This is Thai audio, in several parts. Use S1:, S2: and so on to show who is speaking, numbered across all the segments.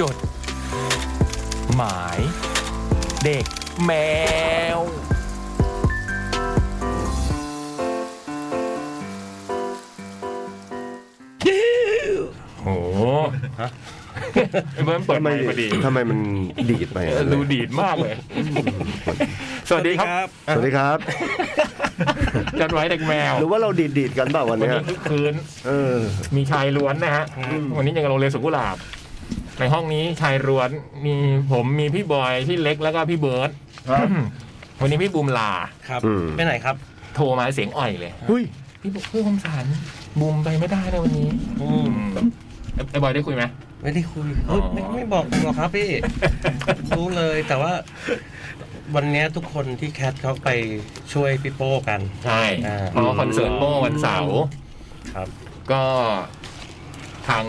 S1: จด หมาย เด็กแมว
S2: โอ้โหเมื่อเปิด
S3: ทำ
S2: ไม
S3: ไม
S2: ค์พอดี
S3: ทำไมมันดีดไปอย่างนั้นเล
S2: ดู
S3: ย
S2: ดีดมากเลย สวัสดีครับ
S3: สวัสดีครับ
S2: จัดไว้เด็กแมว
S3: หรือว่าเราดีดดีดกันเปล่าวัน
S2: วัน
S3: เนี้ย
S2: นี้ทุกคืน
S3: เออ
S2: มีชายล้วนนะฮะ วันนี้ยังกับโรงเรียนสุกุหลาบ ในห้องนี้ชายล้วน มีผมมีพี่บอยพี่เล็กแล้วก็พี่เบิร์ตวันนี้พี่บูมลา
S4: ครับ
S3: อืม
S4: ไปไหนครับ
S2: โทรมาเสียงอ่อยเลย
S3: หุ้ย
S2: พี่บอกเพื่อคมสันบูมไปไม่ได้นะวันนี้ไอ้ไอ้บอยได้คุยไหม
S4: ไม่ได้คุยเฮ้ยไม่
S2: อ๋อ
S4: ไม่บอกผมหรอกครับ พี่ รู้เลยแต่ว่า วันเนี้ยทุกคนที่แคทเขาไปช่วยพี่โป้กัน
S2: ใช่
S4: อ่า
S2: เพราะว่าคอนเสิร์ตโม่วันเสาร์
S4: ครับ
S2: ก็ทาง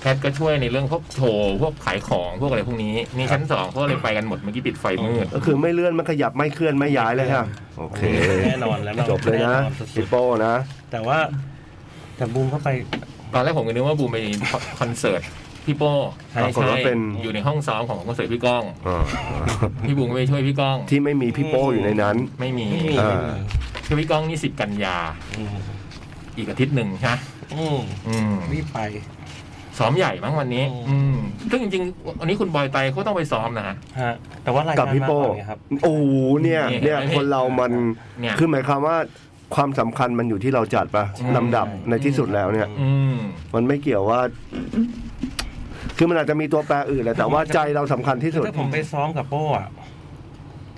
S2: แคทก็ช่วยในเรื่องพวกโชว์พวกขายของพวกอะไรพวกนี้นี่ชั้นสองเขาก็เลยไปกันหมดเมื่อกี้ปิดไฟมืด
S3: ก็คือไม่เลื่อนไม่ขยับไม่เคลื่อนไม่ย้ายเลยฮะโอเค
S4: แน่นอนแล้วรา
S3: จบเลยนะ
S4: แอสุด
S3: ปิปโป้นะ
S4: ๆแต่ว่าแต่บูมเข้าไป
S2: ตอนแรกผมก็นึกว่าบูมไปคอนเสิร์ตพี่โป้
S3: ปรากฏว่าเป็น
S2: อยู่ในห้องซ้อมของคอนเสิร์ตพี่ก้อง
S3: อ่า
S2: พี่บูมก็ไปช่วยพี่ก้อง
S3: ที่ไม่มีพี่โป้อยู่ในนั้น
S2: ไม่มี
S4: ไม่มี
S3: อ่า
S2: ช่วยพี่ก้องนี่สิบกันยา
S4: อืม
S2: อีกอาทิตย์หนึ่งใช่ไหม
S4: อืม
S2: อืม
S4: รีบไป
S2: ซ้อมใหญ่มั้งวันนี้
S4: อืม
S2: อืม ซึ่งจริงๆ วันนี้คุณบอยไตเขาต้องไปซ้อมนะ
S4: ฮะแต่ว่าราย
S3: กับ
S4: การ
S3: พี่
S4: มา
S3: โป้
S4: ก่อนไงครับ
S3: โอ้โหเนี่ย
S2: นี่
S3: เนี่ย
S2: เห็นไหม
S3: คนเรามัน
S2: เนี่ย
S3: คือหมายความว่าความสำคัญมันอยู่ที่เราจัดปะ
S2: ใช่
S3: ลำดับในที่สุดแล้วเนี่ย
S2: อืม
S3: มันไม่เกี่ยวว่า คือมันอาจจะมีตัวแปรอื่นแหละแต่ว่าใจเราสำคัญที่สุด
S4: ถ้าผมไปซ้อมกับโป้อะ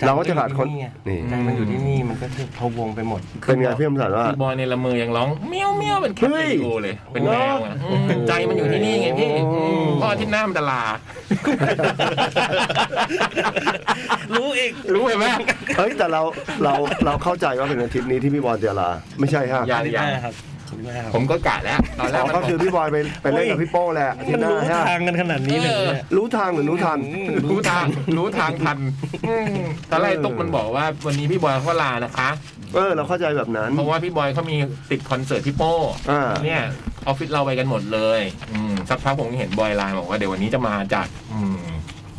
S3: เราก็จะขาดคนนี่
S4: นี่ไงใจมันอยู่ที่นี่มันก็คือพะวงไปหมด
S3: เป็นไงพี่อมสันว่า
S2: คือบอยในละเมอยังร้องเมี้ยวเมี้ยวเป็นแคป
S3: เฮ้ย
S2: วิดีโอเลย เป็นแมวอะ
S3: เหรอ
S2: อืมใจมันอยู่ที่นี่ไงพี่
S3: โอ้
S2: อืมพ่อที่หน้ามันดารา
S4: รู้อีก
S2: รู้เห็นไหม
S3: เฮ้ยแต่เราเราเราเข้าใจว่าเป็นอาทิตย์นี้ที่พี่บอลเจลาไม่ใช่ฮะ
S2: อย่าง
S4: ไม่
S2: อย่า
S4: ได้
S2: ง
S4: ครับไม่ได้ครับ
S2: ผมก็กะแล้วตอนแร
S3: อ๋
S2: ก
S3: อ
S2: มันบ
S3: ก็
S2: อก
S3: คือพี่บอยไปไปเล่นกับพี่โป้แหละอาทิต
S4: มั
S3: ย์
S4: น
S3: หน้า
S4: รู้
S3: ฮะ
S4: ทางกันขนาดนี้เลยเนี่ย
S3: รู้ทางหรือรู้ทัน
S2: รู้ทาง รู้ทางทันอืมตอนแรกตุ๊กมันบอกว่า วันนี้พี่บอยเขาลานะคะ
S3: เออ เราเข้าใจแบบนั้น
S2: เพราะว่าพี่บอยเขามีติดคอนเสิร์ตพี่โป้
S3: อ่า
S2: เนี่ยออฟฟิศเราไปกันหมดเลย อืมสักพักผมเห็นบอยไลน์บอกว่าเดี๋ยววันนี้จะมาจัดอืม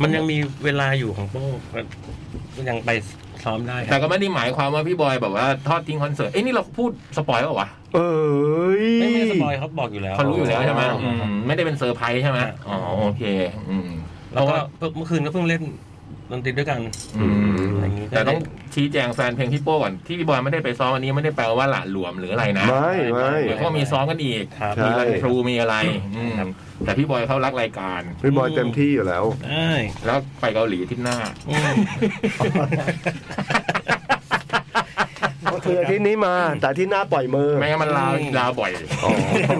S4: มันยังมีเวลาอยู่ของโป้ก็ยังไปซ้อมได้ค
S2: แต่
S4: รับ
S2: ก็ไม่ได้หมายความว่าพี่บอยแบบว่าทอดทิ้งคอนเสิร์ตเอ้ยนี่เราพูดสปอยล์เปล่าวะ
S3: เอ้ย
S4: ไม่ไม่สปอยเขาบอกอยู่แล้ว
S2: เขารู้อยู่แล้วใช่ไหม
S3: อ๋ออื
S2: มไม่ได้เป็นเซอร์ไพรส์ใช่ไหม
S4: ครับ
S2: อ๋อโอเค อืม
S4: แล้วก็เมื่อคืนก็เพิ่งเล่นดนตรีด้วยกัน
S2: อืม
S4: อะไรอย่างนี้ก็
S2: แต่ต้องชี้แจงแฟนเพลงพี่โป้ก่อนที่พี่บอยไม่ได้ไปซ้อมอันนี้ไม่ได้แปลว่าหละหลวมหรืออะไรนะ
S3: ไม่ไม่
S2: เดี๋ยวก็มีซ้อมกันอีก
S4: ครับ
S3: ใช่
S2: มีรันทรูมีอะไรอืม
S4: ครับ
S2: แต่พี่บอยเขารักรายการ
S3: พี่บอยเต็มที่อยู่แล้ว
S4: ใช่
S2: แล้วไปเกาหลีอาที่หน้า
S4: อืม
S3: คืออาทิตย์นี้มา แต่อาที่หน้าปล่อยมือ
S2: ไม่งั้นมันลาวลาวบ่อย
S3: อ๋อ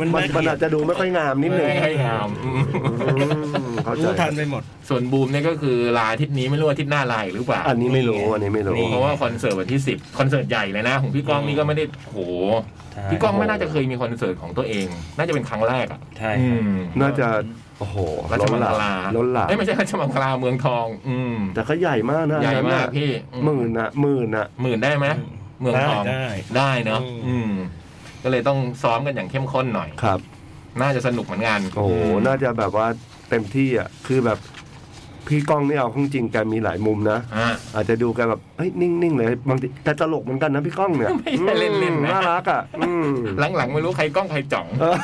S3: มันมันอาจจะดูไม่ค่อยงามนิดหนึ่ง
S2: ไม่ให้งาม
S3: อืมเข้าใจ
S4: รู้ทันไปหมด
S2: ส่วนบูมเนี่ยก็คือลาอาทิตย์นี้ไม่รู้อาทิตย์หน้าลาอีกหรือเปล่า
S3: อันนี้ไม่รู้อันนี้ไม่รู้
S4: นี่
S2: เพราะว่าคอนเสิร์ตวันที่ 10 คอนเสิร์ตใหญ่เลยนะ ของพี่ก้องนี่ก็ไม่ได้โหพี่ก้องไม่น่าจะเคยมีคอนเสิร์ตของตัวเอง น่าจะเป็นครั้งแรกอ่ะ
S4: ใช่
S2: อืม
S3: น่าจะโอ้โห
S2: ราช
S3: ล้น
S2: มัง
S3: หลา
S2: คลาม
S3: ล้นหลาม
S2: เอ้ยไม่ใช่ราชมังคลาเมืองทอง อืม
S3: แต่เขาใหญ่มากนะ
S2: ใหญ่มาก
S3: อันนั้นน่ะ
S2: พี่อื
S3: หมื่นอะหมื่นอะ
S2: หมื่นได้ไหมเมือง
S4: ได้
S2: ทอง
S4: ได้
S2: ได้เนาะ
S4: อืม
S2: อืมก็เลยต้องซ้อมกันอย่างเข้มข้นหน่อย
S3: ครับ
S2: น่าจะสนุกเหมือนกัน
S3: โอ้โหน่าจะแบบว่าเต็มที่อะคือแบบพี่ก้องนี่เอาข้องจริงแกมีหลายมุมนะ
S2: อ่ะ
S3: อาจจะดูแกแบบเฮ้ยนิ่งๆเลยบางทีแต่ตลกเหมือนกันนะพี่ก้องเนี่ย
S2: ไม่ใช่เล่นๆนะ
S3: น่ารักอ่ะอืม
S2: หลังๆไม่รู้ใครก้องใครจ่อง
S3: เออ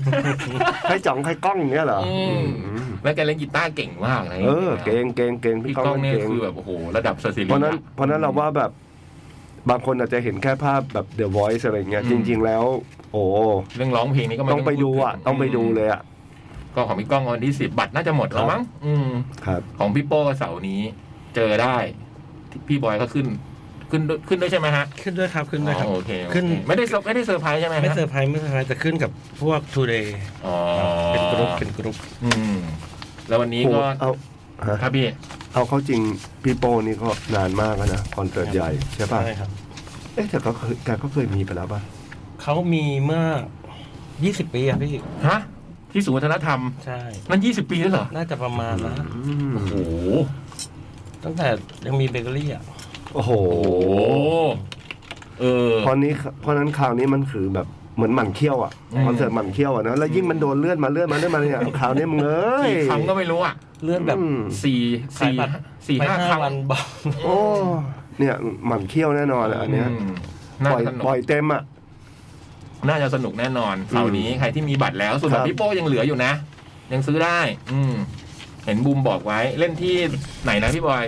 S3: ใครจ่องใครก้องเนี่ยเหรอ
S2: อืม
S3: อืม
S2: แล้วแกเล่นกีตาร์เก่งมากนะ
S3: เออ เก่งเก่งเก่งพี่
S2: พี่
S3: ก้อง
S2: ก้องเนี่ย
S3: เก่ง
S2: คือแบบโอ้โหระดับสศิริ
S3: เพราะนั้น
S2: อะ
S3: เพราะนั้นเราว่าแบบบางคนอาจจะเห็นแค่ภาพแบบ The Voice อะไรเงี้ย
S2: อืม
S3: จริง ๆ แล้ว โอ้
S2: เรื่องร้องเพลงนี้ก็ม่
S3: ต้องไปดูอ่ะ
S2: พูถึ
S3: ต้องไปดูเลยอ่ะ
S2: ก็ของพี่ก้องวันที่สิบบัตรน่าจะหมดแล้วมั้งอืม
S3: ครับ
S2: ของพี่โป้ก็เสาร์นี้ เจอได้ที่พี่บอยก็ขึ้น ขึ้นด้วยขึ้นด้วยใช่ไหมฮะ
S4: ขึ้นด้วยครับขึ้นด้วยครับ
S2: อ๋อโอเคโอเค
S4: ขึ้น
S2: ไม่ได้เซอร์ไม่ได้เซอร์ไพรส์ใช่ไหมฮะ
S4: ไม่เซอร์ไพรส์ไม่เซอร์ไพรส์แต่ขึ้นกับพวก Today
S2: อ๋อ
S4: เป็นกรุ๊ปเป็นกรุ๊ป
S2: อืม แล้ววันนี้
S3: โอ้
S2: ก็
S3: เอาฮะ
S2: ครับพี่
S3: เอาเข้าจริงพี่โปนี่ก็นานมากแล้วนะคอนเสิร์ต
S4: ครับ
S3: ใหญ่ใช่ป่ะ
S4: ใช่ครับ
S3: เอ๊ะแต่เขาเคยแกก็เคยมีไปแล้วป่ะ
S4: เขามีเมื่อ 20 ปีอะพี่
S2: ฮะที่ศูนย์วัฒนธรรม
S4: ใช่
S2: นั่นยี่สิบปีแล้วเหรอ
S4: น่าจะประมาณนะ
S2: โอ้โห
S4: ตั้งแต่ยังมีเบเกอรี่อ่ะ
S3: โอ้โห
S2: โอ้โหเออ
S3: เพราะนี้เพราะนั้นคราวนี้มันคือแบบ เหมือนหมั่นเคี้ยวอ่ะ
S2: อืม
S3: คอนเสิร์ตหมั่นเคี้ยวอ่ะนะแล้วยิ่งมันโดนเลื่อนมาเลื่อนมาเลื่อนมาเนี่ยคราวนี้มึงเอ้ย
S2: กี่ครั้งก็ไม่รู้อ่ะ
S4: เลื่อนแบบ
S3: อืม
S2: สี่
S4: าย
S2: สี่
S4: บัตร
S2: สี่
S4: ไป
S2: ห้าครั้ง
S4: วันบอก
S3: โอ้เนี่ยหมั่นเคี้ยวแน่นอนอ่ะอันเนี้ย
S2: อืม
S3: ป
S2: น่า
S3: ล่อย
S2: สนุก
S3: ปล่อยเต็มอ่ะ
S2: น่าจะสนุกแน่นอนคราวนี้ใครที่มีบัตรแล้วส่ว
S3: ครั
S2: นั
S3: บ
S2: ต
S3: บ
S2: รพี่โป้ยังเหลืออยู่นะ ยังซื้อได้ อืมเห็นบูมบอกไว้เล่นที่ไหนนะพี่บอย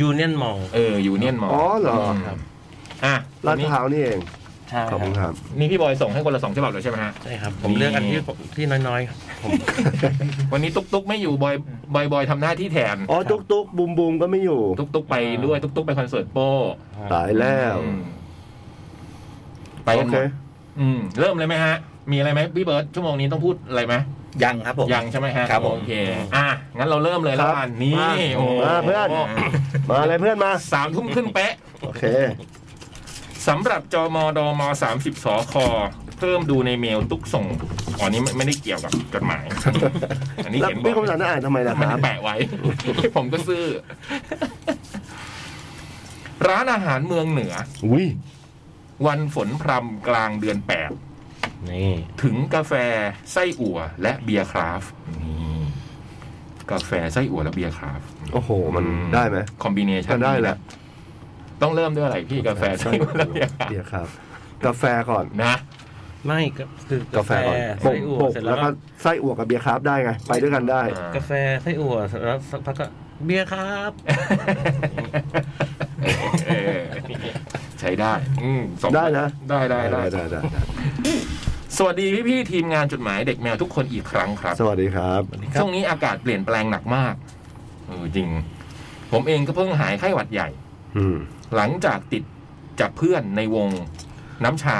S4: ยูเนียนมอล
S2: เอออยู่เนียนมอ
S3: อ๋อเหรอ
S2: มอ่ะ
S3: ลาด
S2: นี่
S3: พร้าวนี่เอง
S4: ใช่
S3: ขอบคุณครับ
S2: นี่พี่บอยส่งให้คนละสองฉบับเลยใช่ไหมฮะ
S4: ใช่ครับ ผมเลือกอันที่ผมที่น้อยๆครับผม
S2: วันนี้ตุ๊กตุ๊กไม่อยู่บอยบอยบอยทำหน้าที่แทน
S3: อ๋อตุ๊กตุ๊กบุมบุมก็ไม่อยู่
S2: ตุ๊กตุ๊กไปด้วยตุ๊กตุ๊กไปคอนเสิร์ตโป้
S3: ตายแล้ว
S2: อืมไป
S3: โอ
S2: กันห
S3: เค
S2: มดอืมเริ่มเลยไหมฮะ มีอะไรไหมพี่เบิร์ตชั่วโมงนี้ต้องพูดอะไรไหม
S5: ยังครับผม
S2: ยังใช่ไหมฮะ
S5: ครับผม
S2: โอเค อ่ะงั้นเราเริ่มเลยแล้วกันนี่
S3: มา
S2: โอ้โห
S3: มาเพื่อน มาเลยเพื่อนมา
S2: สามทุ่มครึ่งเป๊ะ
S3: โอเค
S2: สำหรับจมดม30สคเพิ่มดูในเมลตุกส่งอ๋อนี้ไม่ไม่ได้เกี่ยวกับจดหมาย อันนี้
S3: แล้ว
S2: เขียนบอ
S3: พี่
S2: ก
S3: คมสันน่ะอ่านทำไมล่ะค
S2: มัน
S3: รับ
S2: แปะไว้ ผมก็ซื้อ ร้านอาหารเมืองเหนือ
S3: อุ้ย
S2: วันฝนพรำกลางเดือนแปด
S4: นี่
S2: ถึงกาแฟไส้อั่ว และเบียร์คราฟต์นี่กาแฟไส้อั่วและเบียร์คราฟต์
S3: โอ้โห มันได้ไหม
S2: คอมบิเนชั
S3: ก็
S2: น
S3: ได้แหละ
S2: ต้องเริ่มด้วยอะไรพี่กาแฟไส้อั่วและเบียร์คราฟ
S3: เดี๋
S2: ต์
S3: ยวครับ กาแฟก่อน
S2: นะ
S4: ไม่ก็คือกาก
S3: า
S4: แฟ
S3: แฟก่อน
S4: ไส้
S3: โปะ
S4: อั่ว
S3: โปะ
S4: เสร็จแล้
S3: แล้ว ว
S4: ก็
S3: ก็ไส้อั่วกับเบียร์คราฟต์ได้ไง ไปด้วยกันได้
S2: อ่า
S4: กาแฟไส้อั่วเสร็จแล้วสักพักก็เบียร์ครับ
S2: เออใช้ได้อืมสอง
S3: ได้นะ
S2: ได้ได้ได้
S3: ได้ได้ได้
S2: สวัสดีพี่พี่ๆทีมงานจดหมายเด็กแมวทุกคนอีกครั้งครับ
S3: สวัสดีครับ
S2: ช่วงนี้อากาศเปลี่ยนแปลงหนักมากเออจริง ผมเองก็เพิ่งหายไข้หวัดใหญ่
S3: อืม
S2: หลังจากติดจากเพื่อนในวงน้ำชา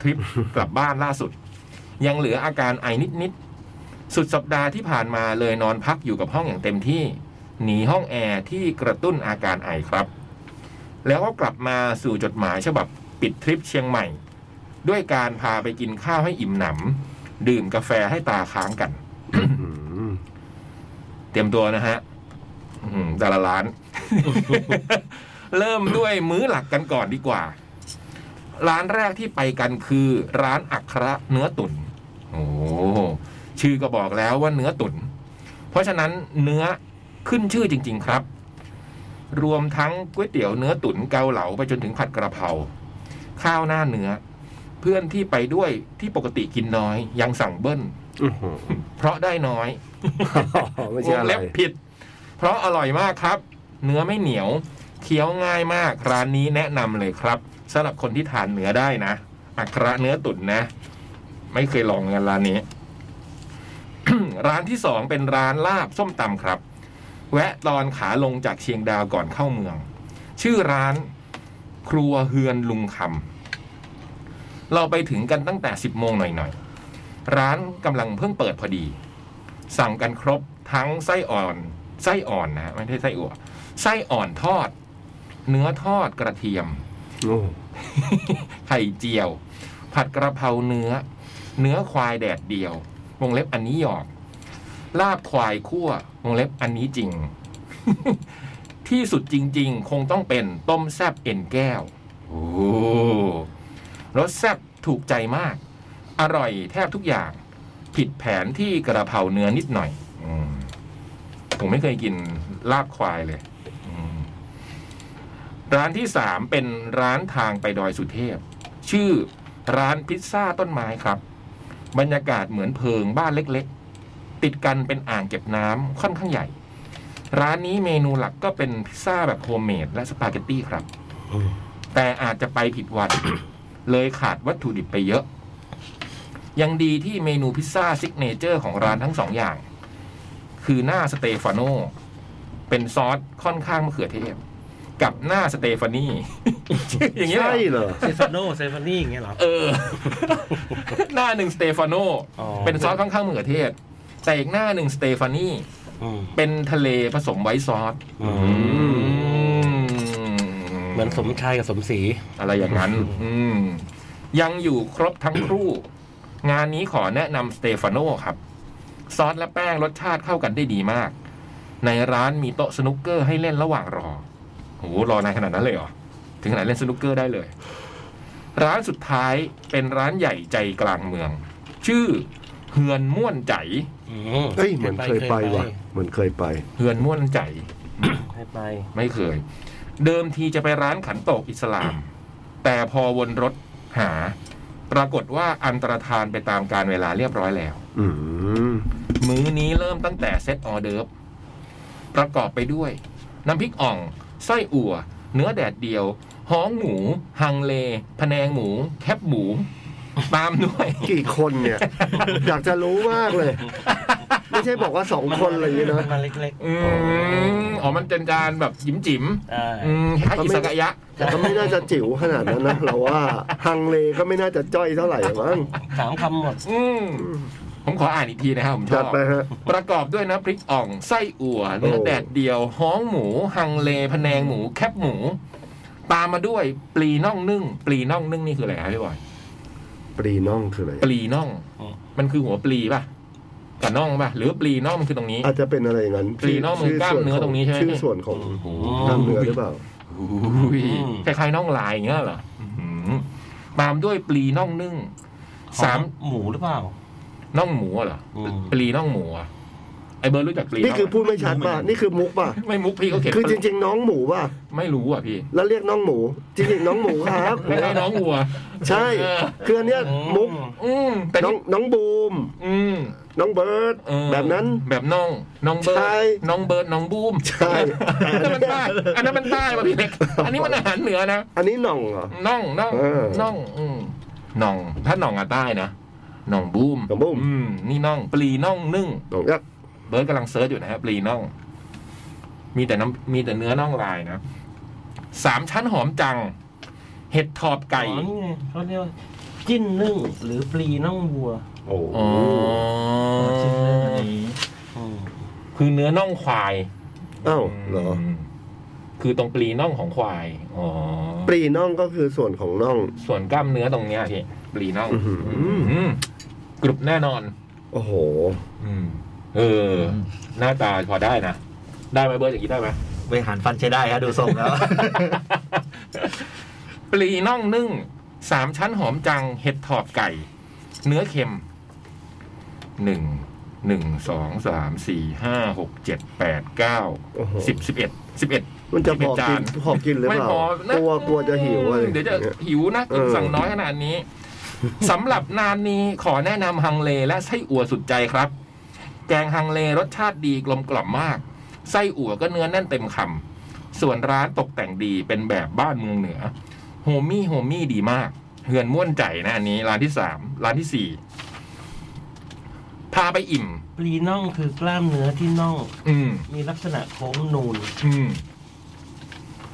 S2: ทริป กลับบ้านล่าสุด ยังเหลืออาการไอนิด ๆ สุดสัปดาห์ที่ผ่านมาเลยนอนพักอยู่กับห้องอย่างเต็มที่ หนีห้องแอร์ที่กระตุ้นอาการไอครับ แล้วก็กลับมาสู่จดหมายฉบับปิดทริปเชียงใหม่ ด้วยการพาไปกินข้าวให้อิ่มหนำดื่มกาแฟให้ตาค้างกัน
S3: อืม
S2: เตรียมตัวนะฮะอืมแต่ละร้าน เริ่มด้วยมื้อหลักกันก่อนดีกว่า ร้านแรกที่ไปกันคือร้านอัคระเนื้อตุน๋นโอ้โหชื่อก็บอกแล้วว่าเนื้อตุน๋นเพราะฉะนั้นเนื้อขึ้นชื่อจริง ๆครับ รวมทั้งก๋วยเตี๋ยวเนื้อตุ๋นเกาเหลาไปจนถึงผัดกระเพราข้าวหน้าเนื้อ เพื่อนที่ไปด้วยที่ปกติกินน้อย ยังสั่งเบิ้ล
S3: อื้อหือ
S2: เพราะได้น้อย
S3: ไม่
S2: ว
S3: ใช่
S2: ง
S3: อะไร
S2: เล็บผิด เพราะอร่อยมากครับ เนื้อไม่เหนียว เคี้ยวง่ายมาก ร้านนี้แนะนำเลยครับสำหรับคนที่ทานเนื้อได้นะ อัคระเนื้อตุ๋นนะ ไม่เคยลองเหมือนกันร้านนี้ ร้านที่สองเป็นร้านลาบส้มตำครับ แวะตอนขาลงจากเชียงดาวก่อนเข้าเมือง ชื่อร้านครัวเฮือนลุงคำเราไปถึงกันตั้งแต่ 10โมงหน่อยๆ ร้านกำลังเพิ่งเปิดพอดี สั่งกันครบทั้งไส้อ่อนไส้อ่อนนะฮะไม่ใช่ไส้อั่วไส้อ่อนทอด เนื้อทอดกระเทียม
S3: โอ้
S2: ไข่เจียว ผัดกระเพราเนื้อ เนื้อควายแดดเดียว วงเล็บอันนี้หยอก ลาบควายคั่ว วงเล็บอันนี้จริง ที่สุดจริง ๆ คงต้องเป็นต้มแซบเอ็นแก้ว โอ้โหรสแซบถูกใจมาก อร่อยแทบทุกอย่าง ผิดแผนที่กระเพราเนื้อนิดหน่อยอมผมไม่เคยกินลาบควายเลยอืมร้านที่สามเป็นร้านทางไปดอยสุเทพ ชื่อร้านพิซซ่าต้นไม้ครับ บรรยากาศเหมือนเพิงบ้านเล็กๆ ติดกันเป็นอ่างเก็บน้ำค่อนข้างใหญ่ ร้านนี้เมนูหลักก็เป็นพิซซ่าแบบโฮมเมดและสปาเกตตี้ครับ แต่อาจจะไปผิด วัน เลยขาดวัตถุดิบไปเยอะ ยังดีที่เมนูพิซซ่าซิกเนเจอร์ของร้านทั้งสองอย่าง คือหน้าสเตฟาโนเป็นซอสค่อนข้างมะเขือเทศ กับหน้าสเตฟานี่ ชื่ออย่างนี้เลย
S3: ใช่
S2: เหรอ
S3: เหรอ
S4: เซ ฟาโนเซฟานี่อย่างเงี้ยเหรอ
S2: เออ หน้าหนึ่งสเตฟานโน
S4: อ๋อ
S2: เป็นซอสค่อนข้างมะเขือเทศ แต่อีกหน้าหนึ่งสเตฟานี่
S4: อืม
S2: เป็นทะเลผสมไว้ซอส
S4: อื
S3: ม
S4: เหมือนสมชายกับสมศรี
S2: อะไรอย่างนั้น อืมยังอยู่ครบทั้งครู่ งานนี้ขอแนะนำสเตฟานโนครับ ซอสและแป้งรสชาติเข้ากันได้ดีมาก ในร้านมีโต๊ะสนุกเกอร์ให้เล่นระหว่างรอโหรอนานขนาดนั้นเลยเหรอ ถึงขนาดเล่นสนุกเกอร์ได้เลย ร้านสุดท้ายเป็นร้านใหญ่ใจกลางเมือง ชื่อเฮือนม่วนใจ
S4: อืม
S3: เอ้ยเหมือนเคยไปว่ะเหมือนเคยไป
S2: เฮือนม่วนใจ
S4: เคยไป
S2: ไม่เคย เดิมทีจะไปร้านขันโตกอิสลาม แต่พอวนรถหา ปรากฏว่าอันตรธานไปตามการเวลาเรียบร้อยแล้ว
S3: อืม
S2: มื้อนี้เริ่มตั้งแต่เซตออเดิร์ฟประกอบไปด้วย น้ำพริกอ่องไส้อั่ว เนื้อแดดเดียวห้องหมู หังเลพะแนงหมู แคบหมู ตามด้วย
S3: กี่คนเนี่ย อยากจะรู้มากเลย ไม่ใช่บอกว่าสองคนอะไรอย่างเงี้ยนะ
S4: มันเล็ก
S2: อืมอ๋อมันเป็นจานแบบจิ๋มจิ๋ม
S4: ๆอ่า
S2: ๆอืมคล้ายอิสกายะ
S3: แต่ก็ไม่น่าจะจิ๋วขนาดนั้นนะ เราว่าฮังเลก็ไม่น่าจะจ้อยเท่าไหร่มั้ ง
S4: สามคำหมด
S2: อืม
S3: อืม
S2: ผมขออ่านอีกทีนะครับผมช
S3: จั
S2: อ
S3: ด
S2: บ
S3: ไปฮะ
S2: ประกอบด้วยน้ำพริกอ่องไส้อั่วเนื้อ
S3: โอ้
S2: แดดเดียวห้องหมู หังเลพะแนงหมู แคบหมู ตามมาด้วย ปลีน่องนึ่ง ปลีน่องนึ่งนี่คืออะไรครับพี่บอย
S3: ปรีน่องคืออะไร
S2: ปลีน่อง
S4: อืม
S2: มันคือหัวปลีป่ะกับน่องป่ะ หรือปลีน่องมันคือตรงนี้
S3: อาจจะเป็นอะไรอย่างนั้น
S2: ปรีน่องมันกล้ามเนื้อตรงนี้ใช่ไหม
S3: ชื่อส่วนของ
S2: โอ้
S3: กล้ามเนื้อหรือเปล่า
S2: ยคล้ายๆน่องลายอย่างเงี้ยเหรออื้อหือตามด้วยปลีน่องนึ่งสาม
S4: หมูหรือเปล่า
S2: น่องหมูเหรอ
S4: อืม
S2: ปลีน่องหมูอะไอเบิร์ดรู้จักปลี
S3: นี่คือ
S2: อง
S3: พูดไม่ชัดป่ะ นี่คือมุกป่ะ
S2: ไม่มุกพี่เขาเขียน
S3: คือจริง ๆ น้องหมูป่ะ
S2: ไม่รู้อ่ะพี่
S3: แล้วเรียกน้องหมู จริงๆน้องหมูครับ
S2: คล้ายๆน้องวัว
S3: ใช่
S2: เออ
S3: คืออันเนี้ยมุก
S2: อืมแต่
S3: น้อง
S2: ที่
S3: น้องบูม
S2: อืม
S3: น้องเบิร์ด
S2: เออ
S3: แบบนั้น
S2: แบบน้องน้องเบิร์ด
S3: ใช่
S2: น้องเบิร์ดน้องบูม
S3: ใช่
S2: อันนั้นมันใต้อันนั้นมันใต้มาพี่เล็กอันนี้มันอาหารเหนือนะ
S3: อันนี้หน่องเหรอ
S2: น้องน้อง
S3: เออ
S2: น้องอืมน้องถ้าน้องอะใต้นะน้องบูม
S3: น้องบูม
S2: อืมนี่น้องปลีน้องนึ่ง
S3: หน่องยักษ์
S2: เบิร์ดกำลังเซิร์ชอยู่นะฮะปลีน้อง มีแต่น้ำมีแต่เนื้อน่องลายนะสามชั้นหอมจัง เห็ดถอบไก่
S4: อ๋อนี่ไงเขาเรียกว่าจิ้นนึ่งหรือปลีน่องวัว
S3: โอ้โห
S2: อ๋อ
S5: ชิ้นเรื่องอันนี้
S4: อืม
S2: คือเนื้อน่องควาย
S3: เอ้าวเหรอ
S2: มคือตรงปลีน่องของควายอ๋อ
S3: ปรีน่องก็คือส่วนของน่อง
S2: ส่วนกล้ามเนื้อตรงเนี้ยพี่ปลีน่อง
S3: อื้อหือ
S2: อืมกรุบแน่นอน
S3: โอ้โห
S2: อืม เออ
S5: ม
S2: หน้าตาพอได้นะ ได้ไหมเบิร์ดอย่างนี้ได้ไหม
S5: บริหารฟันใช้ได้ครับดูทรงแล้ว
S2: ปลีน่องนึ่งสามชั้นหอมจัง เห็ดถอบไก่ เนื้อเค็มหนึ่งหนึ่งสองสามสี่ห้าหกเจ็ดแปดเก้า
S3: โอ้โห
S2: สิบสิบเอ็ดสิบเอ็ด
S3: มันจะ
S2: ที่
S3: พ
S2: เป็น
S3: อกิน
S2: จาน
S3: พอกินหรือ
S2: ไม่
S3: เปล่า
S2: พอก
S3: ลัวกลัวจะหิวอะไร
S2: เดี๋ยวจะหิวนะกินสั่งน้อยขนาดนี้ สำหรับนานนี้ขอแนะนำฮังเลและไส้อั่วสุดใจครับ แกงฮังเลรสชาติดีกลมกล่อมมาก ไส้อั่วก็เนื้อแน่นเต็มคำส่วนร้านตกแต่งดีเป็นแบบบ้านเมืองเหนือ โฮมี่โฮมี่ดีมากเฮือนม่วนใจนะอันนี้ร้านที่สามร้านที่สี่พาไปอิ่ม
S4: ปลีน่องคือกล้ามเนื้อที่น่อง
S2: อืม
S4: มีลักษณะโค้งนูน
S2: อืม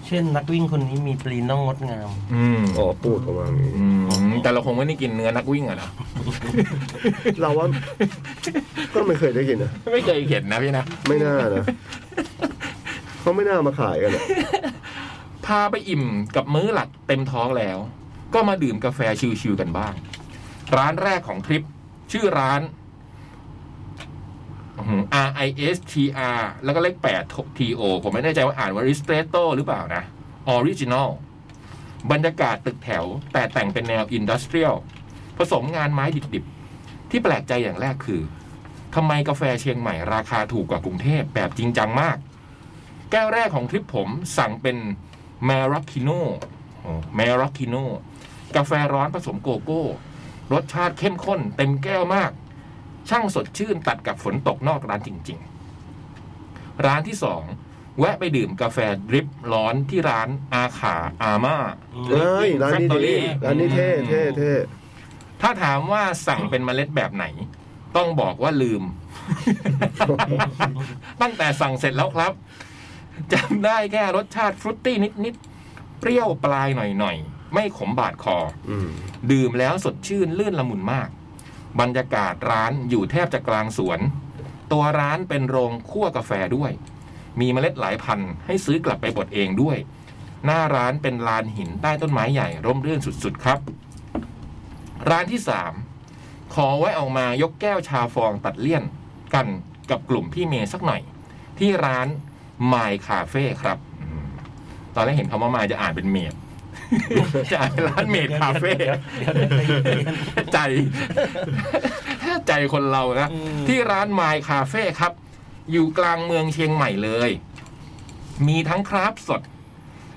S4: เช่นนักวิ่งคนนี้มีปลีน่องงดงาม
S2: อืม
S3: อ๋อปูดออกมาอย่างนี้
S2: อืมแต่เราคงไม่ได้กินเนื้อนักวิ่งอะเนาะ
S3: เราว่า ก็ไม่เคยได้กินนะ
S2: ไม่เคยเห็นนะพี่นะ
S3: ไม่น่านะเขาไม่น่ามาขายกันหรอก
S2: พาไปอิ่มกับมื้อหลักเต็มท้องแล้ว ก็มาดื่มกาแฟชิวๆกันบ้าง ร้านแรกของทริป ชื่อร้านอื้อหือ R I S T R แล้วก็เลข8 T O ผมไม่แน่ใจว่าอ่านว่า Ristretto หรือเปล่านะ Original บรรยากาศตึกแถว แต่แต่งเป็นแนวอินดัสเทรียลผสมงานไม้ดิบๆ ที่แปลกใจอย่างแรกคือทำไมกาแฟเชียงใหม่ราคาถูกกว่ากรุงเทพแบบจริงจังมาก แก้วแรกของทริปผมสั่งเป็น m a r a c i n o m a r a c i n o กาแฟร้อนผสมโกโก้ รสชาติเข้มข้นเต็มแก้วมาก ช่างสดชื่นตัดกับฝนตกนอกร้านจริง ๆ ร้านที่สองแวะไปดื่มกาแฟดริปร้อนที่ร้านอาขาอาม่า
S3: เฮ้ยร้านนี้ดี
S2: Factory
S3: ร้านนี้เท่เท่เท่
S2: ถ้าถามว่าสั่งเป็นเมล็ดแบบไหน ต้องบอกว่าลืม ตั้งแต่สั่งเสร็จแล้วครับจำได้แค่รสชาติฟรุตตี้นิดๆ เปรี้ยวปลายหน่อยๆ ไม่ขมบาดคอ
S3: อืม
S2: ดื่มแล้วสดชื่นลื่นละมุนมาก บรรยากาศร้านอยู่แทบจะกลางสวน ตัวร้านเป็นโรงคั่วกาแฟด้วย มีเมล็ดหลายพันธุ์ให้ซื้อกลับไปบดเองด้วย หน้าร้านเป็นลานหินใต้ต้นไม้ใหญ่ร่มรื่นสุดๆครับ ร้านที่สามขอไว้ออกมายกแก้วชาฟองตัดเลี่ยนกันกับกลุ่มพี่เมย์สักหน่อย ที่ร้าน My Cafe ครับอืมตอนแรกเห็นคำว่า My จะอ่านเป็นเมด จ่ายร้านเมดคาเฟ่
S4: ดี๋ยวเดี๋ยวเดี๋ยวเดี๋ยวเดี๋ยว
S2: ใจ ใจคนเรานะ
S4: อืม
S2: ที่ร้านไมล์คาเฟ่ครับ อยู่กลางเมืองเชียงใหม่เลย มีทั้งคราฟสด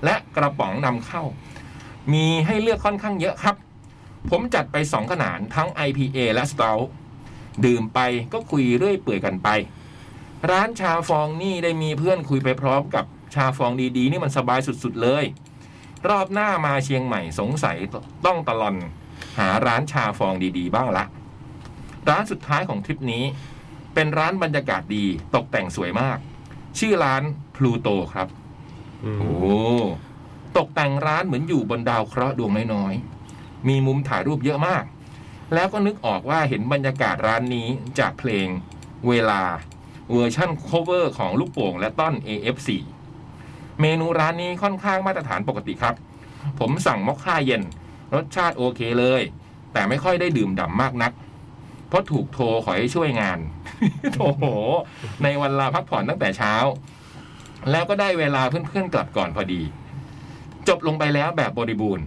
S2: และกระป๋องนำเข้า มีให้เลือกค่อนข้างเยอะครับ ผมจัดไปสองขนาดทั้ง IPA และ Stout ดื่มไปก็คุยเรื่อยเปื่อยกันไป ร้านชาฟองนี่ได้มีเพื่อนคุยไปพร้อมกับชาฟองดีๆ นี่มันสบายสุดๆเลย รอบหน้ามาเชียงใหม่สงสัยต้องตะลอน หาร้านชาฟองดีๆ บ้างละ ร้านสุดท้ายของทริปนี้ เป็นร้านบรรยากาศดีตกแต่งสวยมาก ชื่อร้านพลูโตครับ
S3: อืม
S2: โอ้โหตกแต่งร้านเหมือนอยู่บนดาวเคราะห์ดวงน้อยๆ มีมุมถ่ายรูปเยอะมาก แล้วก็นึกออกว่าเห็นบรรยากาศร้านนี้จากเพลงเวลาเวอร์ชั่นโคเวอร์ของลูกโป่งและต้อน AF4 เมนูร้านนี้ค่อนข้างมาตรฐานปกติครับ ผมสั่งมอคค่าเย็น รสชาติโอเคเลย แต่ไม่ค่อยได้ดื่มด่ำมากนัก เพราะถูกโทรขอให้ช่วยงาน โอ้โห ในวันลาพักผ่อนตั้งแต่เช้า แล้วก็ได้เวลาเพื่อนๆกลับก่อนพอดี จบลงไปแล้วแบบบริบูรณ์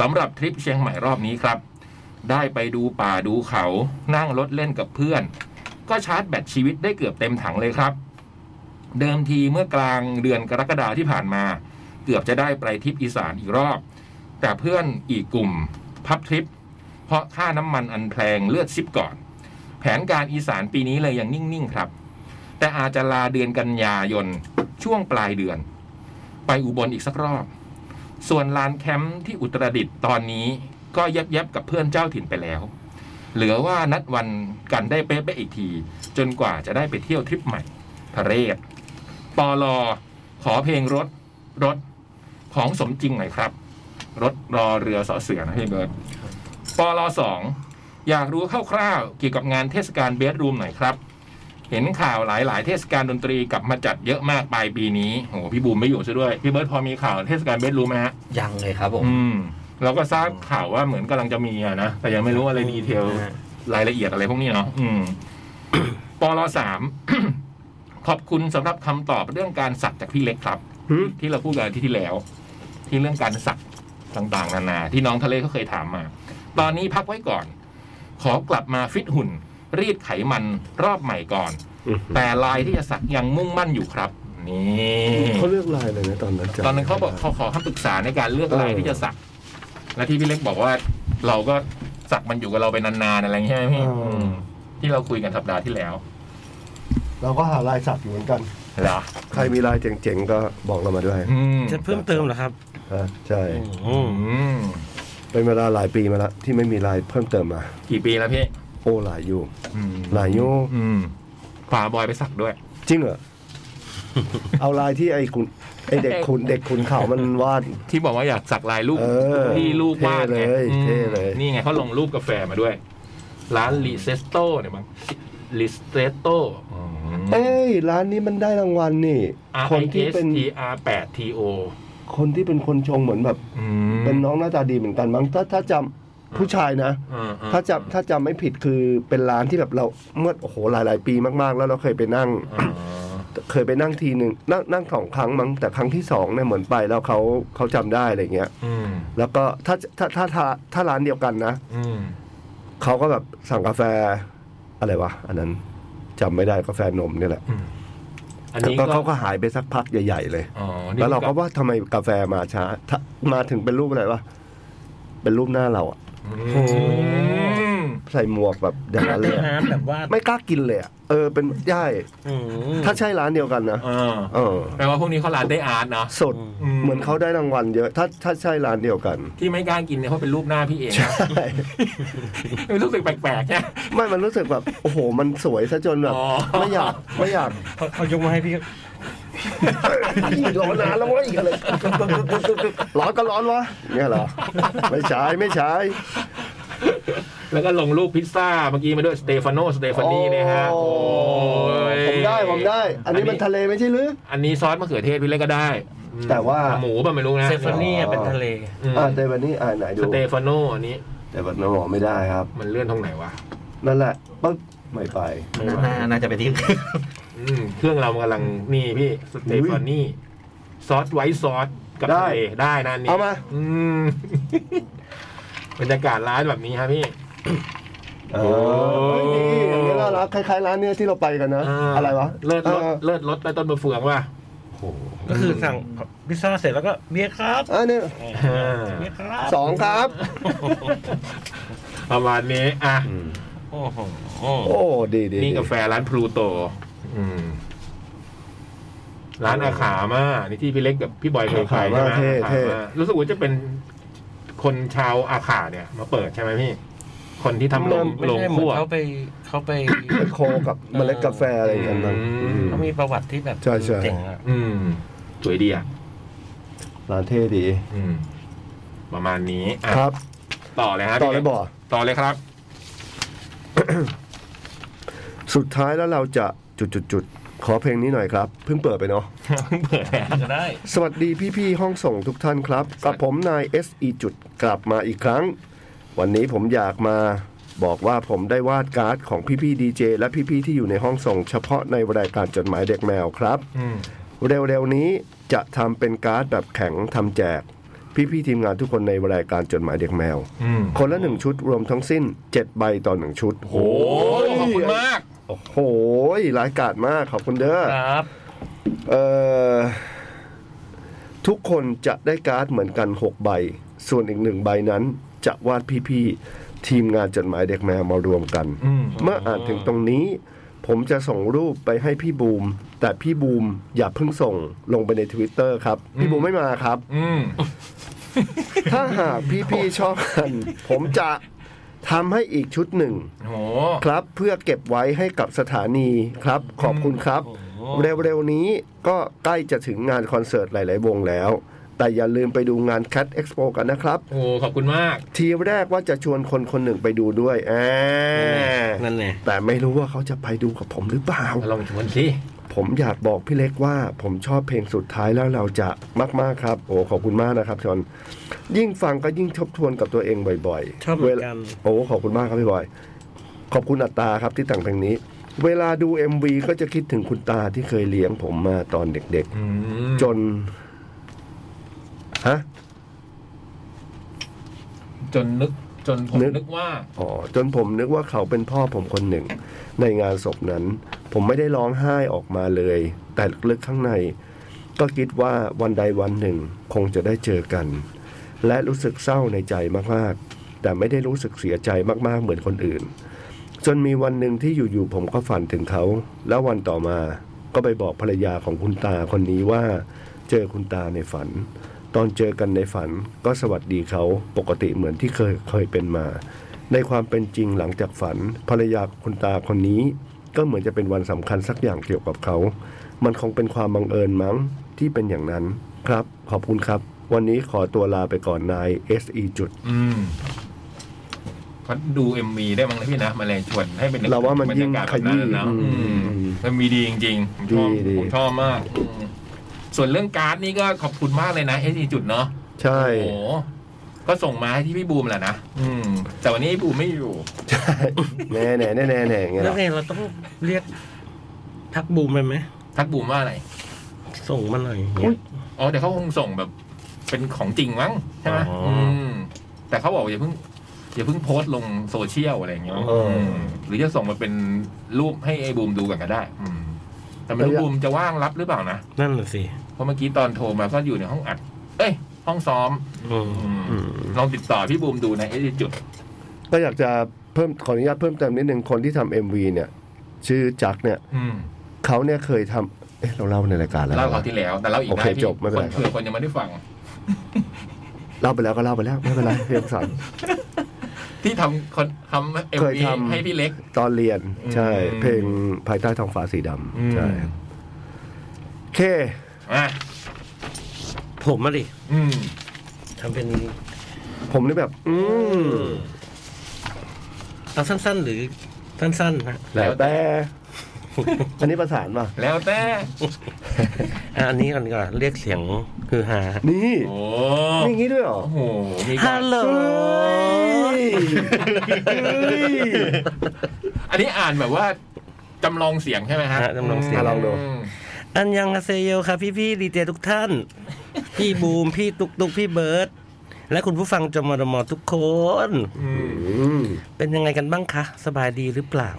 S2: สำหรับทริปเชียงใหม่รอบนี้ครับ ได้ไปดูป่าดูเขา นั่งรถเล่นกับเพื่อน ก็ชาร์จแบตชีวิตได้เกือบเต็มถังเลยครับ เดิมทีเมื่อกลางเดือนกรกฎาที่ผ่านมา เกือบจะได้ไปทริปอีสานอีกรอบ แต่เพื่อนอีกกลุ่ม พับทริป เพราะค่าน้ำมันอันแพงเลือดซิบก่อน แผนการอีสานปีนี้เลยยังนิ่งๆครับ แต่อาจจะลาเดือนกันยายน ช่วงปลายเดือน ไปอุบลอีกสักรอบ ส่วนลานแคมป์ที่อุตรดิตถ์ตอนนี้ก็แยบๆกับเพื่อนเจ้าถิ่นไปแล้ว เหลือว่านัดวันกันได้เป๊ะๆอีกที จนกว่าจะได้ไปเที่ยวทริปใหม่ทะเรศปอลอขอเพลงรถรถของสมจริงหน่อยครับ รถรอเรือสอเสือนะพี่เบิร์ตปอลอสองอยากรู้คร่าวๆเกี่ยวกับงานเทศกาลเบสรูมหน่อยครับ เห็นข่าวหลายๆ เทศกาลดนตรีกลับมาจัดเยอะมากปลายปีนี้โอ้โหพี่บูมไม่อยู่ซะด้วย พี่เบิร์ตพอมีข่าวเทศกาลเบสรู้ไหมฮะ
S5: ยังเลยครับผม
S2: อืมเราก็ทราบข่าวว่าเหมือนกำลังจะมีอะนะ แต่ยังไม่รู้อะไรดีเทล รายละเอียดอะไรพวกนี้เนาะอืม ปลสาม ขอบคุณสำหรับคำตอบเรื่องการสักจากพี่เล็กครับ
S3: หืม
S2: ที่เราพูดกันอาที่ที่แล้ว ที่เรื่องการสักต่างๆ นานา ที่น้องทะเลเขาเคยถามมา ตอนนี้พักไว้ก่อน ขอกลับมาฟิตหุ่น รีดไขมันรอบใหม่ก่อน แต่ลายที่จะสักยังมุ่งมั่นอยู่ครับ นี่
S3: เขาเลือกลายเลยนะตอนนั้นจำ
S2: ตอนนั้นเขาบอกเขาขอคำปรึกษาในการเลือกลายที่จะสัก และที่พี่เล็กบอกว่า เราก็สักมันอยู่กับเราไปนานๆอะไรอย่างเงี้ยใช่ไหมพี่
S6: อืม
S2: อืมที่เราคุยกันสัปดาห์ที่แล้ว
S6: เราก็หาลายสักอยู่เหมือนกัน
S2: เหรอ
S3: ใครมีลายเจ๋งๆก็บอกเรามาด้วย
S2: อืม
S4: จะเพิ่มเติมเหรอครับ
S3: ฮะใช่
S4: อืม
S2: อืม
S3: เป็นเวลาหลายปีมาแล้วที่ไม่มีลายเพิ่มเติมมา
S2: กี่ปีแล้วพี่
S3: โอ้หลายอยู่
S2: อืม
S3: หลายโย
S2: อืมพาบอยไปสักด้วย
S3: จริ งเหรอ เอาลายที่ไอ้คุณไอ้เด็กคุณเด็กคุณเขามันวาด
S2: ที่บอกว่าอยากสักลายรูป
S3: เออ
S2: ที่ลูกวาดไง
S3: เท่เลย
S2: อืม
S3: เท่เลย
S2: นี่ไงเขาลงรูปกาแฟมาด้วย ร้านลิเซสโตเนี่ยมั้งลิสเตโต
S3: เอ้ย ร้านนี้มันได้รางวัลนี่
S2: R
S3: คน
S2: I
S3: ที่
S2: S
S3: เป็น
S2: T R 8 T O
S3: คนที่เป็นคนชงเหมือนแบบ เป็นน้องหน้าตาดีเหมือนกันมั้งถ้าถ้าจำผู้ชายนะ ถ้าจำถ้าจำไม่ผิดคือเป็นร้านที่แบบเราเมื่อโอ้โหหลาย ๆ ปีมาก ๆ แล้วเราเคยไปนั่ง เคยไปนั่งทีหนึ่งนั่งนั่งสองครั้งมั้งแต่ครั้งที่สองเนี่ยเหมือนไปแล้วเขาเขาจำได้อะไรเงี้ย แล้วก็ถ้าถ้าถ้าถ้าถ้าร้านเดียวกันนะเขาก็แบบสั่งกาแฟอะไรวะอันนั้นจำไม่ได้กาแฟนมเนี่ยแหละ
S2: อัน
S3: แล้ว
S2: นี้
S3: ก็
S2: ก็
S3: เขาก็หายไปสักพักใหญ่ ๆ เลย
S2: อ๋อนี่
S3: แล้วเราก็ว่าทำไมกาแฟมาช้าถ้ามาถึงเป็นรูปอะไรวะเป็นรูปหน้าเราอะ
S2: อืม
S4: โอ้โห
S3: ใส่หมวกแบบอย่างนั้นเลยอะ
S4: น้ำแบบว่า
S3: ไม่กล้ากินเลยอะเออเป็นใช่
S4: อืม
S3: ถ้าใช่ร้านเดียวกันนะ
S2: เออ
S3: เออ
S2: แปลว่าพวกนี้เขาร้านได้อาร์ตเนาะ
S3: สด
S2: อืม
S3: เหมือนเขาได้รางวัลเยอะ ถ้าถ้าใช่ร้านเดียวกัน
S2: ที่ไม่กล้ากินเนี่ยเพราะเป็นรูปหน้าพี่เองนะรู้สึกแปลกๆเนี่ย
S3: ไม่มันรู้สึกแบบ โอ้โห มันสวยซะจนแบบ
S2: อ๋อ
S3: ไม่อยากไม่อยาก
S4: เขาเขายกมาให้พี่
S3: อีกร้อนนานแล้วเว่าอีกอะไรร้อนก็ร้อนวะเนี่ยเหรอไม่ใช่ไม่ใช่
S2: แล้วก็ลงรูปพิซซ่าเมื่อกี้มาด้วยสเตฟานโนสเตฟานีนะฮะโอ้ย
S3: ผมได้ผมได้ อัน
S2: อัน
S3: นี้
S2: นี้
S3: มันทะเลไม่ใช่หรือ
S2: อันนี้ซอสมะเขือเทศพี่เล็กก็ได้อืม
S3: แต่ว่า
S2: หมูป่ะไม่รู้นะ
S4: เซฟานี่อะเป็นทะเล
S2: อืม
S3: อ่าแต่วันนี้อ่าไหนดู
S2: สเตฟานโนอันนี้
S3: แต่วันนี้หมอไม่ได้ครับ
S2: มันเลื่อนตรงไหนวะ
S3: นั่นแหละปึ๊บไม่ไป
S5: น่าน่าจะเป็นที่
S2: อืมเครื่องเรากำลังนี่พี่สเตฟานี่ ซอสไวท์ซอส กับ
S3: ได้
S2: ทะเลได้นะนี่
S3: เอามา
S2: อืม บรรยากาศร้านแบบนี้ฮะพี่
S3: เออนี่อันนี้น่ารักคล้ายๆร้านเนี้ยที่เราไปกันนะ
S2: เ
S3: อะไรวะ
S2: เลิศรส
S3: ออ
S2: เลิศรสใต้ต้นมะเฟืองว่ะ
S4: ก็คือสั่งพิซซ่าเสร็จแล้วก็เบียร์ครับ
S3: อันนี้
S4: เบียร์ครับ
S3: สองครับ
S2: ประมาณนี้อ่ะ
S4: โอ้โห
S3: โอ้ดีดี
S2: นี่
S3: ดี
S2: กาแฟร้านพลูโตอืม ร้านอาขามานี่ที่พี่เล็กกับพี่บอยเคยไปใช่ไหมอาขามารู้สึกว่าจะเป็นคนชาวอาขาเนี่ย มาเปิดใช่ไหมพี่ คนที่ทำลง
S4: ไม่
S2: ลง
S4: ใช่เหมือ
S2: คั่วน
S4: เขาไปเขาไป
S3: ไปโคกับเมล็ดกาแฟอะไรกันบ้างอืม
S4: เขามีประวัติที่แบบ
S3: ใช่ใช่
S4: เจ๋งอะ
S2: อืม สวยดีอ่ะ
S3: ร้านเท่ดี
S2: อืม ประมาณนี้อ่ะ
S3: ครับ
S2: ต่อเลยฮะ
S3: ต่อเลย
S2: พี่ก
S3: บ่อ
S2: ต่อเลยครับ
S3: สุดท้ายแล้วเราจะจุดจุดจุดๆๆขอเพลงนี้หน่อยครับ เพิ่งเปิดไปเนาะ
S2: เพิ่งเปิดแล้ว
S4: ก็ได้
S3: สวัสดีพี่ๆห้องส่งทุกท่านครับ กับผมนายเอสีจุดกลับมาอีกครั้ง วันนี้ผมอยากมาบอกว่าผมได้วาดการ์ดของพี่ๆดีเจและพี่ๆที่อยู่ในห้องส่ง เฉพาะในรายการจดหมายเด็กแมวครับ
S2: อืม
S3: เร็วๆนี้จะทำเป็นการ์ดแบบแข็งทำแจก พี่ๆทีมงานทุกคนในรายการจดหมายเด็กแมว
S2: อืม
S3: คนละหนึ่งชุดรวมทั้งสิ้นเจ็ดใบต่อหนึ่งชุด
S2: โอ้ยขอบคุณมาก
S3: โอ้โหร้ายกาจมากขอบคุณเด้อ
S4: ครับ
S3: เอ่อทุกคนจะได้การ์ดเหมือนกัน 6 ใบ ส่วนอีกหนึ่งใบนั้นจะวาดพี่ๆทีมงานจดหมายเด็กแมวมารวมกัน
S2: อืม
S3: เมื่ออ่านถึงตรงนี้ ผมจะส่งรูปไปให้พี่บูม แต่พี่บูมอย่าเพิ่งส่งลงไปใน Twitter ครับ พี่บูมไม่มาครับ
S2: อืม
S3: ถ้าหากพี่ๆชอบกัน ผมจะทำให้อีกชุดหนึ่ง
S2: โห
S3: ครับเพื่อเก็บไว้ให้กับสถานีครับ ขอบคุณครับ เร็วๆนี้ก็ใกล้จะถึงงานคอนเสิร์ตหลาย ๆ วงแล้ว แต่อย่าลืมไปดูงาน Cat Expo กันนะครับ
S2: โอ้ ขอบคุณมาก
S3: ทีแรกว่าจะชวนคนคนหนึ่งไปดูด้วยแอบ
S4: นั่นไง
S3: แต่ไม่รู้ว่าเขาจะไปดูกับผมหรือเปล่า
S2: ลองชวนสิ
S3: ผมอยากบอกพี่เล็กว่า ผมชอบเพลงสุดท้ายแล้วเราจะมากๆครับ โอ้ขอบคุณมากนะครับชอนยิ่งฟังก็ยิ่งทบทวนกับตัวเองบ่อยๆ
S4: ชอบเหมือนกัน
S3: วลาโอ้ขอบคุณมากครับพี่บอย ขอบคุณอัตตาครับที่แต่งเพลงนี้ เวลาดู MV ก็จะคิดถึงคุณตาที่เคยเลี้ยงผมมาตอนเด็ก
S2: อืม
S3: ๆ จนฮะ
S2: จนนึก จนผม
S3: นึก
S2: นึกว่า
S3: อ๋อจนผมนึกว่าเขาเป็นพ่อผมคนหนึ่ง ในงานศพนั้น ผมไม่ได้ร้องไห้ออกมาเลย แต่ลึกๆข้างใน ก็คิดว่าวันใดวันหนึ่งคงจะได้เจอกัน และรู้สึกเศร้าในใจมากๆ แต่ไม่ได้รู้สึกเสียใจมากๆเหมือนคนอื่น จนมีวันหนึ่งที่อยู่ๆผมก็ฝันถึงเขา แล้ววันต่อมาก็ไปบอกภรรยาของคุณตาคนนี้ว่า เจอคุณตาในฝัน ตอนเจอกันในฝันก็สวัสดีเขาปกติเหมือนที่เคยเคยเป็นมา ในความเป็นจริงหลังจากฝัน ภรรยาคุณตาคนนี้ ก็เหมือนจะเป็นวันสำคัญสักอย่างเกี่ยวกับเขา มันคงเป็นความบังเอิญมั้งที่เป็นอย่างนั้นครับ ขอบคุณครับ วันนี้ขอตัวลาไปก่อนนาย SE จุด
S2: อืมพัดดูเอ็มวีได้มั้งนะพี่นะมาแรงชวนให้เป็น
S3: เราว่ามัน
S2: บรรยกศ
S3: ยิ่งขยี้
S2: แบบนั้นนะ
S3: อืม
S2: อืมเอ็มวีดีจริงๆผมชอบ
S3: ดีดี
S2: ผมชอบมากอืมส่วนเรื่องการ์ดนี่ก็ขอบคุณมากเลยนะไอ้จุดเนาะ
S3: ใช่
S2: โอ้โห ก็ส่งมาให้ที่พี่บูมแหละนะ อืม แต่วันนี้พี่บูมไม่อยู่
S3: ใช่แน่แน่แน่แน่แน่ไง
S4: แล้ว
S3: ล่ะ
S4: ไงเราต้องเรียกทักบูมไปไหม
S2: ทักบูมว่าอะไร
S4: ส่งมาหน่อยอย่างเงี้ย
S2: อ๋อเดี๋ยวเขาคงส่งแบบเป็นของจริงมั้งใช่ไหม
S4: อ๋ออื
S2: มแต่เขาบอกอย่าเพิ่งอย่าเพิ่งโพสต์ลงโซเชียลอะไรอย่างเงี้ย
S3: เออ
S2: มหรือจะส่งมาเป็นรูปให้ไอ้บูมดูกันก็ได้ อืม แต่ไม่รู้
S3: ระยะ
S2: บูมจะว่างรับหรือเปล่านะ
S4: นั่นแหละสิ
S2: เพราะเมื่อกี้ตอนโทรมาก็อยู่ในห้องอัด เอ้ย ห้องซ้อม
S4: อืม
S2: อืมลองติดต่อพี่บูมดูในไอ้จุด
S3: ก็อยากจะเพิ่มขออนุญาตเพิ่มเติมนิดนึงคนที่ทำ MV เนี่ย ชื่อจักเนี่ย
S2: อืม
S3: เขาเนี่ยเคยทำเอ๊ะเราเล่าในรายการแล้ว
S2: เล่าคราวที่แล้วแต่เล่าอีก
S3: โอ
S2: ได้
S3: เค
S2: พี่
S3: จบไม่เป็
S2: ค
S3: นไร
S2: น
S3: ครับ
S2: เผื่อคนยังไม่ได้ฟัง
S3: เล่าไปแล้วก็เล่าไปแล้วไม่เป็นไร พี่อักษร
S2: ที่ทำคนทำเอ็ม
S3: เคย
S2: วี
S3: ทำ
S2: ให้พี่เล็ก
S3: ตอนเรียนใช่
S2: อืม
S3: เพลงภายใต้ท้องฟ้าสีด
S2: อืม
S3: ำใช่ครับโอเค
S2: อ่ะ
S4: ผมมาดิ
S2: อืม
S4: ทำเป็น
S3: ผมนี่แบบ อืม
S4: เอาสั้นๆ หรือสั้นๆนะ
S3: แล้วแต่ อันนี้ประสานป่ะ
S2: แล้วแต่
S4: อ่ะอันนี้ก่อนดีกว่อนเรียกเสียงคือฮา
S3: นี่
S2: โอ้
S3: นี่อย่างงี้ด้วยเหรอ
S2: โอ้โห มีกา
S4: ฮั
S2: ร
S4: ลโหล
S3: เฮ้ย
S2: อันนี้อ่านแบบว่าจำลองเสียงใช่ไหมฮะ
S4: ฮะจำลองเสียง
S3: ะลองดู
S2: อืม
S4: อันยังอาเซโยครับพี่ๆดีเจทุกท่าน พี่บูม พี่ตุกตุกพี่เบิร์ตและคุณผู้ฟังจมรมทุกคน
S3: อืม
S4: เป็นยังไงกันบ้างคะ สบายดีหรือเปล่า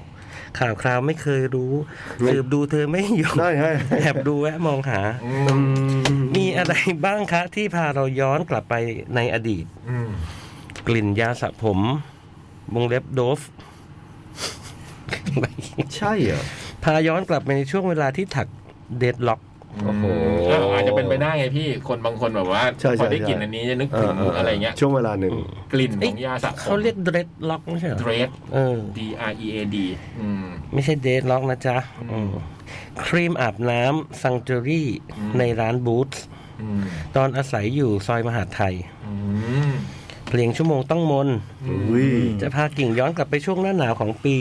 S4: ข่าวคราวไม่เคยรู้
S3: ไม่
S4: สืบดูเธอไม่ อยู่
S3: ได้ให้
S4: แอบดูแวะมองหา มีอะไรบ้างคะ ที่พาเราย้อนกลับไปในอดีต กลิ่นยาสระผมวงเล็บโดฟ
S3: ใช่เหรอ
S4: พาย้อนกลับไปในช่วงเวลาที่ถักเดดล็อก
S3: โอ้โห
S2: อ้าวอาจจะเป็นไปได้ไงพี่คนบางคนแบบว่า
S3: ใช่ใช่
S2: พอได้
S3: ใช่
S2: กลิ่นอันนี้จะนึก
S3: เ
S2: ถึงอะไรเงี้ย
S3: ช่วงเวลาหนึ่ง
S2: กลิ่นข
S4: เอ้ย
S2: องยาสระผม
S4: เขาเรียกเดดล็อกไม่ใช่เหรอ
S2: เดรส
S4: เออ
S2: D R E A D อืม
S4: ไม่ใช่เดดล็อกนะจ๊ะอืมครีมอาบน้ำซัง t จ a รี่
S2: อืม
S4: ในร้านบูธ
S2: อืม
S4: ตอนอาศัยอยู่ซอยมหาดไทย
S2: อืม
S4: เพลงชั่วโมงต้องมน
S3: อุ้ย
S4: จะพากิ่งย้อนกลับไปช่วงหน้าหนาวของปี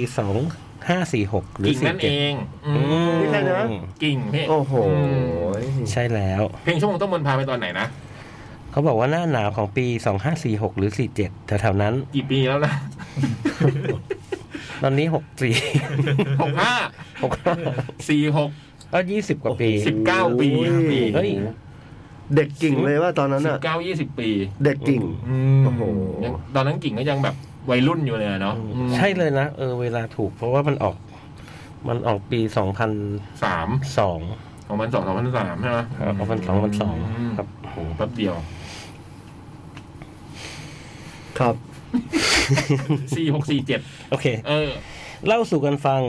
S4: 2546 หรือ
S2: กิ่งนั่นเอ
S4: 47
S2: งอื
S4: อื
S2: ม
S4: ม
S3: ไม่ใช่นะ
S2: กิ่งพี่
S3: โอ้โห
S2: อืม
S4: ใช่แล้ว
S2: เพลงชั่วโมงต้องมนต์พาไปตอนไหนนะ
S4: เขาบอกว่าหน้าหนาวของปี 2546 หรือ 47 แถวๆนั้น
S2: กี่ปีแล้วนะ
S4: ตอนนี้ 64
S2: หกห้า
S4: 6
S2: สี่หก
S4: ก็20 กว่าปี
S2: สิบเก้าปี
S3: โอ้ย
S2: ปี
S4: เฮ้ย
S3: เด็กกิ่งเลยว่าตอนนั้น
S2: สิ
S3: อ่ะ
S2: บเก้ายี่สิบปี
S3: เด็กกิ่ง
S2: ม
S3: โอ้โห
S2: ยังตอนนั้นกิ่งก็ยังแบบวัยรุ่นอยู่เลยอะเนาะอืม
S4: ใช่เลยนะ เออเวลาถูก เพราะว่ามันออก มันออกปี 2002
S2: สาม
S4: 2002
S2: ของพันสองสองพันสามใช่ไหม
S4: ครับออกพันสองพันสองครับ
S2: โอ้โหแป๊บเดียว
S3: ครับ
S2: สี่หกสี่เจ็ด
S4: โอเค
S2: เออ
S4: เล่าสู่กันฟัง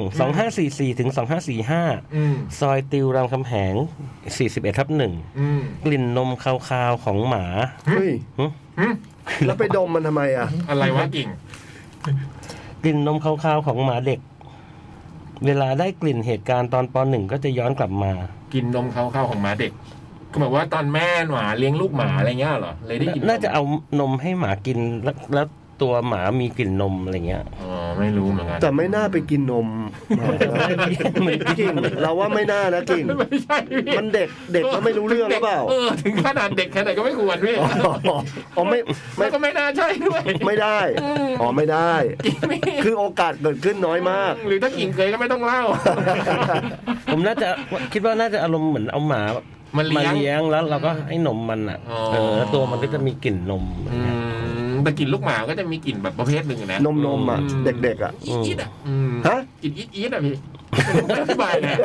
S4: 2544 ถึง 2545
S2: อืม
S4: ซอยติวรามคำแหง 41ทับ1
S2: อืม
S4: กลิ่นนมคาวๆของหมา
S3: เฮ้ย
S2: หึ
S3: แล้วไปดมมันทำไมอ่ะ
S2: อะไรวะกิ่ง
S4: กลิ่นนมคาวๆของหมาเด็ก เวลาได้กลิ่นเหตุการณ์ตอนปหนึ่งก็จะย้อนกลับมา
S2: กินนมเขาเข้าของหมาเด็ก ก็แบบว่าตอนแม่หมาเลี้ยงลูกหมาอะไรเงี้ยเหรอเลยได้กินม
S4: น่าจะเอานมให้หมากินแล้วแล้วตัวหมามีกลิ่นนมอะไรเงี้ย
S2: อ๋อไม่รู้เหมือนกัน
S3: แต่ไม่น่าไปกินนมกิ่งเราว่าไม่น่านะกิ่ง
S2: ไม่ใช่พี่
S3: มันเด็กเด็กมันไม่รู้เรื่องหรือเปล่า
S2: เออถึงขนาดเด็กแค่ไหนก็ไม่ควรพี่
S3: อ๋ออ๋อไม่
S2: มั
S3: ไม่
S2: นก็ไม่น่าใช่ด้วย
S3: ไม่ได้ อ๋อไม่ได้ คือโอกาสเกิดขึ้นน้อยมาก
S2: หรือถ้ากินเคยก็ไม่ต้องเล่า
S4: ผมน่าจะคิดว่าน่าจะอารมณ์เหมือนเอาหมา
S2: มัน
S4: มา
S2: เลี้ยง
S4: เลี้ยงแล้วเราก็ให้นมมันอ่ะ
S2: อ๋อ
S4: เออแล้วตัวมันก็จะมีกลิ่นนมอะไร
S2: อื
S4: เงี้ย
S2: มแต่กินลูกหมาก็จะมีกลิ่นแบบประเภทหนึ่งอะนะ
S3: นมนมอ่ะ เด็กๆอ่ะ
S2: อีดอีดอ่ะอืม
S3: ฮะ
S2: กลินอีดอีดอ่ะพี่อธิบายนะ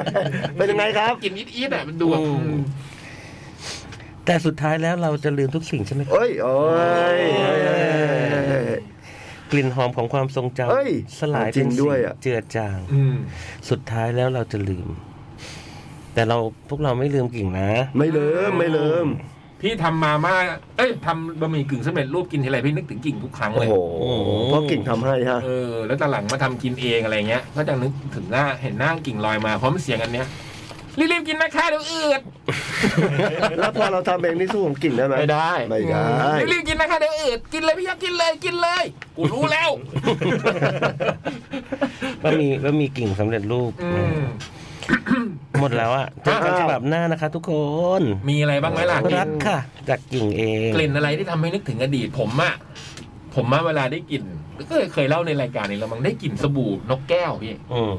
S3: เป็นยังไงครับ
S2: กลินอีดอีดอ่ะมันดูแบบอืม
S4: แต่สุดท้ายแล้วเราจะลืมทุกสิ่งใช่ไหมครับ
S3: เอ้ยโอ้ยเอ้ยเอ้ยเอ้ยเอ้ย
S4: กลิ่นหอมของความทรงจ
S3: เอ้ย
S4: ำสลาย
S3: จริ
S4: เป็
S3: ง
S4: น
S3: ด้วย
S4: สิ่
S3: อะ
S4: งเจือจาง
S2: อืม
S4: สุดท้ายแล้วเราจะลืม แต่เราพวกเราไม่ลืมกิ่งนะ
S3: ไม่เลิมไม่เลิม
S2: พี่ทำมาม่า เอ้ยทำบะหมี่กึ่งสำเร็จรูปกินทีไรพี่นึกถึงกิ่งทุกครั้ง
S3: โอ้
S2: เลย
S3: โหเพราะกิ่งทำให้ฮะ
S2: เออ แล้วตอนหลังมาทำกินเองอะไรเงี้ย ก็จะนึกถึงหน้าเห็นหน้ากิ่งลอยมาพร้อมเสียงอันเนี้ย รีบๆกินนะคะเดี๋ยวอืด
S3: แล้วพอเราทำเองนี่สู้ของกิ่งได้ไหม
S2: ไม่ได้
S3: ไม่ได้
S2: รีบๆกินนะคะเดี๋ยวอืดกินเลยพี่ยักษ์กินเลยกินเลย กูรู้แล้ว
S4: ว่ามีว่ามีกิ่งสำเร็จรูป
S2: อืม
S4: หมดแล้วอ่ะเจอกันฉบับหน้านะคะ ทุกคน
S2: มีอะไรบ้างไหมล่ะ
S4: รักค่ะ จากกิ่งเอง
S2: กลิ่นอะไรที่ทำให้นึกถึงอดีตผมอะผมมาเวลาได้กลิ่นก็เคยเล่าในรายการนี้แล้วมั้งได้กลิ่นสบู่นกแก้วพี่
S4: อืม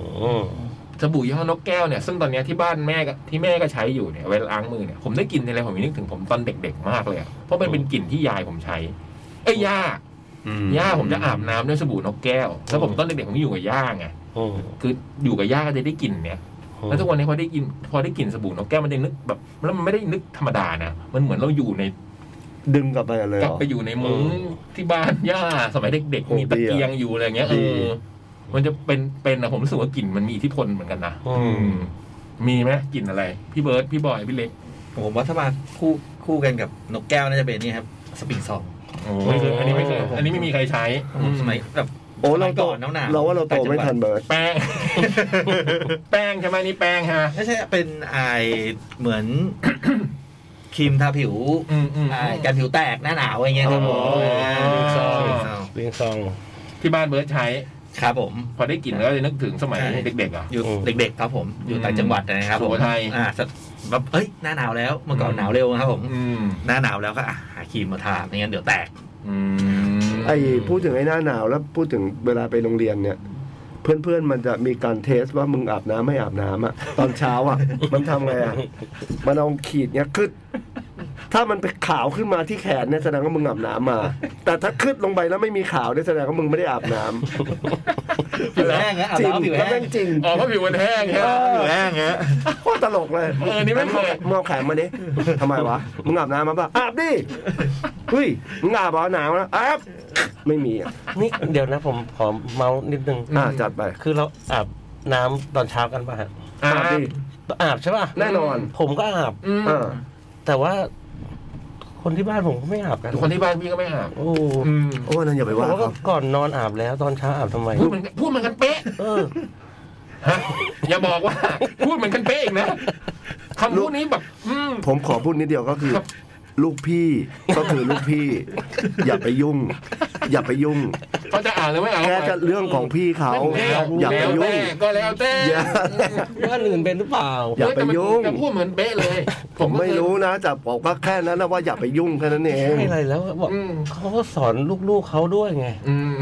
S2: สบู่ยี่ห้อนกแก้วเนี่ยซึ่งตอนเนี้ยที่บ้านแม่ก็ที่แม่ก็ใช้อยู่เนี่ยเวลาล้างมือเนี่ยผมได้กลิ่นอะไรผมนึกถึงผมตอนเด็กๆมากเลยอะเพราะมันเป็นกลิ่นที่ยายผมใช้ เอ้ยย่าย่าผมจะอาบน้ำด้วยสบู่นกแก้วแล้วผมตอนเด็กๆผมอยู่กับย่าไง
S4: อืม
S2: คืออยู่กับย่าก็จะได้กลิ่นเนี่ยแล้วทุกวันนี้พอได้กลินพอได้กลิ่นสบู่นกแก้วมันได้นึกแบบแล้วมันไม่ได้นึกธรรมดานะมันเหมือนเราอยู่ใน
S3: ดึงกลับไปเล
S2: ก
S3: ยเห
S2: ลับ
S3: รอ
S2: ไปอยู่ในมุ้งที่บ้านย่าสมัยเด็ก
S3: โอ้
S2: ๆมีตะ
S3: ดีอะ
S2: เกียงอยู่อะไรเงี้ยเอ
S3: ดี
S2: อมันจะเป็นเป็นนะผมรู้สึกว่ากลิ่นมันมีอิทธิพลเหมือนกันนะ
S4: อื
S2: อื
S4: ม
S2: มมีไหมกลิ่นอะไร พี่เบิร์ดพี่บอย พี่เล็ก
S5: ผมว่าถ้ามาคู่คู่กันกับนกแก้วน่าจะเป็นนี่ครับ สปริงซอง
S2: ไม่เคยอันนี้ไม่เคยอันนี้ไม่มีใครใช้อื
S5: สมัยแบบ
S3: โอ้เราโต
S5: สมัยก่อนหนาวๆ
S3: เราว่าเราโตไม่ทันเบิร์ด
S2: แป้ง แป้งใช่ไหมนี่แป้งฮะ
S5: ไม่ใช่เป็นไอายเหมือน ครีมทาผิว
S2: อืมอืม
S5: ไอายกันผิวแตกหน้าหนาวอะไรเงี้ยครับผม
S2: อ๋อ
S5: สปริงซองสปริงซอง
S4: เรียงซอง
S2: ที่บ้านเบิร์ดใช้
S5: ครับผม
S2: พอได้กลิ่นแล้วเลยนึกถึงสมัย
S5: ใช่
S2: เด็กๆอ่ะ
S5: อยู่
S4: อืม
S5: เด็กๆครับผม อยู่ต่างจังหวัดนะครับผม
S2: สุโขทัย
S5: อ่าแบบเอ้ยหน้าหนาวแล้วเมื่อก่อนหนาวเร็วครับผม
S2: อืม
S5: หน้าหนาวแล้วก็อ่ะหาครีมมาทาไม่งั้นเดี๋ยวแตก
S2: อืม
S3: ไอ้พูดถึงไอ้หน้าหนาวแล้วพูดถึงเวลาไปโรงเรียนเนี่ย เพื่อนๆมันจะมีการเทสว่ามึงอาบน้ำไม่อาบน้ำอ่ะตอนเช้าอ่ะ มันทำไงอ่ะมันเอาขีดเนี้ยคึด ถ้ามันไปขาวขึ้นมาที่แขนเนี่ยแสดงว่ามึงอาบน้ำมา แต่ถ้าขึ้นลงไปแล้วไม่มีขาวเนี่ยแสดงว่ามึงไม่ได้อาบน้ำ
S5: ผิวแห้งนะอาบ
S3: จริง
S5: น้ำผิว
S3: แล้ว
S5: แห้
S3: แม่
S5: ง
S3: งจริง
S2: อ๋อเพราะผิวมันแห้ง
S3: เอ
S2: ฮะ
S3: อ
S5: ผิวแห้งฮะ
S3: โคตรตลกเลย
S2: เออนี่ไม่เคย
S3: มึงเอาแขนมาดิทำไมวะมึงอาบน้ำมาป่ะอาบดิเฮ้ยมึงอาบเหรอหนาวนะอาบไม่มีอะ
S4: นี่เดี๋ยวนะผมขอเมาส์นิดนึง
S3: อ่ะจัดไป
S4: คือเราอาบน้ำตอนเช้ากันป่ะฮะ
S2: อ่า
S3: อาบดิ
S4: อาบใช่ป่ะ
S3: แน่นอน
S4: ผมก็อาบ
S2: อืม
S3: เออ
S4: แต่ว่า คนที่บ้านผมก็ไม่อาบกัน
S2: คนที่บ้านพี่ก็ไม่อาบ
S4: โอ้
S2: อืม
S3: โอ้นั่นอย่าไป
S4: ผ
S3: ว่ามเขา
S4: ก็ก่อนนอนอาบแล้วตอนเช้าอาบทำไม
S2: พูดเหมันพูดเหมันกันเป๊ะ
S4: เออ
S2: ฮะอย่าบอกว่า พูดเหมันกันเป๊ะอีกนะคำพูดนี้แบบ อืม
S3: ผมขอพูดนิดเดียวก็คือ ลูกพี่ก็คือลูกพี่ อย่าไปยุ่ง อย่าไปยุ่ง
S2: เขาจะอ่านหรือไม่อ่าน
S3: แค่จะเรื่องของพี่เขาอย่าไป
S2: แล้ว
S3: ยุ่
S2: แต่
S3: ง
S2: ก็แล้วแต่
S3: อย่า
S4: บ้านอื่นเป็นหรือเปล่า
S3: อย่าไปยุ่ง
S2: จะพูดเหมือนเป๊ะเลย ผ
S3: ผม ม
S2: ก็
S3: ไม่
S2: เคย
S3: รู้นะแต่บอกว่าแค่นั้นนะว่าอย่าไปยุ่งแค่นั้นเอง
S4: ไม่อะไรแล้วอะบอก
S2: อืม
S4: เขาก็สอนลูกๆเขาด้วยไง
S2: อืม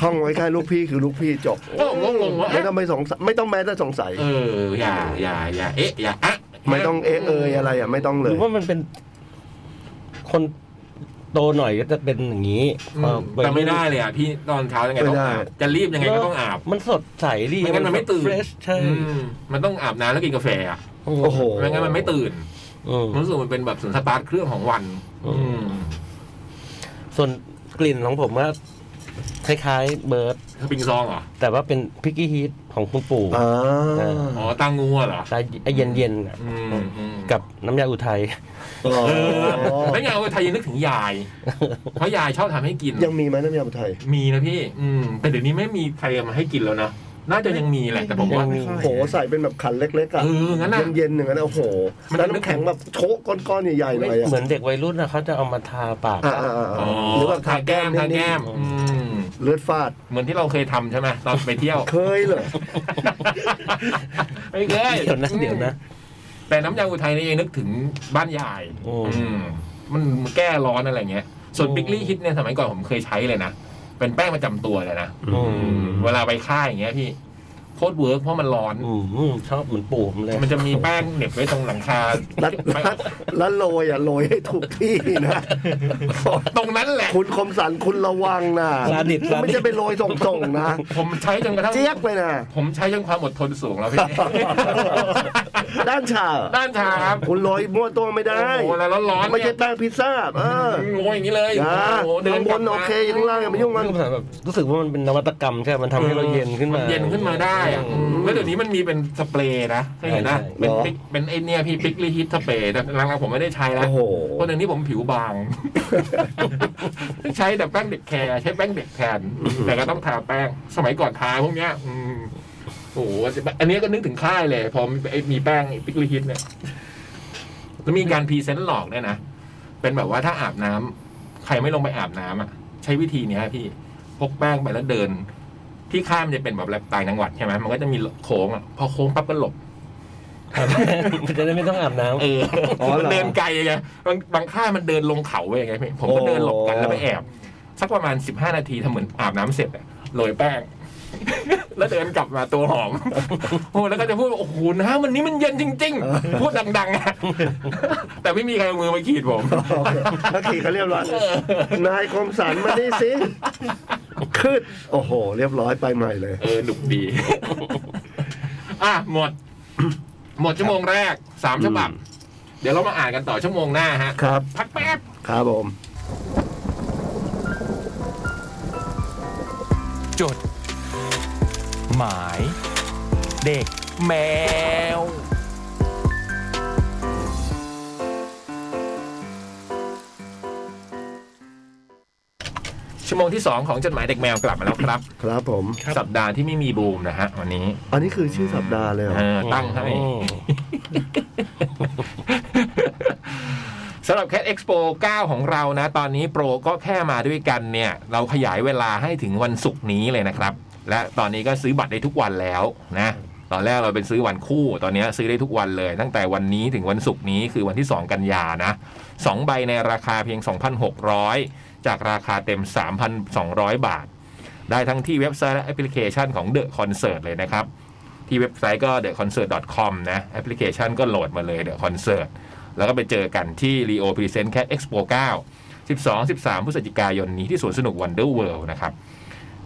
S3: ท่องไว้แค่ลูกพี่คือลูกพี่จบ
S2: ก็งงงๆว่า
S3: ไม่ต้องไปสงสัยไม่ต้องแม้แต่สงสัย
S2: เอออย่าอย่าอย่าเอ๊ะอย่าอะ
S3: ไม่ต้องเอะเอยอะไรอ่ะไม่ต้อง
S4: ห
S3: เล
S4: รื
S3: ย
S4: อว่ามันเป็น คนโตหน่อยก็จะเป็นอย่างนี้
S2: อืม
S4: พอ
S2: แต่ไม่ได้เลยอ่ะ พี่ตอนเช้ายังไงต้องอาบ
S3: ไม่ได้
S2: จะรีบยังไงก็ต้องอาบ
S4: มันสดใสดี
S2: ไม่งั้นมันไม่ตื่น
S4: เฟรชใช่
S2: อืมมันต้องอาบน้ำแล้วกินกาแฟอ่ะ
S3: โอ้โห
S2: ไม่งั้นมันไม่ตื่น
S4: อืม
S2: มันรู้สึกมันเป็นแบบสุนทรปาร์ตเครื่องของวัน
S4: อืม
S2: อืม
S4: ส่วนกลิ่นของผมก็คล้ายๆเบิร์ด
S2: สปริงซองเหรอ
S4: แต่ว่าเป็นพิกกี้ฮีทของคุณปู่
S3: อ่า
S4: เอ
S2: อ๋อตังงูเหรอ
S4: แต่ไอ้เย็นๆน่ะ
S2: อืมอืม
S4: กับน้ำยาอุทัย
S3: อ๋อ
S2: เออแล้วไงเอาไทยยังนึกถึงยาย เพราะยายชอบทำให้กิน
S3: ยังมีไหมน้ำยาไทย
S2: มีนะพี่ อืม แต่เดี๋ยวนี้ไม่มีใครเอามาให้กินแล้วนะ น่าจะยังมีแหละแต่ผมว่า
S4: ยังมี
S3: โอ้โหใส่เป็นแบบขันเล็กๆอ่ะ
S2: เอองั้นน่ะ
S3: เย็นๆหนึ่างนั้นโอ้โห
S2: มัน
S3: แล้วน้ำแข็งแบบโชะก้อนๆใหญ่ๆหน่อยอ่ะ
S4: เหมือนเด็กวัยรุ่นนะเขาจะเอามาทาปาก
S3: อ่าอ่าอ่า
S2: อ๋อ
S3: หรือว่า
S2: ทาแก้มทาแก้ม
S3: นิ่
S2: อืม
S3: มๆเลือดฟาด
S2: เหมือนที่เราเคยทำใช่ไหมตอนไปเที่ยว
S3: เคยเหรอ
S2: ไม่เคย
S4: เดี๋ยวนะเดี๋ยวนะ
S2: แต่น้ำยาอุทัยนี่นึกถึงบ้านยาย
S4: โอ้
S2: อืมมันแก้ร้อนอะไรเงี้ย ส่วน
S4: โอ้
S2: ปิกลี่ฮิตเนี่ยสมัยก่อนผมเคยใช้เลยนะ เป็นแป้งประจำตัวเลยนะ
S4: อื
S2: อื
S4: ม
S2: มเวลาไปค่ายอย่างเงี้ยพี่โคตรเวิร์กเพราะมันร้อน
S4: อืมชอบเหมือนปู่ผมเลย
S2: มันจะมีแป้งเหน็บไว้ตรงหลังคา
S3: รัด
S2: ไป
S3: รัดแล้วโรยอ่ะโรยให้ถูกที่นะ
S2: ตรงนั้นแหละ
S3: คุณคมสันคุณระวังนะ
S4: ประดิษฐ์ประดิษฐ์
S3: ไม่ใช่ไปโรยส่งๆนะ
S2: ผมใช้จนกระทั่ง
S3: เจี๊ยบไป นะ
S2: ผมใช้จนความอดทนสูงแล้วพี่
S3: ด้านชา
S2: ด้านชาครับ
S3: คุณโรยมั่วตัวไม่ได้
S2: โอ้โหแล้วร้อนๆ
S3: ไม่
S2: เนี่ย
S3: ใช่แป้งพิซซ่าเออ
S2: โง่อย่างนี้เลย
S3: นะ
S2: โอ้โหเดิ
S3: ข้าน ง
S2: ก
S3: บ
S2: ลับ
S3: น
S2: มา
S3: โอเคอยังล่างอย่าไปยุ่งมัน
S4: รู้สึกแบบรู้สึกว่ามันเป็นนวัตกรรมใช่ไหมมันทำให้เราเย็นขึ้นมา
S2: เย็นขึ้นมาได้อะ
S4: อืม
S2: แล้วเดี๋ยวนี้มันมีเป็นสเปรย์นะเคยเห็นนะ
S4: ใช่
S2: เป็น
S3: เหรอ
S2: ปิ๊กเป็นไอเนี่ยพี่ปิกลีฮิตสเปรย์แต่หลังๆผมไม่ได้ใช้แล้ว
S3: โอ้โห
S2: เพราะเดี๋ยวนี้ผมผิวบาง ใช้แต่แป้งเด็กแคร์ใช้แป้งเด็กแทนแต่ก็ต้องทาแป้ง สมัยก่อนทาพวกเนี้ย อืมโอ้โหอันนี้ก็นึกถึงค่ายเลย พอมีไอ้มีแป้งปิกลีฮิตเนี่ยแล้วมีการพรีเซนต์หลอกด้วยนะเป็นแบบว่าถ้าอาบน้ำใครไม่ลงไปอาบน้ำอ่ะ ใช้วิธีเนี้ยพี่ พกแป้งไปแล้วเดิน ที่ข้ามจะเป็นแบบแบบต่างจังหวัดใช่ไหมมันก็จะมีโค้งอ่ะพอโค้งปั๊บก็หลบ
S4: มันจะได้ไม่ต้องอาบน้ำ
S2: เออ
S3: อ๋อเหรอ
S2: มันเดินไกลไงบางบางค่ายมันเดินลงเขาไปไงพี่ผมก็
S3: โอ้
S2: เดินหลบกันแล้วไปแอบ สักประมาณสิบห้านาทีทำเหมือนอาบน้ำเสร็จอะโรยแป้ง แล้วเดินกลับมาตัวหอม โอ้แล้วก็จะพูดว่าโอ้โหน้ำวันนี้มันเย็นจริง ๆ พูดดังๆอะ แต่ไม่มีใครเอามือมาขีดผม
S3: แล้วขี่เขาเรียบร้อย นายคมสันมานี่สิขึ้นโอ้โห เรียบร้อยไปใหม่เลย
S2: เออหนุกดี อ่ะ หมด หมดชั่วโมงแรกสามฉบับ เดี๋ยวเรามาอ่านกันต่อชั่วโมงหน้าฮะ
S3: ครับ
S2: พักแป๊บ
S3: ครับผม
S1: จด หมาย เด็กแมว
S2: ชั่วโมงที่สองของจดหมายเด็กแมวกลับมาแล้วครับ
S3: ครับผม
S4: ครับ
S2: สัปดาห์ที่ไม่มีบูมนะฮะ วันนี้
S3: อันนี้คือชื่อสัปดาห์เลยเหรอ
S2: เออตั้งให้
S4: อืม
S2: สำหรับ Cat Expo 9 ของเรานะ ตอนนี้โปรก็แค่มาด้วยกันเนี่ย เราขยายเวลาให้ถึงวันศุกร์นี้เลยนะครับ และตอนนี้ก็ซื้อบัตรได้ทุกวันแล้วนะ ตอนแรกเราเป็นซื้อวันคู่ ตอนนี้ซื้อได้ทุกวันเลย ตั้งแต่วันนี้ถึงวันศุกร์นี้คือวันที่ 2 กันยานะ 2 ใบในราคาเพียง 2,600 จากราคาเต็ม 3,200 บาท ได้ทั้งที่เว็บไซต์และแอปพลิเคชันของ The Concert เลยนะครับ ที่เว็บไซต์ก็ theconcert.com นะแอปพลิเคชันก็โหลดมาเลย The Concert แล้วก็ไปเจอกันที่รีโอพรีเซนต์แคทเอ็กซ์โป9 12 13พฤศจิกายนนี้ที่สวนสนุกวันเดอร์เวิลด์นะครับ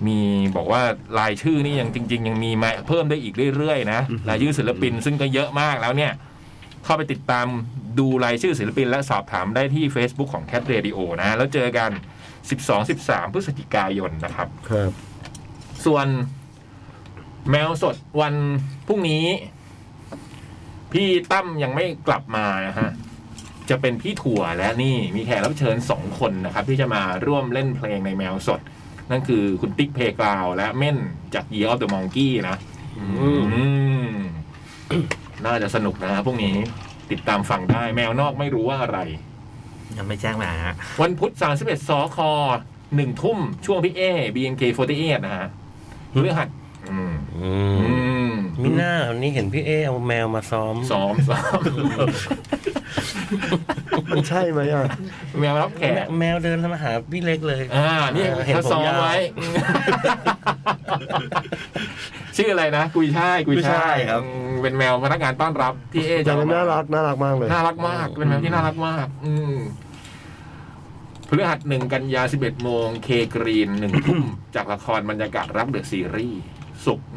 S2: มีบอกว่ารายชื่อนี่ยังจริง ๆ ยังมีมาเพิ่มได้อีกเรื่อยๆนะรายชื่อศิลปินซึ่งก็เยอะมากแล้วเนี่ย เข้าไปติดตามดูรายชื่อศิลปินและสอบถามได้ที่ Facebook ของ Cat Radio นะ แล้วเจอกัน 12-13 พฤศจิกายนนะครับ
S3: ครับ
S2: ส่วนแมวสดวันพรุ่งนี้ พี่ตั้มยังไม่กลับมานะฮะ จะเป็นพี่ถั่วและนี่มีแขกรับเชิญสองคนนะครับ ที่จะมาร่วมเล่นเพลงในแมวสด นั่นคือคุณติ๊กเพกราวและเม่นจาก Year of the Monkey นะอืม น่าจะสนุกนะฮะพรุ่งนี้ติดตามฟังได้แมวนอกไม่รู้ว่าอะไร
S5: ยังไม่แจ้งมาฮะ
S2: วันพุธ31สอคอหนึ่งทุ่มช่วงพี่เอ BNK48 นะฮะพฤหัสอืม
S4: อืม
S2: อืม
S4: มิน่าวันนี้เห็นพี่เอเอาแมวมาซ้อม
S2: ซ้อมซ้อม
S3: มันใช่ไหมอ่ะ
S2: แมวรับแข
S4: แม
S2: ก
S4: แมวเดินมาหาพี่เล็กเลย
S2: อ่า นี่
S4: เห็น
S2: เขา
S4: ผม
S2: ซ้อม
S4: ยาว
S2: ไว้ ชื่ออะไรนะ กุยช่าย กุย
S5: กุย
S2: ช่า
S5: ช่าย ยครับ
S2: อืมเป็นแมวพนักงานต้อนรับที่เอ
S3: แต่
S2: จะเอ
S3: มัน
S2: ม
S3: น่ารักน่ารักมากเลย
S2: น่ารักมาก เป็นแมวที่น่ารักมาก อืมพฤหัสหนึ่งกันยาสิบเอ็ดโมงเคกรีนหนึ่งทุ่ม จากละครบรรยากาศรักเดอะซีรีส์ศุกร์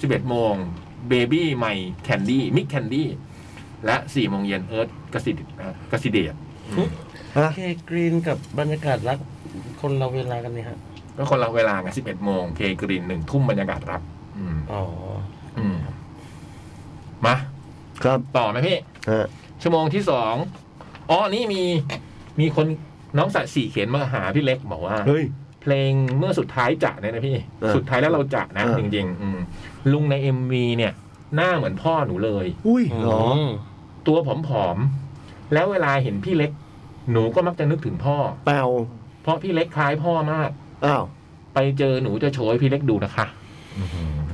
S2: สิบเอ็ดโมงเบบี้ใหม่แคนดี้มิกแคนดี้และสี่โมงเย็นเอิร์ธกสิเดชอ่ะกสิเดช
S3: ฮะ
S4: เคกรีนกับบรรยากาศรักคนเราเวลากันเนี่ยฮะ
S2: ก็คนละเวลาไงสิบเอ็ดโมงเคกรีนหนึ่งทุ่มบรรยากาศรักอืม
S4: อ๋อ
S2: อืม มา
S3: ครับ
S2: ต่อไหมพี่
S3: ฮะ
S2: ชั่วโมงที่สองอ๋อนี่มีมีคนน้องสัตว์สี่เขียนมาหาพี่เล็กบอกว่า
S3: เฮ้ย
S2: เพลงเมื่อสุดท้ายจะเนี่ยนะพี่
S3: เออ
S2: สุดท้ายแล้วเราจะนะ
S3: เออ
S2: จริงๆอืมลุงในเอ็มวีเนี่ย หน้าเหมือนพ่อหนูเลย
S3: อุ้ย
S4: อื
S3: เหรอ
S4: ม
S2: ตัวผอมๆแล้วเวลาเห็นพี่เล็ก หนูก็มักจะนึกถึงพ่อ
S3: แปลว
S2: เพราะพี่เล็กคล้ายพ่อมาก
S3: อ้าว
S2: ไปเจอหนูจะโชว์ให้พี่เล็กดูนะคะ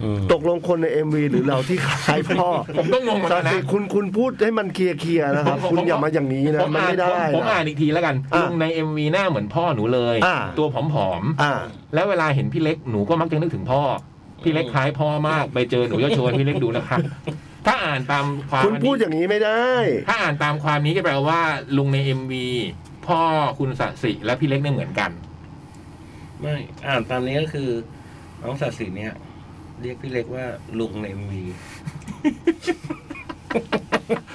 S4: อืม
S3: ตกลงคนใน MV หรือเราที่ขายพ่อ
S2: ผมก็งงเหมือน
S3: สา
S2: กันนะ
S3: สิคุณคุณพูดให้มันเคลียร์เคลียร์นะครับ
S2: ผมผม
S3: คุณอย่ามาอย่างนี้นะ มันไม่ได้
S2: ผมอ่านผมผมอ่า
S3: นะ
S2: นอีกทีแล้วกัน
S3: อ่ะ
S2: ลุงในเอ็มวีหน้าเหมือนพ่อหนูเลย
S3: อ่ะ
S2: ตัวผอม
S3: อ่า
S2: ๆแล้วเวลาเห็นพี่เล็กหนูก็มักจะนึกถึงพ่อ พี่เล็กคล้ายพ่อมาก ไปเจอหนูจะโชว์ให้พี่เล็กดูนะคะ ถ้าอ่านตามความ
S3: คุณ
S2: อัน
S3: พู
S2: นี้
S3: ดอย่างนี้ไม่ได้
S2: ถ้าอ่านตามความนี้ก็แปลว่า ลุงใน MV พ่อคุณสสิและพี่เล็กเนี่ยเหมือนกัน
S4: ไม่อ่านตามนี้ก็คือ น้องศาสิเนี่ย เรียกพี่เล็กว่าลุงในเอ็มวี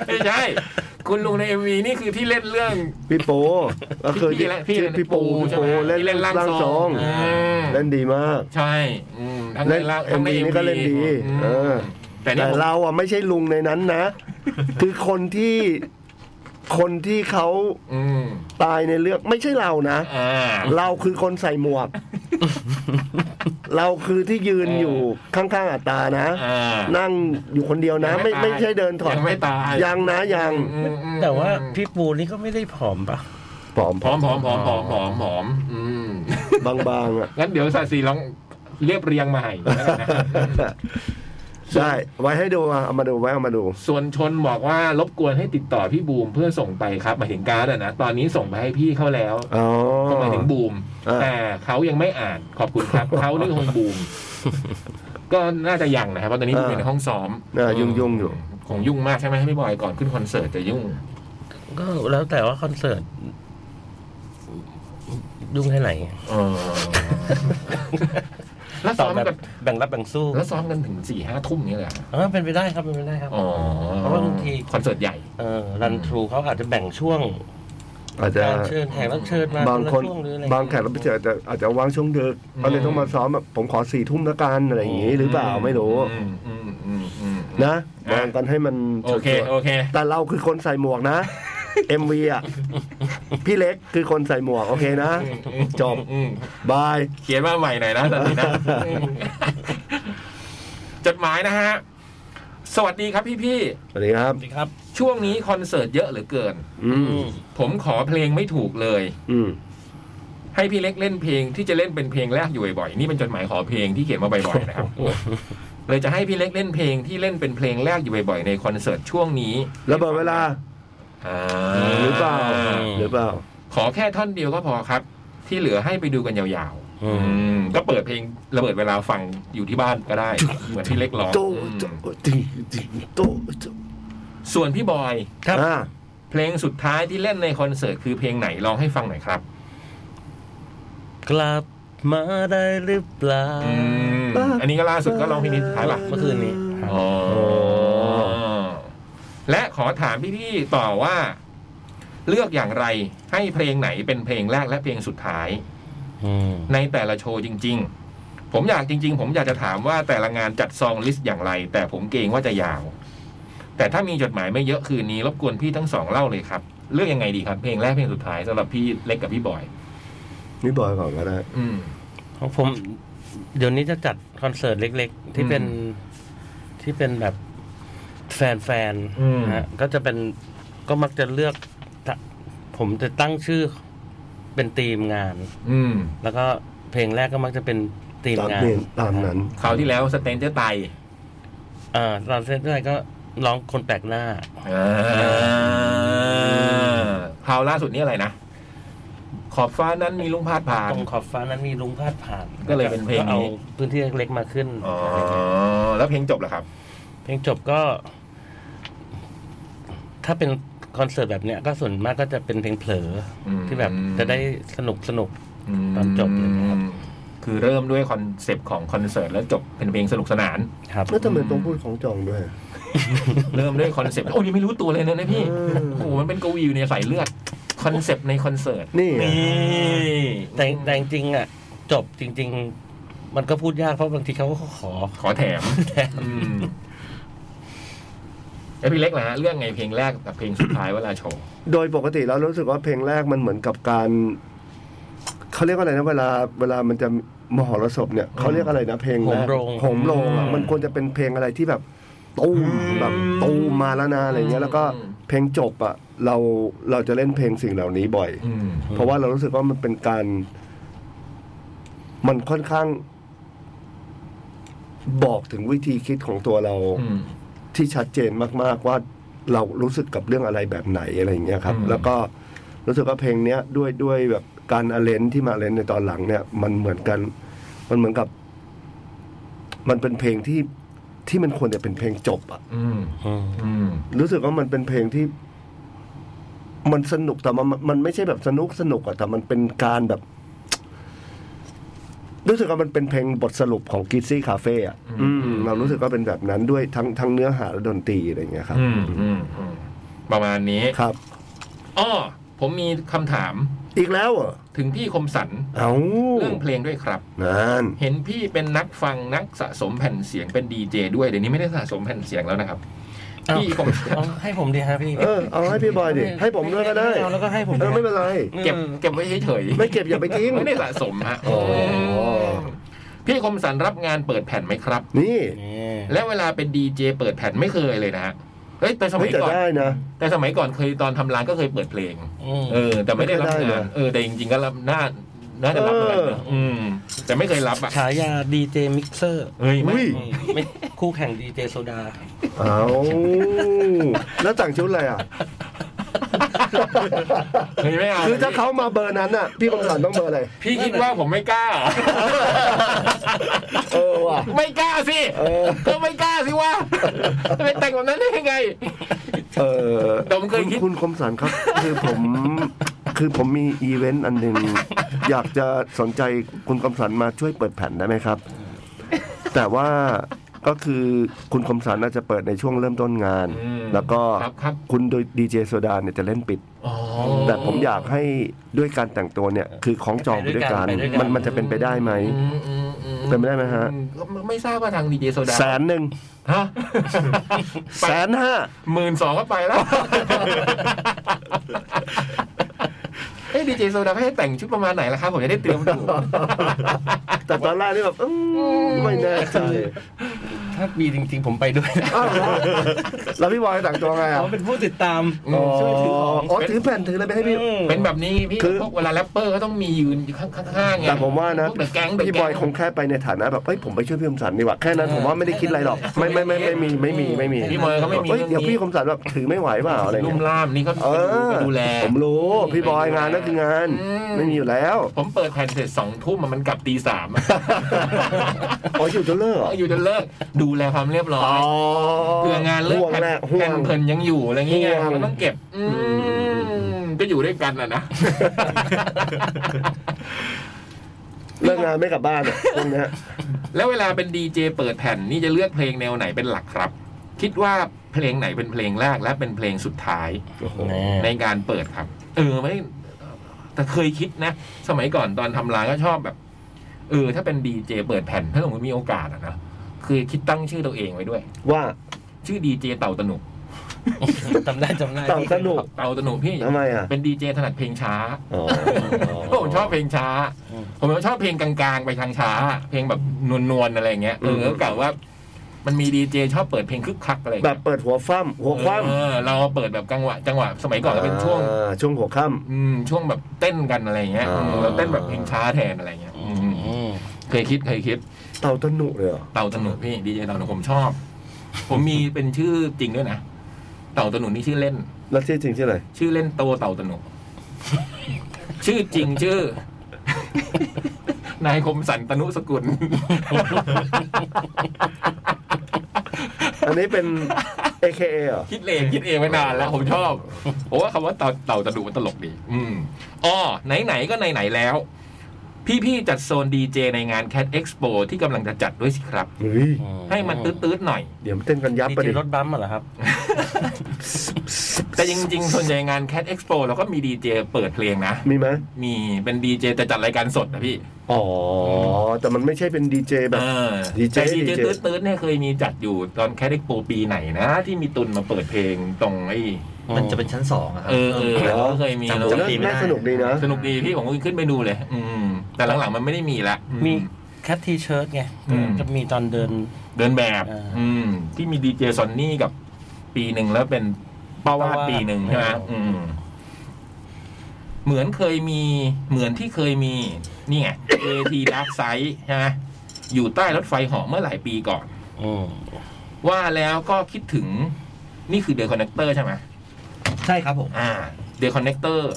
S2: ไม่ใช่ คุณลุงใน MV นี่คือที่เล่นเรื่อง
S3: พี่โปก็เคย
S2: พี่และพี่
S3: ชื่อพี่โป
S2: ปู
S3: พี่
S2: ใช่
S3: โป
S2: ไหม
S3: เล่น
S2: ที่เล่นร่างทรง
S3: ง
S2: อืม
S3: เล่นดีมาก
S2: ใช่อืมทั้ง
S3: เล่น
S2: ร่างทั้งใน
S3: MV นี่
S2: MV
S3: ก็เล่นดี
S2: ม
S3: เออ
S2: แต่นี่
S3: แต่
S2: ผม
S3: เราอ่ะไม่ใช่ลุงในนั้น นะ คือคนที่คนที่เขา
S2: อืม
S3: ตายในเรื่องไม่ใช่เรานะ
S2: อ่า
S3: เราคือคนใส่หมว ก เราคือที่ยืน
S2: เออ
S3: อ
S2: อ
S3: ยู่ข้างๆอัตตานะ
S2: อ่า
S3: นั่งอยู่คนเดียวนะ
S2: ยังไม่ตาย
S3: ไม่ไม่ใช่เดินถอด
S2: ยังไม่ตาย
S3: ยังนะยัง
S2: อืมอืม
S4: แต่ว่าพี่ปูนี่ก็ไม่ได้ผอมปะ
S3: ผอม
S2: ผอมผอมผอมผอมผอมผอมอืม
S3: บางๆอ่ะ
S2: งั้นเดี๋ยวสสิลองเรียบเรียงมาให้แล้วกันนะ
S3: ได้ไว้ให้ดูอ่ะเอามาดูไว้เอามาดู
S2: ส่วนชนบอกว่ารบกวนให้ติดต่อพี่บูมเพื่อส่งไปครับหมายถึงการ์ดอะนะตอนนี้ส่งไปให้พี่เขาแล้ว
S3: อ๋อ
S2: ก็หมายถึงบูม
S3: อ่า
S2: แต่เขายังไม่อ่านขอบคุณ ครับ เขานี่คงบูม ก็น่าจะยังนะครับเพราะตอนนี้อยู่ในห้องซ้อม
S3: น่ายุ่งยุ่งๆอยู่
S2: คงยุ่งมากใช่ไหมพี่บอยก่อนขึ้นคอนเสิร์ตจะยุ่ง
S4: ก็แล้วแต่ว่าคอนเสิร์ตยุ่งแค่ไหน
S2: เออ แล้ว
S4: ต
S2: ซ้
S4: อ
S2: อบ ม
S4: แบ
S2: กับ น
S4: แบ่งรับแบ่งสู้
S2: แล้วซ้อมกันถึงสี่ห้าทุ่มนี่แหละ
S4: อ๋อเป็นไปได้ครับเป็นไปได้ครับ
S2: อ๋อ
S4: เพราะว่าบางที
S2: คอนเสิร์ตใหญ่
S4: เออรันทรูเขาอาจจะแบ่งช่วง
S3: อาจจะ
S4: การเชิญแขกรับเชิญมา
S3: บางคน
S4: ละช่วหรืออะไร
S3: บางแขกรับเชิญอาจจะอาจจะวางช่วงดึกก็เลยต้องมาซ้อมแบบผมขอสี่ทุ่มละกันอะไรอย่างงี้หรือเปล่าไม่รู้
S2: อืมอืมอืมอืม
S3: นะวางกันให้มัน
S2: โอเค
S3: ชัวร์ๆ
S2: โอเค
S3: แต่เราคือคนใส่หมวกนะ MV อ่ะ พี่เล็กคือคนใส่หมวก โอเคนะ จบ
S2: อืม
S3: บาย
S2: เขียนมาใหม่หน่อยนะตอนนี้นะ จดหมายนะฮะ สวัสดีครับพี่
S3: สวัสดีครับ
S4: สวัสดีครับ
S2: ๆ ช่วงนี้คอนเสิร์ตเยอะเหลือเกิน
S3: อืม
S2: ผมขอเพลงไม่ถูกเลย
S3: อืม
S2: ให้พี่เล็กเล่นเพลงที่จะเล่นเป็นเพลงแรกอยู่บ่อยๆนี่เป็นจดหมายขอเพลงที่เขียนมาบ่อยๆนะครับ เลยจะให้พี่เล็กเล่นเพลงที่เล่นเป็นเพลงแรกอยู่บ่อยๆในคอนเสิร์ตช่วงนี้
S3: แล้วเปิดเวลา
S2: อ่า
S3: หรือเปล่า หรือเปล่า
S2: ขอแค่ท่อนเดียวก็พอครับ ที่เหลือให้ไปดูกันยาวๆ
S4: อืม
S2: อืมก็เปิดเพลงระเบิดเวลาฟังอยู่ที่บ้านก็ได้ เหมือนพี่เล็กร้อง
S3: โต
S2: อืม
S3: โตจริงจริงโตโต
S2: ส่วนพี่บอย
S4: ครับ
S3: อ่า
S2: เพลงสุดท้ายที่เล่นในคอนเสิร์ตคือเพลงไหนลองให้ฟังหน่อยครับ
S4: กลับมาได้หรือเปล่า
S2: อันนี้ก็ล่าสุดก็ร้องเพลงนี้สุดท้ายป่ะ
S4: เมื่อคืนนี้
S2: อ๋อและขอถามพี่ๆต่อว่า เลือกอย่างไรให้เพลงไหนเป็นเพลงแรกและเพลงสุดท้าย
S4: อืม
S2: ในแต่ละโชว์จริง ๆ ผมอยากจริง ๆ ผมอยากจะถามว่าแต่ละงานจัดซองลิสต์อย่างไร แต่ผมเกรงว่าจะยาว แต่ถ้ามีจดหมายไม่เยอะคืนนี้รบกวนพี่ทั้งสองเล่าเลยครับ เลือกยังไงดีครับ เพลงแรกเพลงสุดท้ายสำหรับพี่เล็กกับพี่บอย
S3: นี่บอยก่อนก็ได้
S2: อืม
S4: ของผม เดี๋ยวนี้จะจัดคอนเสิร์ตเล็ก ๆ ที่เป็น
S2: อืม
S4: ที่เป็นแบบแฟน
S2: อืม
S4: ๆฮะก็จะเป็นก็มักจะเลือกตะผมจะตั้งชื่อเป็นธีมงาน
S2: อืม
S4: แล้วก็เพลงแรกก็มักจะเป็นธีม
S3: ตาม
S4: งาน
S3: เนยตามนั้น
S2: คราวที่แล้วสเตนเจอร์ไต
S4: เอ่อตอนเส้นแรกก็ร้องคนแปลกหน้า
S2: อ่าคราวล่าสุดนี่อะไรนะ ขอบฟ้านั้นมีลุงพาดผ่าน
S4: ตรงขอบฟ้านั้นมีลุงพาดผ่าน
S2: ก็เลยเป็นเพลงนี้
S4: ก็อาพื้นที่เล็กๆมาขึ้น
S2: อ๋อแล้วเพลงจบเหรอครับ
S4: เพลงจบก็ ถ้าเป็นคอนเสิร์ตแบบเนี้ย ก็ส่วนมากก็จะเป็นเพลงเผลออ
S2: ม
S4: ที่แบบจะได้สนุกสนุก
S2: ม
S4: ตอนจบเลยนะครับ
S2: คือเริ่มด้วยคอนเซปต์ของคอนเสิร์ตแล้วจบเป็นเพลงสนุกสนาน
S4: ครับ
S3: แล้วทำไมต้องพูดของจองด้วย
S2: เริ่มด้วยคอนเซปต์โอ้ยงไม่รู้ตัวเลยนะเนี่ยพี่
S3: เออ
S2: โอ้โหมันเป็นกวีอยู่ในสายเลือดคอนเซปต์ในคอนเสิร์ต
S3: นี่ไง
S4: แต่แต่จริงๆอ่ะ จบจริง ๆ มันก็พูดยากเพราะบางทีเขาก็ขอ
S2: ขอแถม
S4: แถม
S2: อืมแล้วพี่เล็กนะฮะเรื่องไงเพลงแรกกับเพลงสุดท้ายเวลาโชว์
S3: โดยปกติแล้วรู้สึกว่าเพลงแรกมันเหมือนกับการเขาเรียกว่าอะไรนะ เวลาเวลามันจะมหรสพเนี่ยเขาเรียกอะไรนะเพลงแก
S4: โหมโรง
S3: โหมโรงอะ
S2: อืม
S3: มันควรจะเป็นเพลงอะไรที่แบบตู้มแบบตู้มมาแล้วนะอะไรเงี้ยแล้วก็
S2: อืม
S3: เพลงจบอ่ะเราเราจะเล่นเพลงสิ่งเหล่านี้บ่อย
S2: อืม
S4: อืม
S3: เพราะว่าเรารู้สึกว่ามันเป็นการ มันค่อนข้าง บอกถึงวิธีคิดของตัวเรา
S2: อืม
S3: ที่ชัดเจนมากๆว่าเรารู้สึกกับเรื่องอะไรแบบไหนอะไรอย่างเงี้ยครับ
S2: อืม
S3: แล้วก็รู้สึกว่าเพลงเนี้ยด้วยด้วยแบบการอเลนที่มาเลนในตอนหลังเนี่ย มันเหมือนกัน มันเหมือนกับ มันเป็นเพลงที่ที่มันควรจะเป็นเพลงจบอะ
S2: อืม
S4: อืม
S2: อืม
S3: รู้สึกว่ามันเป็นเพลงที่ มันสนุกแต่มันมันไม่ใช่แบบสนุกสนุกอะแต่มันเป็นการแบบ รู้สึกว่ามันเป็นเพลงบทสรุปของกิซี่คาเฟ่อะอืมเรารู้สึกว่าเป็นแบบนั้นด้วยทั้งทั้งเนื้อหาและดนตรีอะไรอย่างเงี้ยครับ
S2: อืมอืมอืมประมาณนี้
S3: ครับ
S2: อ้อผมมีคำถาม
S3: อีกแล้วเหรอ
S2: ถึงพี่คมสัน
S3: เอา
S2: เรื่องเพลงด้วยครับ
S3: นั่น
S2: เห็นพี่เป็นนักฟังนักสะสมแผ่นเสียงเป็นดีเจด้วย เดี๋ยวนี้ไม่ได้สะสมแผ่นเสียงแล้วนะครับ
S4: เอา
S2: พี่ผม
S4: เอาให้ผมดีฮะพี่
S3: เออเอาให้พี่บอยดิ ให้ผมด้วยก็ได้
S4: ม่เอาแล้วก็ให้ผม
S3: เออไม่เป็นไร
S2: เก็บเก็บไว้เฉยๆ
S3: ไม่เก็บอย่าไปกิน
S2: ไม่ได้สะสมฮะ
S3: อ๋อ
S2: พี่คมสันรับงานเปิดแผ่นไหมครับ
S3: นี่
S4: นี่
S2: และเวลาเป็นดีเจเปิดแผ่นไม่เคยเลยนะฮะเฮ้ยแต่สมั
S3: ไม่
S2: ย
S3: จะ
S2: ก่อน
S3: ได้นะ
S2: แต่สมัยก่อนเคยตอนทำร้านก็เคยเปิดเพลง
S4: อืม
S2: เออ แต่ไม่ได้รับ
S3: ไม่ได้
S2: งา
S3: นะ
S2: นเออแต่จริงๆก็รับน่าน่าจะรับงาน
S3: เออ
S2: นะอืม แต่ไม่เคยรับอ่ะ
S4: ฉายาดีเจมิกเซอร์
S2: เฮ้ยไม่
S3: อุ้ย
S4: ไม่คู่แข่งดีเจโซดา
S3: เอาแล้วต่างชุดอะไรอ่ะ
S2: เฮ้ยไม่เอา
S3: คือถ้าเขามาเบอร์นั้นอ่ะ พี่คมสันต้องเบอร์อะไร
S2: พี่คิดว่าผมไม่กล้า
S3: เออว่ะ
S2: ไม่กล้าสิ
S3: เออ
S2: ก็ไม่กล้าสิว่าไปแต่งแบบนั้นได้ยังไง
S3: เออ
S2: แต่ผมเคยคิด
S3: ณคมสันครับ คือผม คือผมมีอีเวนต์อันหนึ่งอยากจะสนใจคุณคมสันมาช่วยเปิดแผ่นได้ไหมครับ แต่ว่าก็คือคุณคมสันน่าจะเปิดในช่วงเริ่มต้นงาน
S2: อืม
S3: แล้วก็
S2: ครับครับ
S3: คุณดีเจโซดาเนี่ยจะเล่นปิด
S2: อ๋อ
S3: แต่ผมอยากให้ด้วยการแต่งตัวเนี่ย คือของจองไปด้วยกัน
S4: ไปด้วยกัน
S3: มันมันจะเป็นไปได้ไหม
S2: อืมอืมอื
S3: เป็นไปได้ไหมฮะ
S2: อืก็ไม่ไม่ทราบว่าทางดีเจโซดา
S3: แสนหนึ่ง
S2: ฮะ
S3: แสนห้า
S2: หมื่นสองก็ไปแล้วเอ้ดีเจโซดาเขาให้แต่งชุดประมาณไหนล่ะครับ ผมจะได้เตรียมถูก
S3: แต่ตอนแรกนี่แบบอืมไม่แน่ใจ
S4: ถ้ามีจริงๆผมไปด้วย
S3: อ้าวแล้วแล้วพี่บอยแต่งตัวไงอ่ะ
S4: เขาเป็นผู้ติดตาม
S3: อ๋อ
S4: ช่วยถือของ
S3: อ๋อถือแผ่นถืออะไรไปให้พี่
S4: อืม
S2: เป็นแบบนี้พี่
S3: คือ
S2: พวกเวลาแรปเปอร์ก็ต้องมียืนอยู่ข้างๆไง
S3: แต่ผมว่านะ
S2: พวกเดอะแก๊ง
S3: พี่บอยคงแค่ไปในฐานะแบบเอ้ยผมไปช่วยพี่คมสันดีกว่าแค่นั้นผมว่าไม่ได้คิดอะไรหรอกไม่ไม่ไม่ไม่มีไม่มีไม่มี
S2: พี่บอยก็ไม่มี
S3: เอ้ย
S2: เรื่องนี้
S3: เดี๋ยวพี่คมสันแบบถือไม่ไหวเปล่าอะไร
S2: ลุ่
S3: เงี้
S2: ม
S3: ย
S2: ล่ามนี่เขา
S3: เออ
S2: ดูแล
S3: ผมรู้ พี่บอยงานนั่นคืองาน
S2: อืม
S3: ไม่มีอยู่แล้ว
S2: ผมเปิดแผ่นเสร็จสองทุ่มอะมันกลับตีสามอะ
S3: อ๋ออยู่จนเลิกเหรอ
S2: อยู่จนเลิกดูแลความเรียบร้อ
S3: อ๋อย
S2: เพื่องานเลิก
S3: ห่วง
S2: แผ่น
S3: แหละห่ว
S2: แผ่
S3: ง
S2: นเพลินยังอยู่อะไรเงี้ย
S3: ห่วง
S2: มันต้องเก็บ อืม ก็อยู่ด้วยกันน่ะ นะ
S3: เลิกงานไม่กลับบ้านอะพวกเนี้ย
S2: แล้วเวลาเป็นดีเจเปิดแผ่นนี่จะเลือกเพลงแนวไหนเป็นหลักครับ คิดว่าเพลงไหนเป็นเพลงแรกและเป็นเพลงสุดท้าย
S4: แน่
S2: ในการเปิดครับ เออไม่แต่เคยคิดนะ สมัยก่อนตอนทำร้านก็ชอบแบบ เออ ถ้าเป็นดีเจเปิดแผ่น ถ้าสมมติมีโอกาสอะนะคือคิดตั้งชื่อตัวเองไว้ด้วย
S3: ว่า
S2: ชื่อดีเจเต่าตะหนุ
S4: จำได้จำได้
S3: ต่างสนุก
S2: เต่าตะหนุพี่
S3: ทำไมอ่ะ
S2: เป็นดีเจถนัดเพลงช้า
S3: อ๋อ
S2: เพราะผมชอบเพลงช้า ผมชอบเพลงกลางๆ ไปทางช้า เพลงแบบนวลๆอะไรอย่างเงี้ยเออก็กล่าวว่า มันมีดีเจชอบเปิดเพลงคึกคักอะไรอย่าง
S3: แบ
S2: เงี้
S3: บ
S2: ย
S3: เปิดหัวฟั่มหัวคว่
S2: เออเราเปิดแบบจังหวะจังหวะสมัย
S3: ำ
S2: ก่อนก็เป็นช่วง
S3: อ่าช่วงหัวค่ำ
S2: อืมช่วงแบบเต้นกันอะไรอย่างเงี้ย
S3: อ๋อ
S2: เราเต้นแบบเพลงช้าแทนอะไรอย่างเงี้ยอืมเคยคิดเคยคิด
S3: เต่าตะหนุเลยเหรอ
S2: เต่าตะหนุพี่ดีเจเต่าตะหนุผมชอบ ผมมีเป็นชื่อจริงด้วยนะเต่าตะหนุนี่ชื่อเล่น
S3: แล้วที่จริงชื่ออะไร
S2: ชื่อเล่นโตเต่าตะหนุชื่อจริงชื่อ นายคมสันตนุสกุล
S3: อันนี้เป็น AKA เหรอ
S2: คิดเองคิดเองไว้นานแล้ว ผมชอบผมว่าคำว่าเต่าเต่าตะดุมันตลกดี อืมอ๋อไหนๆก็ไหนๆแล้ว พี่ๆจัดโซนดีเจในงาน Cat Expo ที่กำลังจะจัดด้วยสิครับ
S3: เฮ้ย
S2: ให้มันตืดๆหน่อย
S3: เดี๋ยวมันเต้นกันยับ
S4: ดี
S3: ไป
S4: เจ
S3: ดิ
S4: รถบัมป์เหรอครับ
S2: แต่จริงๆ ส่วนใหญ่งาน Cat Expo เราก็มีดีเจเปิดเพลงนะ
S3: มีไหม
S2: มีเป็นดีเจแต่จัดรายการสดนะพี่
S3: อ๋อ แต่มันไม่ใช่เป็นดีเจแบบ
S2: เออ
S3: DJ
S2: แต่ดีเจ
S3: DJ
S2: ตืดๆเนี่ยเคยมีจัดอยู่ตอน Cat Expo ปีไหนนะ ที่มีตุนมาเปิดเพลงตรงไอ้
S5: มันจะเป็นชั้นสองอะครั
S2: เออเออเราก็เคยมีเรา
S5: จำ ปีไม่ได้
S3: น่าสนุกดีนะ
S2: สนุกดีพี่ผมก็ขึ้นไปดูเลย อืม แต่หลังๆมันไม่ได้มีละอื
S4: มีแคททีเชิร์ตไง
S2: อืม
S4: จะมีตอนเดิน
S2: เดินแบบ
S4: อ่า
S2: อืม ที่มีดีเจซอนนี่กับปีหนึ่งแล้วเป็นป้าวาด
S4: ป้าวาด
S2: ปีหนึ่งใช่ไหม
S4: อ่า
S2: อืม เหมือนเคยมีเหมือนที่เคยมี นี่ไง AT Dark Side ใช่ไหมอยู่ใต้รถไฟเหอเมื่อหลายปีก่อน
S4: อืม
S2: ว่าแล้วก็คิดถึง นี่คือเด e c คอน n e c เตอร์ใช่ไหม
S5: ใช่ครับผม
S2: อ่าเด e c คอน n e c เตอร์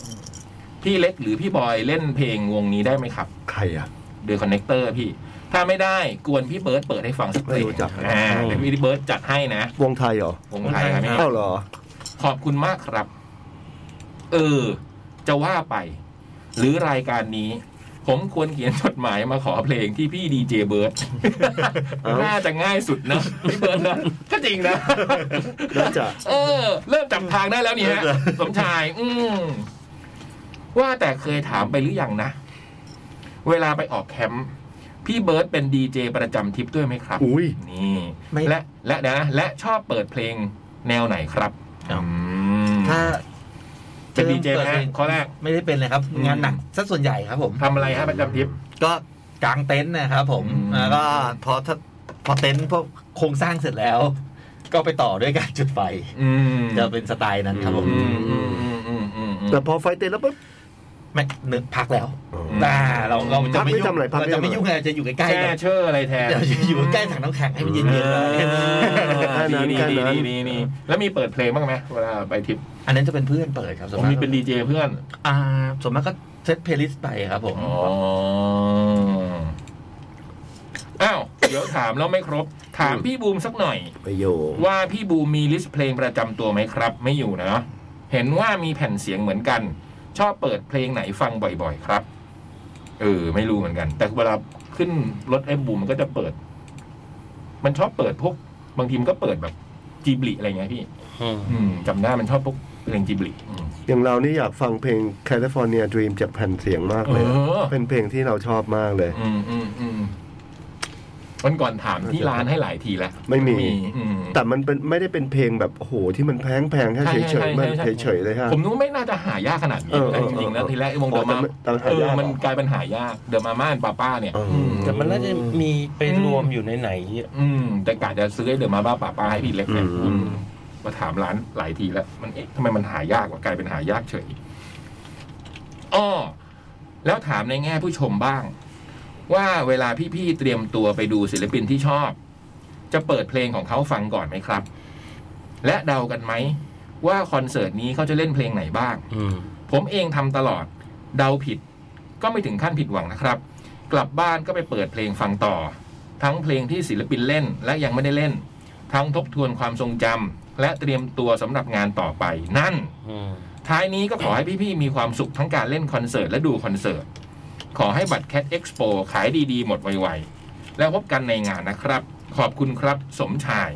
S2: พี่เล็กหรือพี่บอยเล่นเพลงวงนี้ได้ไหมครับ
S3: ใครอ่ะ
S2: เดอะคอนเนคเตอร์พี่ ถ้าไม่ได้กวนพี่เบิร์ดเปิดให้ฟังสักเพลง
S3: ไม่รู้จัก
S2: อ่าเดี๋ยวพี่เบิร์ดจัดให้นะ
S3: วงไทยเหรอ
S2: วงไทยครับพี่
S3: เอ้าเหรอ
S2: ขอบคุณมากครับ เออ จะว่าไป หรือรายการนี้ ผมควรเขียนจดหมายมาขอเพลงที่พี่ดีเจเบิร์ด
S3: เอ้า
S2: น่าจะง่ายสุดเนอะพี่เบิร์ดนะก็จริงนะ
S3: น่าจะ
S2: เออ เริ่มจับทางได้แล้วนี่ฮะ สมชาย อืมว่าแต่เคยถามไปหรืออยังนะ เวลาไปออกแคมป์พี่เบิร์ตเป็นดีเจประจำทริปด้วยไหมครับ
S3: อุ้ย
S2: นี่
S5: ไม่
S2: และและเดี๋ยวนะและชอบเปิดเพลงแนวไหนครับอืม
S5: ถ้า
S2: เป็นดีเจ
S5: ริ่ม
S2: นะ
S5: ปิพลง
S2: ข้อแรก
S5: ไม่ได้เป็นเลยครับ
S2: อืม
S5: งานหนักซะส่วนใหญ่ครับผม
S2: ทำอะไรฮะประจำทริป
S5: ก็กางเต็นท์นะครับผม
S2: อืม
S5: แล้วก็พอถ้าพอเต็นท์พวกโครงสร้างเสร็จแล้ว ก็ไปต่อด้วยการจุดไฟ
S2: อืม
S5: จะเป็นสไตล์นั้นครับผม
S2: อืมอืมอืมอืมอืมอืม
S3: แต่พอไฟเต้นแล้วปุ๊บ
S5: ไม่หนึ่งพักแล้ว
S2: อืม
S5: อ่าเราเราจะ
S3: พัก
S5: ไม่
S3: ไม่
S5: ยุ่ง
S3: ทำอะไรพักไม่
S5: เราจะไม่
S3: ทำอะไร
S5: ยุ่งไงจะอยู่ใกล้
S2: แช่
S5: ๆแบบ
S2: เชื่ออะไรแทน
S5: เราจะอยู่ใกล้ถังน้ำแข็งให้มันเย็นๆเลย
S3: แค่นั้น
S2: ดี
S3: แค่
S2: ดี
S3: นั้น
S2: ดีดีดีแล้วมีเปิดเพลงบ้างไหมเวลาไปทริป
S5: อันนั้นจะเป็นเพื่อนเปิดครับส่วน
S2: ผม
S5: มาก
S2: มีเป็นดีเจเพื่อน
S5: อ่าส่วนมากก็เซตเพลย์ลิสต์ไปครับผม
S2: อ๋อ อ้าว เดี๋ยวถามแล้วไม่ครบ ถามพี่บูมสักหน่อย
S3: ไปโยง
S2: ว่าพี่บูมมีลิสต์เพลงประจำตัวไหมครับ ไม่อยู่นะ เห็นว่ามีแผ่นเสียงเหมือนกัน ชอบเปิดเพลงไหนฟังบ่อยๆ ครับ เออ ไม่รู้เหมือนกัน แต่เวลาขึ้นรถไอ้บูมมันก็จะเปิด มันชอบเปิดพวก บางทีมันก็เปิดแบบจีบลิอะไรเงี้ยพี่
S4: อืม
S2: อืมจำได้มันชอบพวกเพลงจีบลิอืม
S3: อย่างเรานี่อยากฟังเพลง California Dream จากแผ่นเสียงมากเลย
S2: เออ
S3: เป็นเพลงที่เราชอบมากเลย
S2: อืมอืมอืมวันก่อนถามที่ร้านให้หลายทีแล้ว
S3: ไม่มี
S2: อืม
S3: แต่มันเป็นไม่ได้เป็นเพลงแบบโอ้โหที่มันแพงแพงๆแค่
S2: ใช่
S3: เฉ
S2: ใช่
S3: ยๆมัน
S2: ใช่ใช่
S3: เฉยๆเลยฮะ
S2: ผมนึกว่าไม่น่าจะหายากขนาดนี้
S3: เออเออ
S2: จริงๆแล้ว
S3: เออ
S2: ทีแรกไอ้วงเด
S3: โอ้
S2: อะมา
S3: แต่มันแต่มัน
S2: เออย
S3: หาาก
S2: มันกลายเป็นหายากเดอะมาม่าป้าป้าเนี่ย
S3: เอออื
S2: ม
S4: แต่มันน่าจะมีไปรวมอยู่ในไหนๆอะ
S2: อืม แต่กะจะซื้อเดอะมาม่าป้าป้าให้พี่เล็กเนี่ย
S3: อืม
S2: อืมมาถามร้านหลายทีแล้ว มันเอ๊ะทำไมมันหายากว่ากลายเป็นหายากเฉยอ้อแล้วถามในแง่ผู้ชมบ้าง ว่าเวลาพี่ๆเตรียมตัวไปดูศิลปินที่ชอบ จะเปิดเพลงของเขาฟังก่อนไหมครับ และเดากันไหม ว่าคอนเสิร์ตนี้เขาจะเล่นเพลงไหนบ้าง
S4: อืม
S2: ผมเองทำตลอด เดาผิด ก็ไม่ถึงขั้นผิดหวังนะครับ กลับบ้านก็ไปเปิดเพลงฟังต่อ ทั้งเพลงที่ศิลปินเล่นและยังไม่ได้เล่น ทั้งทบทวนความทรงจำและเตรียมตัวสำหรับงานต่อไป นั่น ท้ายนี้ก็ขอให้พี่ๆมีความสุขทั้งการเล่นคอนเสิร์ตและดูคอนเสิร์ต ขอให้บัตรแค t เอ็กซ์โปขายดีๆ หมดไวๆ แล้วพบกันในงานนะครับ ขอบคุณครับสมชาย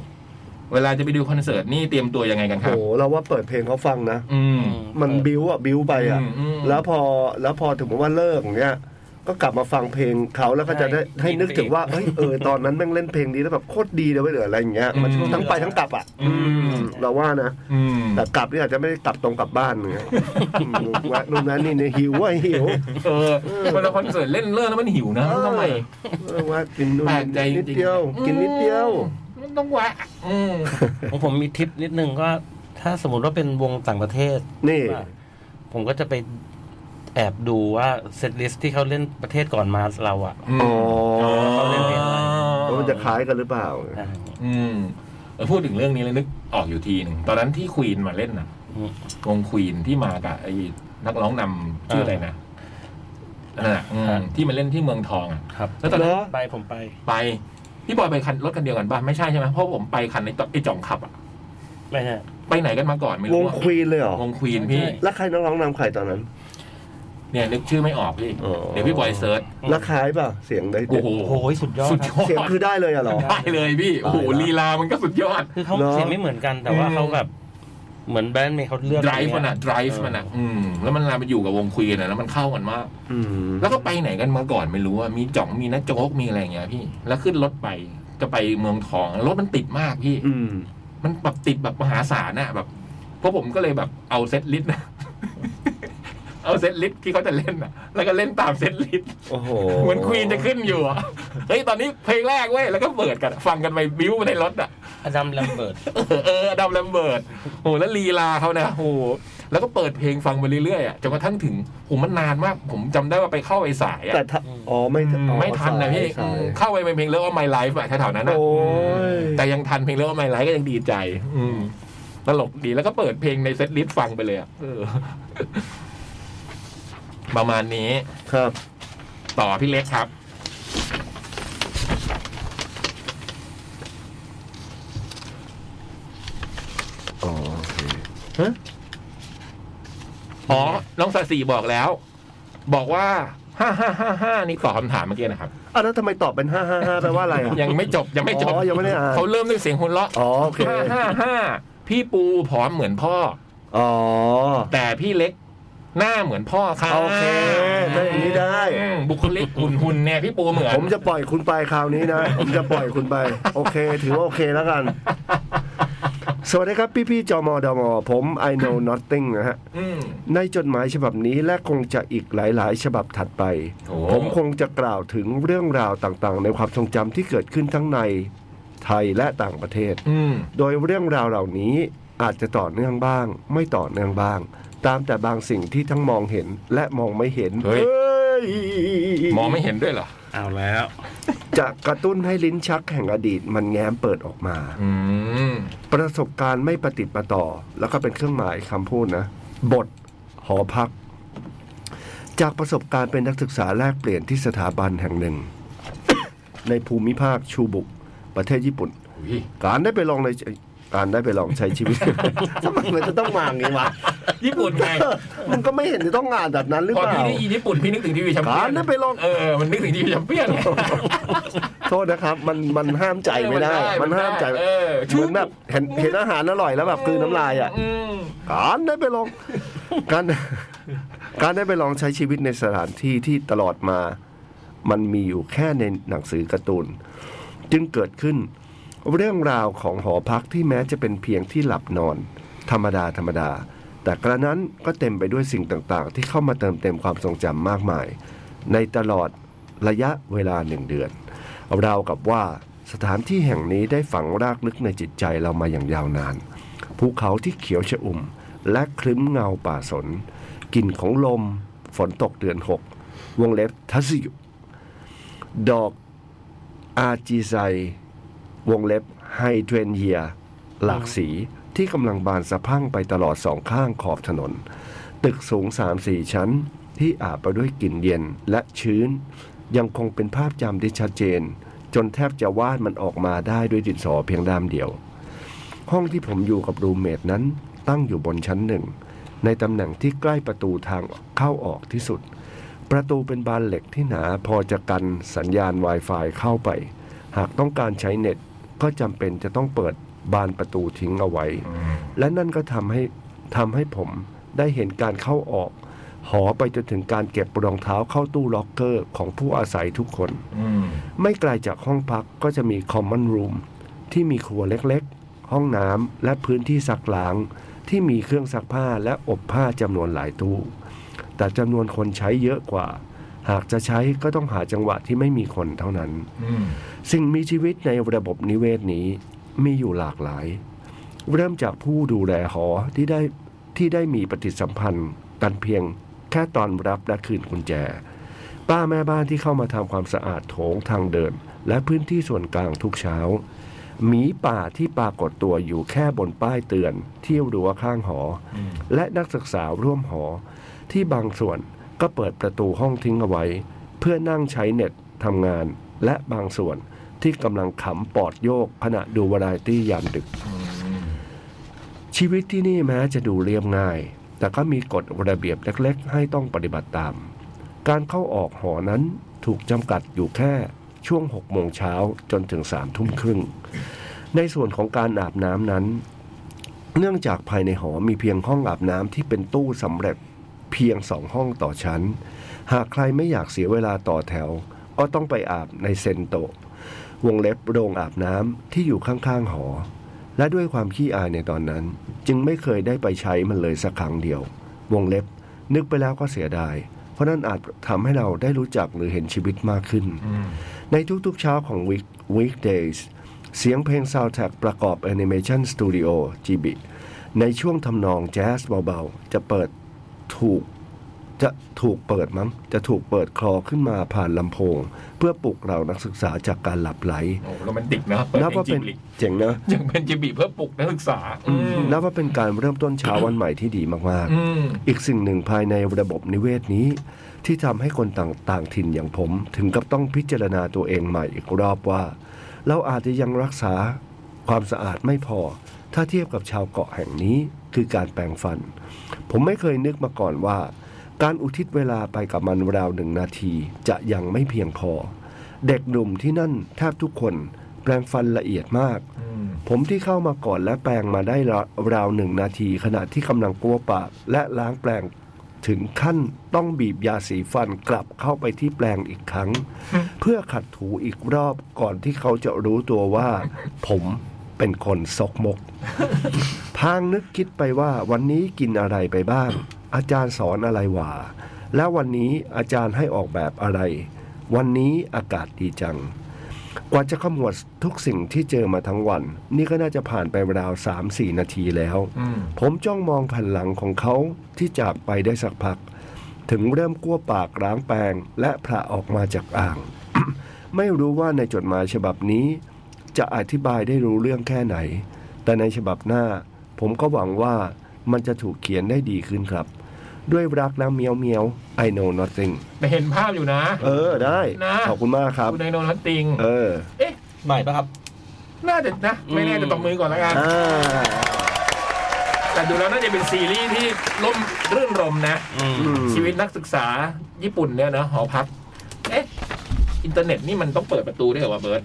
S2: เวลาจะไปดูคอนเสิร์ตนี่เตรียมตัวยังไงกันค
S3: โห
S2: รับ
S3: เราว่าเปิดเพลงเขาฟังนะ
S2: อืม
S3: มันบิวอะบิวไปอะ
S2: อืมอืม
S3: แล้วพอแล้วพอถึงบอกว่าเลิกอย่างเงี้ย ก็กลับมาฟังเพลงเขาแล้วก็จะได้
S4: ใช่
S3: ให้นึกถึงว่า
S4: อินไปอีก
S3: เอ้ยเออตอนนั้นแม่งเล่นเพลงนี้แล้วแบบโคตรดีเลยเว้ยเหลืออะไรอย่างเงี้ยมันทั้งไปทั้งกลับอะ
S2: อืม
S3: เราว่านะ
S2: อืม
S3: แต่กลับนี่อาจจะไม่ได้กลับตรงกลับบ้าน เลยแวะนู่นนั่นนี่เนี่ยหิวว่าหิว
S2: เออเวลาคอนเสิร์ตเล่นเลิกแล้วมันหิวนะ
S3: เออ
S2: ทำไม
S3: เออว่ากินนู่น
S2: แปลกใจจริงๆ
S3: นิดเดียว กินนิดเดียว
S2: อืมมันต้องแวะอืม
S4: ของผมมีทิปนิดนึงก็ถ้าสมมติว่าเป็นวงต่างประเทศ
S3: นี่
S4: ผมก็จะไปแอบดูว่าเซตลิสที่เขาเล่นประเทศก่อนมาเราอะ
S3: อ๋อ
S4: เขาเล่นเพลงอะไร
S3: แล้วมันจะคล้ายกันหรือเปล่า
S2: อืมเออพูดถึงเรื่องนี้เลยนึกออกอยู่ทีหนึ่งตอนนั้นที่ควีนมาเล่นน่ะ
S4: อืม
S2: วงควีนที่มากับไอ้นักร้องนำชื่ออะไรนะนั่นน่ะอืมที่มาเล่นที่เมืองทองอ่ะ
S4: ครับ
S2: แล้วตอนนั้น
S4: ไปผมไป
S2: ไปพี่บอยไปคันรถคันเดียวกันป่ะไม่ใช่ใช่ไหมเพราะผมไปคันไอ้จ่องไอ้จ่องขับอ่ะ
S4: ไม่ใช่
S2: ไปไหนกันมาก่อนไม่
S3: ว
S2: รู้
S3: ง
S2: อะ
S3: ควีนเลยเหรอ
S2: วงควีนพี่
S4: ใช่
S3: แล้วใครน้องๆนำใครตอนนั้น
S2: เนี่ยนึกชื่อไม่ออกพี่
S3: อ๋อ
S2: เดี๋ยวพี่บอยเซิร์ช
S3: แล้วคล้ายเปล่ะ เสียงได้
S2: โอ้โห
S4: โอ้โหสุดยอด
S2: สุด
S4: ครั
S2: ยอ
S4: บ
S2: ด
S3: เสียงคือได้เลยอะเหรอ
S2: ได้เลยพี่โอ้โห
S3: ได้ละ
S2: ลีลามันก็สุดยอด
S4: คือเขา
S3: เหรอ
S4: เสียงไม่เหมือนกันแต่ว่า
S2: อืม
S4: เขาแบบ เหมือนแบรนด์เมย์เขาเลือก
S2: drive มันอ่ะ drive มันอ่ะอืมแล้วมันลาไปอยู่กับวงควีนอ่ะแล้วมันเข้ากันมาก
S3: อืม
S2: แล้วก็ไปไหนกันมาก่อนไม่รู้ว่ามีจ่องมีนะโจ๊กมีอะไรอย่างเงี้ยพี่ แล้วขึ้นรถไปจะไปเมืองทองรถมันติดมากพี่
S3: อืม
S2: มันแบบติดแบบมหาศาลน่ะแบบเพราะผมก็เลยแบบเอาเซตลิสต์นะ เอาเซตลิสต์ที่เขาจะเล่นน่ะ แล้วก็เล่นตามเซตลิสต์
S3: โอ้โห
S2: เหมือนควีนจะขึ้นอยู่อะเฮ้ยตอนนี้เพลงแรกเว้ยแล้วก็เปิดกัน ฟังกันไปบิ้วไปในรถอ่ะ
S4: อดัมแลมเบิร์ต
S2: เออเอออดัมแลมเบิร์ตโอ้โหแล้วลีลาเขานะโอ้โหแล้วก็เปิดเพลงฟังไปเรื่อยๆอะจนกระทั่งถึงผมมันนานมาก ผมจำได้ว่าไปเข้าไอ้สายอะ
S3: แต่ถ้าอ๋อไม่
S2: อืม
S3: อ๋อ
S2: ไม่ทันนะพี่
S3: สาย
S2: อืม
S3: สาย
S2: เข้าไปเป็นเพลงเลิกว่า My Life อะแถวๆนั้นอะ
S3: โอ้ย
S2: แต่ยังทันเพลงเลิกว่า My Life ก็ยังดีใจ อืมตลกดีแล้วก็เปิดเพลงในเซตลิสต์ฟังไปเลยอะเออ ประมาณนี้
S3: ครับ
S2: ต่อพี่เล็กครับ
S3: อ๋อโอเค
S2: อ๋อ น้องสาสีบอกแล้ว บอกว่าห้าห้าห้าห้านี่ตอบคำถามเมื่อกี้นะครับ
S3: อ่ะแล้วทำไมตอบเป็นห้าห้าห้าแปลว่าอะไรอ่ะ
S2: ยังไม่จบยังไม่จบ
S3: อ๋อยังไม่ได้อ่าน
S2: เขาเริ่มด้วยเสียงหัวเราะ
S3: อ๋อโอเค
S2: ห้าห้าห้าพี่ปูผอมเหมือนพ่อ
S3: อ๋อ
S2: แต่พี่เล็กหน้าเหมือนพ่อค่ะ
S3: โอเคได้อย่างนี้ได้
S2: อืมบุคลิกหุ่นหุ่นๆเนี่ยพี่ปูเหมือน
S3: ผมจะปล่อยคุณไปคราวนี้นะ ผมจะปล่อยคุณไป โอเค ถือว่าโอเคแล้วกัน สวัสดีครับ พี่พี่ๆจอมอดอมอผม I know nothing นะฮะ
S2: อืม
S3: ในจดหมายฉบับนี้และคงจะอีกหลาย ๆ ฉบับถัดไป
S2: โอ้
S3: ผมคงจะกล่าวถึงเรื่องราวต่าง ๆ ในความทรงจำที่เกิดขึ้นทั้งในไทยและต่างประเทศ
S2: อืม
S3: โดยเรื่องราวเหล่านี้อาจจะต่อเนื่องบ้าง ไม่ต่อเนื่องบ้าง ตามแต่บางสิ่งที่ทั้งมองเห็นและมองไม่เห็น เฮ้ย
S2: มองไม่เห็นด้วยเหรอ
S4: เอาแล้ว
S3: จะกระตุ้นให้ลิ้นชักแห่งอดีตมันแง้มเปิดออกมา
S2: อืม
S3: ประสบการณ์ไม่ประติดประต่อ แล้วก็เป็นเครื่องหมายคำพูดนะ บท หอพัก จากประสบการณ์เป็นนักศึกษาแลกเปลี่ยนที่สถาบันแห่งหนึ่ง ในภูมิภาคชูบุ ประเทศญี่ปุ่น
S2: อุ้ย
S3: การได้ไปลองในการได้ไปลองใช้ชีวิต ทำไมมันจะต้องมาอย่างนี้วะ
S2: ญี่ปุ่นไง
S3: มันก็ไม่เห็นจะต้องงานแบบนั้นหรือ
S2: พอ
S3: เป
S2: พี่
S3: ล่า
S2: ได้ยินญี่ปุ่นพี่นึกถึงทีวีแชม
S3: กา
S2: เปี้ย
S3: ร
S2: น
S3: ได้ไปลอง
S2: เออมันนึกถึงทีวีแชม เปี้ยน
S3: โทษนะครับ มันมันห้ามใจไม่ได้ มันห้ามใจ
S2: เออ
S3: เหมือนแบบเห็นเห็นอาหารอร่อยแล้วแบบกลืนน้ำลายอ่ะ
S2: อืม
S3: การได้ไปลอง การการได้ไปลองใช้ชีวิตในสถานที่ที่ตลอดมา มันมีอยู่แค่ในหนังสือการ์ตูน จึงเกิดขึ้น เรื่องราวของหอพักที่แม้จะเป็นเพียงที่หลับนอน ธรรมดาธรรมดา แต่กระนั้นก็เต็มไปด้วยสิ่งต่างๆ ที่เข้ามาเติมเต็มความทรงจำมากมาย ในตลอดระยะเวลาหนึ่งเดือน ราวกับว่าสถานที่แห่งนี้ได้ฝังรากลึกในจิตใจเรามาอย่างยาวนาน ภูเขาที่เขียวชอุ่ม และครึ้มเงาป่าสนกลิ่นของลม ฝนตกเดือนหกวงเล็บทัศยุ ดอกอาจีไซ วงเล็บไฮเทรนเยีย หลากสีที่กำลังบานสะพรั่งไปตลอดสองข้างขอบถนน ตึกสูง 3-4 ชั้นที่อาบไปด้วยกลิ่นเย็นและชื้น ยังคงเป็นภาพจำที่ชัดเจน จนแทบจะวาดมันออกมาได้ด้วยดินสอเพียงด้ามเดียว ห้องที่ผมอยู่กับรูมเมทนั้นตั้งอยู่บนชั้นหนึ่ง ในตำแหน่งที่ใกล้ประตูทางเข้าออกที่สุด ประตูเป็นบานเหล็กที่หนาพอจะกันสัญญาณ Wi-Fi เข้าไป หากต้องการใช้เน็ตก็จำเป็นจะต้องเปิดบานประตูทิ้งเอาไว้ และนั่นก็ทำให้ทำให้ผมได้เห็นการเข้าออก หอไปจนถึงการเก็บรองเท้าเข้าตู้ล็อกเกอร์ของผู้อาศัยทุกคน
S2: อืม
S3: ไม่ไกลจากห้องพักก็จะมีคอมมอนรูมที่มีครัวเล็กๆ ห้องน้ำและพื้นที่ซักล้าง ที่มีเครื่องซักผ้าและอบผ้าจำนวนหลายตู้ แต่จำนวนคนใช้เยอะกว่า หากจะใช้ก็ต้องหาจังหวะที่ไม่มีคนเท่านั้น
S2: อืม
S3: สิ่งมีชีวิตในระบบนิเวศนี้มีอยู่หลากหลาย เริ่มจากผู้ดูแลหอที่ได้ที่ได้มีปฏิสัมพันธ์กันเพียงแค่ตอนรับและคืนกุญแจ ป้าแม่บ้านที่เข้ามาทำความสะอาดโถงทางเดิน และพื้นที่ส่วนกลางทุกเช้าหมีป่าที่ปรากฏตัวอยู่แค่บนป้ายเตือน ที่รั้วข้างหอ และนักศึกษาร่วมหอ ที่บางส่วนก็เปิดประตูห้องทิ้งเอาไว้ เพื่อนั่งใช้เน็ตทำงาน และบางส่วนที่กำลังขำปอดโยกขณะดูวาไรตี้ยามดึก ชีวิตที่นี่แม้จะดูเรียบง่าย แต่ก็มีกฎระเบียบเล็กๆ ให้ต้องปฏิบัติตาม การเข้าออกหอนั้นถูกจำกัดอยู่แค่ช่วง 6 โมงเช้าจนถึง 3 ทุ่มครึ่ง ในส่วนของการอาบน้ำนั้น เนื่องจากภายในหอมีเพียงห้องอาบน้ำที่เป็นตู้สำเร็จเพียงสองห้องต่อชั้น หากใครไม่อยากเสียเวลาต่อแถว ก็ต้องไปอาบในเซนโตะวงเล็บโรงอาบน้ำที่อยู่ข้างๆหอ และด้วยความขี้อายในตอนนั้น จึงไม่เคยได้ไปใช้มันเลยสักครั้งเดียว วงเล็บ นึกไปแล้วก็เสียดาย เพราะนั่นอาจทำให้เราได้รู้จักหรือเห็นชีวิตมากขึ้น
S2: อืม
S3: ในทุกๆเช้าของ week weekdays เสียงเพลงซาวด์แทร็กประกอบ Animation Studio GB ในช่วงทำนองแจ๊สเบาๆ จะเปิดถูก จะถูกเปิดมั้ง จะถูกเปิดคลอขึ้นมาผ่านลำโพง เพื่อปลุกเรานักศึกษาจากการหลับไหล
S2: โอ้โรแมนติกนะเปิด
S3: นับ
S2: เพล
S3: ว่าง
S2: จิ
S3: เป็น
S2: บลิ
S3: เจ๋งนะ
S2: ยังเป็นจิบลิเพื่อปลุกนักศึกษา
S3: นับว่าเป็นการเริ่มต้นเช้าวันใหม่ที่ดีมากๆ
S2: อืม
S3: อีกสิ่งหนึ่งภายในระบบนิเวศนี้ ที่ทำให้คนต่างต่างถิ่นอย่างผมถึงกับต้องพิจารณาตัวเองใหม่อีกรอบว่า เราอาจจะยังรักษาความสะอาดไม่พอ ถ้าเทียบกับชาวเกาะแห่งนี้คือการแปรงฟัน ผมไม่เคยนึกมาก่อนว่า การอุทิศเวลาไปกับมันราวหนึ่งนาทีจะยังไม่เพียงพอ เด็กหนุ่มที่นั่นแทบทุกคนแปรงฟันละเอียดมาก
S2: อืม
S3: ผมที่เข้ามาก่อนและแปลงมาได้ราวหนึ่งนาที ขณะที่กำลังกลัวปากและล้างแปลงถึงขั้นต้องบีบยาสีฟันกลับเข้าไปที่แปลงอีกครั้ง เพื่อขัดถูอีกรอบก่อนที่เขาจะรู้ตัวว่า ผมเป็นคนซกมก พางนึกคิดไปว่าวันนี้กินอะไรไปบ้าง อาจารย์สอนอะไรหว่า และวันนี้อาจารย์ให้ออกแบบอะไร วันนี้อากาศดีจัง กว่าจะขมวดทุกสิ่งที่เจอมาทั้งวัน นี่ก็น่าจะผ่านไปราวสามสี่นาทีแล้ว
S2: อืม
S3: ผมจ้องมองแผ่นหลังของเขาที่จากไปได้สักพัก ถึงเริ่มกั้วปากล้างแปรงและพระออกมาจากอ่าง ไม่รู้ว่าในจดหมายฉบับนี้ จะอธิบายได้รู้เรื่องแค่ไหน แต่ในฉบับหน้า ผมก็หวังว่ามันจะถูกเขียนได้ดีขึ้นครับ ด้วยรักแล้วเมียวเมียว I know nothing
S2: แต่เห็นภาพอยู่นะ
S3: เออได้
S2: นะ
S3: ขอบคุณมากครับ
S2: คุณไดโนรัตติง
S3: เออ
S5: ใหม่ปะครับ
S2: น่าจะนะ ไม่แน่จะตบมือก่อนแล้วกัน
S3: อ่า
S2: แต่ดูแล้วน่าจะเป็นซีรีส์ที่ร่มรื่นรมนะ
S4: อืม
S3: อืม
S2: ชีวิตนักศึกษาญี่ปุ่นเนี่ยนะหอพัก เอ๊ะ อินเทอร์เน็ตนี่มันต้องเปิดประตูด้วยเหรอวะเบิร์ต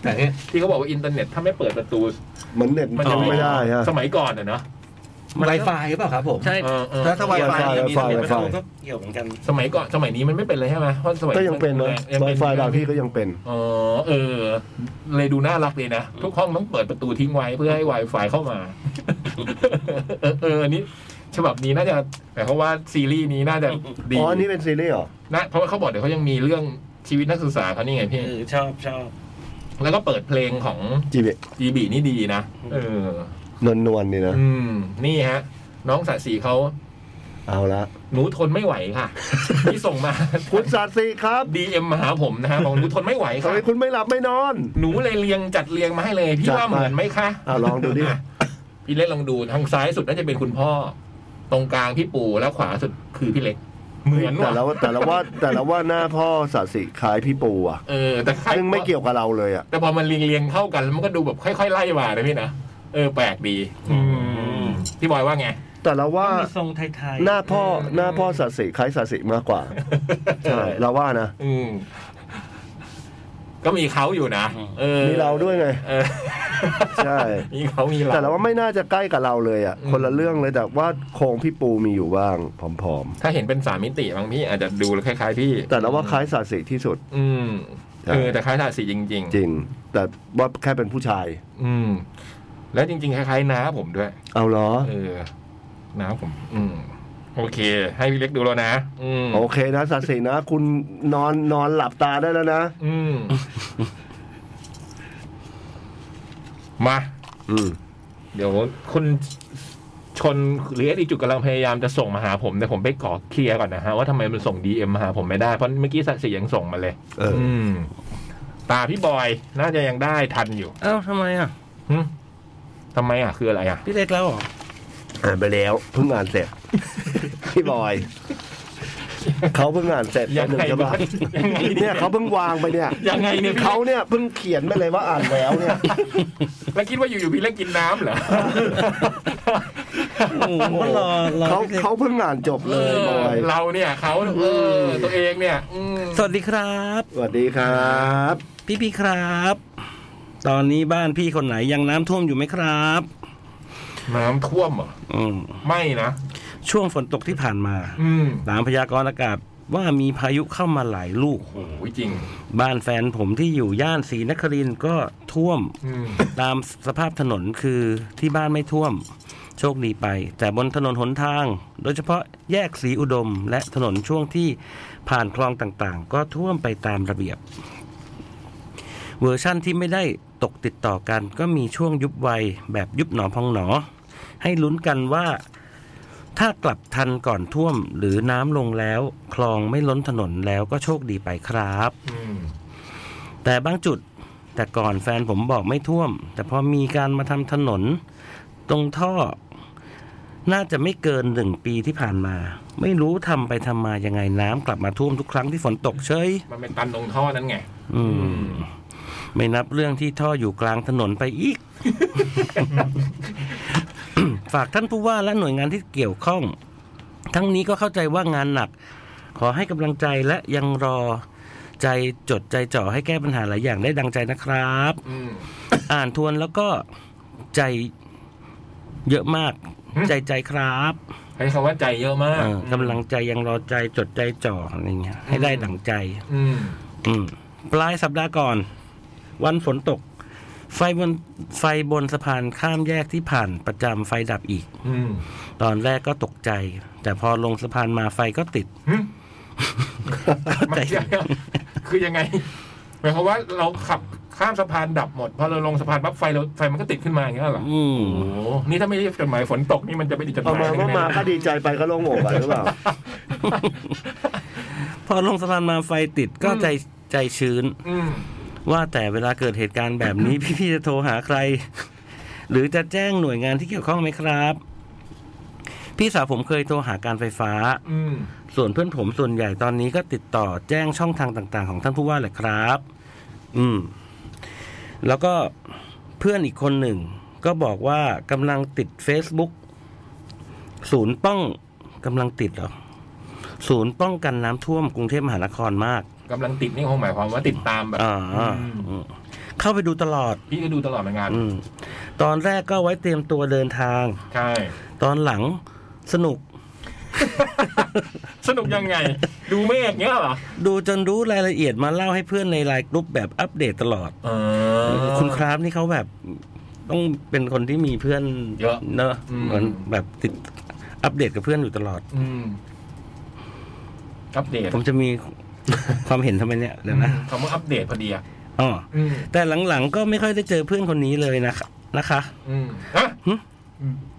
S5: แต่เนี่ย
S2: ที่เขาบอกว่าอินเทอร์เน็ตถ้าไม่เปิดประตู
S3: เหมือนเน็ต
S2: มันจะ
S3: ไม่ได้ฮะ
S2: สมัยก่อนอะเนาะ
S5: ไวไฟหรือเปล่าครับผม
S4: ใช่
S2: เออเออ
S5: ถ้าถ้าไวไฟ
S3: Wi-Fi
S5: เนี่ยมี
S3: Wi-Fi
S5: เนี่ย
S4: ประตูก็เกี่ยวเหมือนกัน
S2: สมัยก่อนสมัยนี้มันไม่เป็นเลยใช่ไหมเพราะสมัย
S3: ก็ยังเป็นนะ
S2: ยัง
S3: ไว
S2: เป็น
S3: ไฟบางที่ก็ยังเป็น
S2: อ๋อเออ เลยดูน่ารักเลยนะ ทุกห้องต้องเปิดประตูทิ้งไว้เพื่อให้ Wi-Fi เข้ามา เออเอออันนี้ฉบับนี้น่าจะแต่เพราะว่าซีรีส์นี้น่าจะดี
S3: อ๋ออันนี้เป็นซีรีส์เหรอ
S2: นะเพราะว่าเขาบอกเดี๋ยวเขายังมีเรื่องชีวิตนักศึกษาเขานี่ไงพี่
S4: เออชอบชอบ
S2: แล้วก็เปิดเพลงของ
S3: จีเบ
S2: จีบีนี่ดีนะ เออ
S3: นวลนวลๆนี่นะ
S2: อืม นี่ฮะ น้องสาสีเขา
S3: เอาละ
S2: หนูทนไม่ไหวค่ะ ที่ส่งมา
S3: คุณศาสตร์สีครับ
S2: ดีเอ็มมาหาผมนะฮะบอกหนูทนไม่ไหว
S3: ทำ
S2: ค่ะ
S3: ไมคุณไม่หลับไม่นอน
S2: หนูเลยเรียงจัดเรียงมาให้เลย พี่
S3: จัด
S2: ว่าเหมือน
S3: ไป
S2: ไหมคะ
S3: อ่าลองดูดิ
S2: อ่ะพี่เล็กลองดูทางซ้ายสุดน่าจะเป็นคุณพ่อ ตรงกลางพี่ปู่แล้วขวาสุดคือพี่เล็ก เหมือน
S3: แต่
S2: ว่ะ
S3: ละว่าแต่ละว่าแต่ละว่าหน้าพ่อศาสตร์สีคล้ายพี่ปูอ่ะ
S2: เออ แต่ใคร
S3: ซึ่งไม่เกี่ยวกับเราเลยอ่ะ
S2: แต่พอมันเรียงเรียงๆเข้ากันแล้วมันก็ดูแบบค่อยๆไล่มานะพี่นะเออแปลกดี อืมพี่บอยว่าไง
S3: แต่เราว่า
S4: มีทรงไทยๆ
S3: หน้าพ่อหน้าพ่อสัสิคล้ายสัสิมากกว่าใช่เราว่านะ
S2: อืม ก็มีเขาอยู่นะเออ
S3: มีเราด้วยไง
S2: เออ
S3: ใช่
S2: มีเขามีเรา
S3: แต่เราว่าไม่น่าจะใกล้กับเราเลยอ่ะ คนละเรื่องเลยแต่ว่าโครงพี่ปูมีอยู่บ้างผอม
S2: ถ้าเห็นเป็นสามมิติบางพี่อาจจะดูคล้าย ๆ พี่
S3: ๆ แต่เราว่าคล้ายสัสิที่สุด
S2: อืม
S3: ใช่
S2: เออแต่คล้ายสาสีจริง
S3: จริง แต่ว่าแค่เป็นผู้ชาย
S2: ๆ อืม แล้วจริง ๆ คล้ายๆน้าผมด้วย
S3: เอาเหรอ
S2: เออน้าผม อืม โอเค ให้พี่เล็กดูแล้วนะ อืม
S3: โอเคนะสัสินะ คุณนอนนอนหลับตาได้แล้วนะ
S2: อืม มา
S3: อืม
S2: เดี๋ยวคุณชนหรืออีจุดกำลังพยายามจะส่งมาหาผม แต่ผมไปขอเคลียร์ก่อนนะฮะ ว่าทำไมมันส่งดีเอ็มมาหาผมไม่ได้ เพราะเมื่อกี้สักสียังส่งมาเลย
S3: เอออื
S2: มตาพี่บอยน่าจะยังได้ทันอยู่
S4: เอ้าทำไมอ่ะ
S2: หึทำไมอ่ะ คืออะไรอ่ะ
S4: พี่เล็กแล้วเหรอ
S3: อ่านไปแล้วเพิ่งอ่านเสร็จ พี่บอย เขาเพิ่งอ่านเสร็จ
S2: ยังไง
S3: หนึ่งฉบับ
S2: ยังไงเนี่ย
S3: เนี่ยเขาเพิ่งวางไปเนี่ย
S2: ยังไงเนี่ยพี่
S3: เขาเนี่ยเพิ่งเขียนไปเลยว่าอ่านแล้วเนี่ย
S2: แล้วคิดว่าอยู่ๆพี่เล่นกินน้ำเหรอ
S4: โอ้โหผมก็รอรอ
S3: เขา
S4: พี่เล็ก
S3: เขาเพิ่งอ่านจบเลยบอย
S2: เราเนี่ยเขาเออตัวเองเนี่ยอืม
S4: สวัสดีครับ
S3: สวัสดีครับ
S4: พี่พี่ครับ ตอนนี้บ้านพี่คนไหนยังน้ำท่วมอยู่ไหมครับ
S2: น้ำท่วมเหรอ
S4: อืม
S2: ไม่นะ
S4: ช่วงฝนตกที่ผ่านมา
S2: อืม
S4: ตามพยากรณ์อากาศว่ามีพายุเข้ามาหลายลูก
S2: โอ้โหจริง
S4: บ้านแฟนผมที่อยู่ย่านศรีนครินทร์ก็ท่วม
S2: อืม
S4: ตามสภาพถนนคือที่บ้านไม่ท่วม โชคดีไป แต่บนถนนหนทาง โดยเฉพาะแยกสีอุดม และถนนช่วงที่ผ่านคลองต่างๆ ก็ท่วมไปตามระเบียบ เวอร์ชั่นที่ไม่ได้ตกติดต่อกัน ก็มีช่วงยุบไวแบบยุบหนอพองหนอ ให้ลุ้นกันว่า ถ้ากลับทันก่อนท่วมหรือน้ำลงแล้ว คลองไม่ล้นถนนแล้วก็โชคดีไปครับ
S2: อืม
S4: แต่บางจุดแต่ก่อนแฟนผมบอกไม่ท่วม แต่พอมีการมาทำถนน ตรงท่อ น่าจะไม่เกินหนึ่งปีที่ผ่านมา ไม่รู้ทำไปทำมายังไงน้ำกลับมาท่วมทุกครั้งที่ฝนตกเฉย
S2: มันเป็นตันตรงท่อนั้นไง
S4: อืม ไม่นับเรื่องที่ท่ออยู่กลางถนนไปอีก ฝากท่านผู้ว่าและหน่วยงานที่เกี่ยวข้อง ทั้งนี้ก็เข้าใจว่างานหนัก ขอให้กำลังใจและยังรอใจจดใจจ่อให้แก้ปัญหาหลายอย่างได้ดังใจนะครับ
S2: อืม
S4: อ่านทวนแล้วก็ใจเยอะมาก
S2: หึ
S4: ใจใจครับ
S2: ใช้คำว่าใจเยอะมาก
S4: เออกำลังใจยังรอใจจดใจจ่ออะไรเงี้ยให้ได้ดังใจ
S2: อืม
S4: อืมปลายสัปดาห์ก่อน วันฝนตก ไฟบนไฟบนสะพานข้ามแยกที่ผ่านประจำไฟดับอีก
S2: อืม
S4: ตอนแรกก็ตกใจ แต่พอลงสะพานมาไฟก็ติด
S2: หึมันเดี๋ยวคือยังไงหมายความว่าเราขับข้ามสะพานดับหมดพอเราลงสะพานปั๊บไฟเราไฟมันก็ติดขึ้นมาอย่างเงี้ยเหรอ
S4: อืม
S2: โอ้โหนี่ถ้าไม่ได้จดหมายฝนตกนี่มันจะไม่ได้จดห
S3: เอา
S2: มาย
S3: มาก็
S2: แน่ๆ
S3: มาก็ดีใจไปก็โล่งอกอะหรือเปล่า
S4: พอลงสะพานมาไฟติดก็
S2: อืม
S4: ใจใจชื้น
S2: อืม
S4: ว่าแต่เวลาเกิดเหตุการณ์แบบนี้ พี่พี่ๆจะโทรหาใคร หรือจะแจ้งหน่วยงานที่เกี่ยวข้องไหมครับ พี่สาวผมเคยโทรหาการไฟฟ้า
S2: อืม
S4: ส่วนเพื่อนผมส่วนใหญ่ตอนนี้ก็ติดต่อแจ้งช่องทางต่างๆ ของท่านผู้ว่าแหละครับ อืม แล้วก็เพื่อนอีกคนหนึ่ง ก็บอกว่ากำลังติด Facebook ศูนย์ป้องกำลังติดเหรอศูนย์ป้องกันน้ำท่วมกรุงเทพมหานครมาก
S2: กำลังติดนี่คงหมายความว่าติดตามแบบ
S4: อ่า
S2: อืม
S4: เข้าไปดูตลอด
S2: พี่ก็ดูตลอดเหมือนกัน
S4: อืมตอนแรกก็ไว้เตรียมตัวเดินทาง
S2: ใช่
S4: ตอนหลังสนุก
S2: สนุกยังไง ดูเมฆเงี้ยเหรอ
S4: ดูจนรู้รายละเอียดมาเล่าให้เพื่อนในไลน์กรุ๊ปแบบอัปเดตตลอด
S2: เอ
S4: คุณคราฟนี่เขาแบบต้องเป็นคนที่มีเพื่อน
S2: เยอะ
S4: เนอะ
S2: อืม
S4: เหมือนแบบติดอัปเดตกับเพื่อนอยู่ตลอด
S2: อืมอัปเดต
S4: ผมจะมี ความเห็นทำไมเนี่ยเดี๋ยวนะ
S2: คำว่าอัปเดตพอดีอะ
S4: อ๋อ
S2: อืม
S4: แต่หลังๆก็ไม่ค่อยได้เจอเพื่อนคนนี้เลยนะคะนะคะ
S2: อืมฮะ
S4: หึ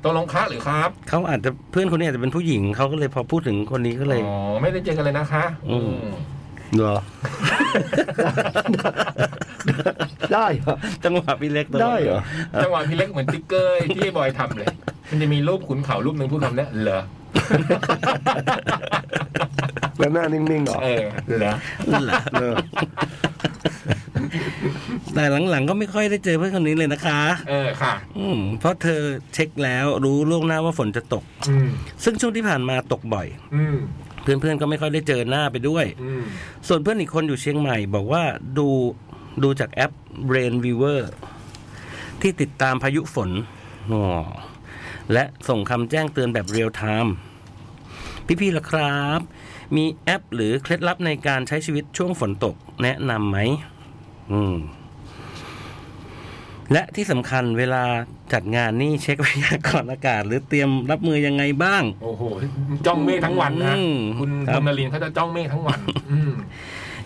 S2: ตกลงค้าหรือครับ
S4: เขาอาจจะเพื่อนคนนี้อาจจะเป็นผู้หญิงเขาก็เลยพอพูดถึงคนนี้ก็เลย
S2: อ๋อไม่ได้เจอกันเลยนะคะ
S4: อืม
S2: อืม
S3: เหรอ ได้เหรอ
S4: จังหวะพี่เล็กตลอ
S3: ได้เหรอ
S2: จังหวะพี่เล็กเหมือนติ๊กเกอร์ที่บอยทำเลย มันจะมีรูปขุนเขารูปหนึ่งพูดคำเนี้ยเหรอ
S3: แล้วหน้านิ่งๆเหรอ
S2: เออเหรอ
S3: เออ
S4: แต่หลังๆก็ไม่ค่อยได้เจอเพื่อนคนนี้เลยนะคะ
S2: เออค่ะ
S4: อืมเพราะเธอเช็คแล้วรู้ล่วงหน้าว่าฝนจะตก
S2: อืม
S4: ซึ่งช่วงที่ผ่านมาตกบ่อย
S2: อืม
S4: เพื่อนๆก็ไม่ค่อยได้เจอหน้าไปด้วย
S2: อืม
S4: ส่วนเพื่อนอีกคนอยู่เชียงใหม่บอกว่าดูดูจากแอป Brain Viewer ที่ติดตามพายุฝนอ๋อและส่งคำแจ้งเตือนแบบเรียลไทม์พี่ๆล่ะครับ มีแอปหรือเคล็ดลับในการใช้ชีวิตช่วงฝนตกแนะนำไหมอืม และที่สำคัญเวลาจัดงานนี่เช็คพยากรณ์อากาศ หรือเตรียมรับมือยังไงบ้าง
S2: โอ้โห จ้องเมฆทั้งวันนะ
S4: อืม
S2: คุณ
S4: ครับ
S2: คุณนลินทร์เขาจะจ้องเมฆทั้งวัน อืม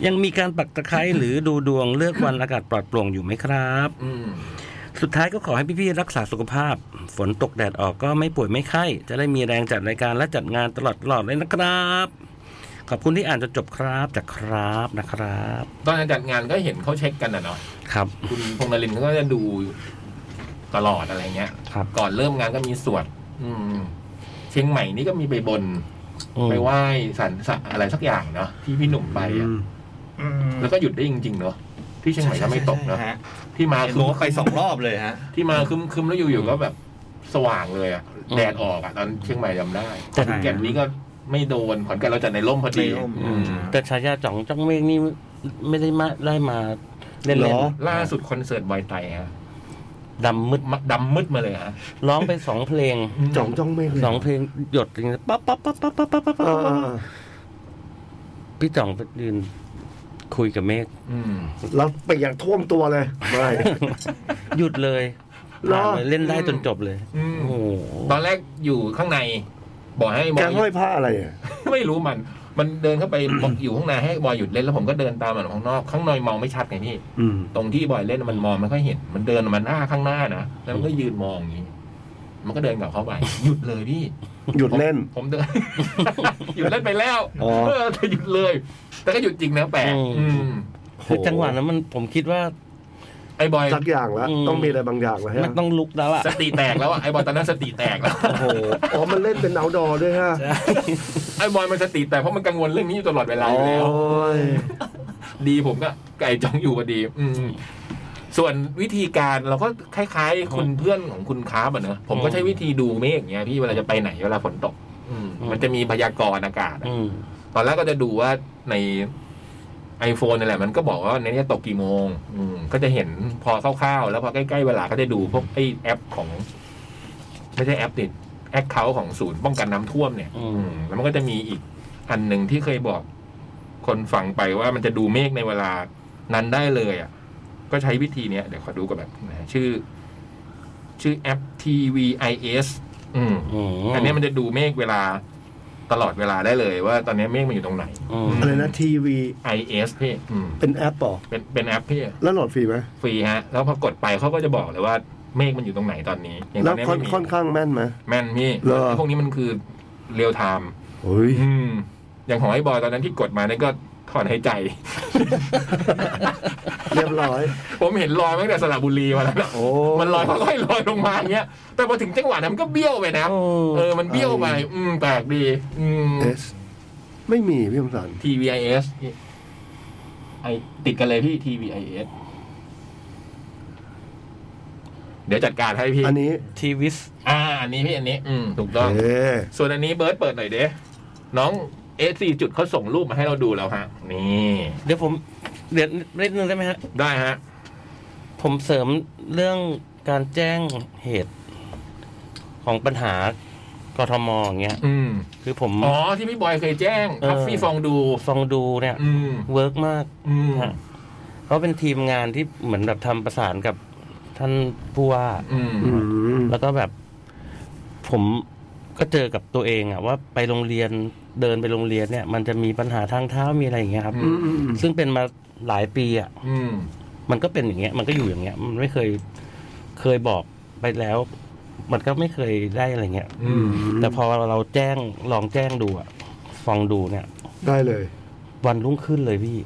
S4: ยังมีการปักตะไคร้หรือดูดวงเลือกวันอากาศปลอดโปร่งอยู่ไหมครับ
S2: อืม
S4: สุดท้ายก็ขอให้พี่ๆรักษาสุขภาพ ฝนตกแดดออกก็ไม่ป่วยไม่ไข้ จะได้มีแรงจัดรายการและจัดงานตลอดตลอดๆเลยนะครับ ขอบคุณที่อ่านจนจบครับจากครับนะครับ
S2: ตอนจัดงานก็เห็นเขาเช็คกันนะเนาะ
S4: ครับ
S2: คุณพงษ์นลินทร์เขาก็จะดูตลอดอะไรเงี้ย
S4: ครับ
S2: ก่อนเริ่มงานก็มีสวด อืม เชียงใหม่นี่ก็มีไปบน ไปไหว้สันสะอะไรสักอย่างเนาะที่พี่หนุ่มไปอะ
S4: อืม
S5: อืม
S2: แล้วก็หยุดได้จริงๆเนาะที่เชียงใหม่ก็ไม่ตกเนาะ
S5: ฮะ
S2: ที่มา
S5: เห็น
S2: คืม
S5: บอกว่าไปสองรอบเลยฮะ
S2: ที่มาคึมคึมแล้วอยู่ๆก็แบบ สว่างเลยอะแดดออกอะตอนเชียงใหม่จำได้
S4: แต่
S2: แต่แก่นนี้ก็ไม่โดนขอนแก่นเราจัดในร่มพอดี
S5: ในร่ม
S2: อืม
S4: แต่ฉายาจ่องจ้องเมฆนี่ไม่ได้มาได้มาเล่น
S3: เหร
S4: ๆ
S3: อ
S2: ล่าสุดคอนเสิร์ตบอยไตฮะ
S4: ดำมืด
S2: มดำมืดมาเลยฮะ
S4: ร้องไปสองเพลง
S3: จ่องจ้องเมฆเลย
S4: สองเพลงหยดจริงๆปั๊บปั๊บปั๊บปั๊บปั๊บปั๊บปั๊บ
S3: อ่าอ่า
S4: ปั๊บ
S3: อ่า
S4: พี่จ่องไปยืนคุยกับเมฆ
S2: อืม
S3: แล้วไปอย่างท่วมตัวเลยไม่
S4: หยุดเลย
S3: เหรอ
S4: ผ่านเลยเล่นได้จนจบเลย
S2: อืม
S4: โอ้โห
S2: ตอนแรกอยู่ข้างใน บอกให้บ
S3: แก
S2: อย
S3: ห้อยผ้าอะไรอ่ะ
S2: ไม่รู้มัน มันเดินเข้าไปบอกอยู่ข้างในให้บอยหยุดเล่นแล้วผมก็เดินตามมันออกข้างนอกข้างในมองไม่ชัดไงพี่
S3: อืม
S2: ตรงที่บอยเล่นมันมองไม่ค่อยเห็น มันเดินมันหน้าข้างหน้านะแล้วมันก็ยืนมองอย่างนี้ มันก็เดินกลับเข้าไป หยุดเลยพี่
S3: หยุดเล่น
S2: ผมเดิน หยุดเล่นไปแล้ว
S3: อ๋อ
S2: เออแต่หยุดเลย แต่ก็หยุดจริงนะแปลก
S4: อืม
S2: อืม
S4: คือจังหวะนั้นมันผมคิดว่า
S2: ไอ้บอย
S3: สักอย่างแล้ว
S4: อืม
S3: ต้องมีอะไรบางอย่างแล้ว
S4: มั
S3: ฮะ
S4: นต้องลุกแล้วอะ
S2: สติแตกแล้วอะไอ้บอยตอนนั้นสติแตก แล้ว
S3: โอ้โหอ๋อมันเล่นเป็นเอาดอด้วยฮะ
S2: ไอ้บอยมันสติแตกเพราะมันกังวลเรื่องนี้อยู่ตลอดเวลาอ
S3: โอ้
S2: ยู่แล้ว
S3: ย
S2: ดีผมก็ไก่จ้องอยู่พอดี อืมส่วนวิธีการเราก็คล้ายๆคุณเพื่อนของคุณค้าบอะเนอะผมก็ใช้วิธีดูเมฆอย่างเงี้ยพี่เวลาจะไปไหนเวลาฝนตก อืมมันจะมีพยากรณ์อากาศอะ
S4: อืม
S2: ตอนแรกก็จะดูว่าใน iPhone นี่นแหละ มันก็บอกว่าในนี้ตกกี่โมง อืมก็จะเห็นพอคร่าวๆแล้วพอใกล้ๆเวลาก็จะดูพวกไอแอปของ ไม่ใช่แอปติดแอคเคาท์ของศูนย์ป้องกันน้ำท่วมเนี่ย
S4: อื
S2: อื
S4: ม
S2: มแล้วมันก็จะมีอีกอันหนึ่งที่เคยบอกคนฟังไปว่ามันจะดูเมฆในเวลานั้นได้เลยอ่ะ ก็ใช้วิธีเนี้ยเดี๋ยวขอดูกันแบบนะชื่อ ชื่อแอป TVIS อืม
S4: อืม
S2: อันเนี้ยมันจะดูเมฆเวลาตลอดเวลาได้เลย ว่าตอนเนี้ยเมฆมันอยู่ตรงไหน
S4: อืม
S3: อะไรนะทีวี
S2: IS พี่อืม
S3: เป็นแอปป่อ
S2: เป็นเป็นแอปพี่
S3: แล้วโหลดฟรีไหม
S2: ฟรีฮะ แล้วพอกดไปเขาก็จะบอกเลยว่าเมฆมันอยู่ตรงไหนตอนนี้อย่างต
S3: แล้
S2: อ
S3: วน
S2: เนี้ย
S3: ค่อน
S2: ไม่มี
S3: ค่อนข้างแม่นไหม
S2: แม่นพี่
S3: เหรอ
S2: พวกนี้มันคือเรียลไทม์
S3: เฮ้ย
S2: อืมอย่างของไอ้บอยตอนนั้นที่กดมาเนี่ยก็ถอนหายใจ
S3: เรียบร้อย
S2: ผมเห็นลอยมาตั้งแต่สระบุรีมาแล้วนะ
S3: โอ้
S2: มันลอยค่อยๆลอยลงมาอย่างเงี้ย แต่พอถึงจังหวะนั้นมันก็เบี้ยวไปนะ
S4: โอ้
S2: เออ มันเบี้ยวไป อืมแปลกดี อืม
S3: เอสไม่มีพี่คมสัน
S2: TVIS ไอติดกันเลยพี่ TVIS เดี๋ยวจัดการให้พี่
S3: อันนี้
S4: ทีวิส
S2: อ่า อันนี้พี่อันนี้ อืม ถูกต้อง
S3: เอ๊ะ
S2: ส่วนอันนี้เบิร์ดเปิดหน่อยเด้น้องเอสสี่จุดเขาส่งรูปมาให้เราดูแล้วฮะ นี่
S4: เดี๋ยวผมเดี๋ยวเล่นดนึงได้ไหมฮะ
S2: ได้ฮะ
S4: ผมเสริมเรื่องการแจ้งเหตุของปัญหากทมอย่างเงี้ย
S2: อืม
S4: คือผม
S2: อ๋อ ที่พี่บอยเคยแจ้งทัฟฟี่ฟองดู
S4: ฟังดูเนี่ย
S2: อืม
S4: เวิร์กมาก
S2: อืม
S4: ฮะเขาเป็นทีมงานที่เหมือนแบบทำประสานกับท่านผู้ว่า
S2: อืม
S3: อืม
S4: แล้วก็แบบผมก็เจอกับตัวเองอะว่าไปโรงเรียนเดินไปโรงเรียนเนี่ย มันจะมีปัญหาทางเท้ามีอะไรอย่างเงี้ยครับ
S2: อื
S3: อืมอืมอืม
S4: ซึ่งเป็นมาหลายปีอะ
S2: อืม
S4: มันก็เป็นอย่างเงี้ย มันก็อยู่อย่างเงี้ย มันไม่เคยเคยบอกไปแล้ว มันก็ไม่เคยได้อะไรเงี้ย
S2: อืม
S4: แต่พอเราแจ้งลองแจ้งดูอะฟังดูเนี่ย
S3: ได้เลย
S4: วันรุ่งขึ้นเลยพี่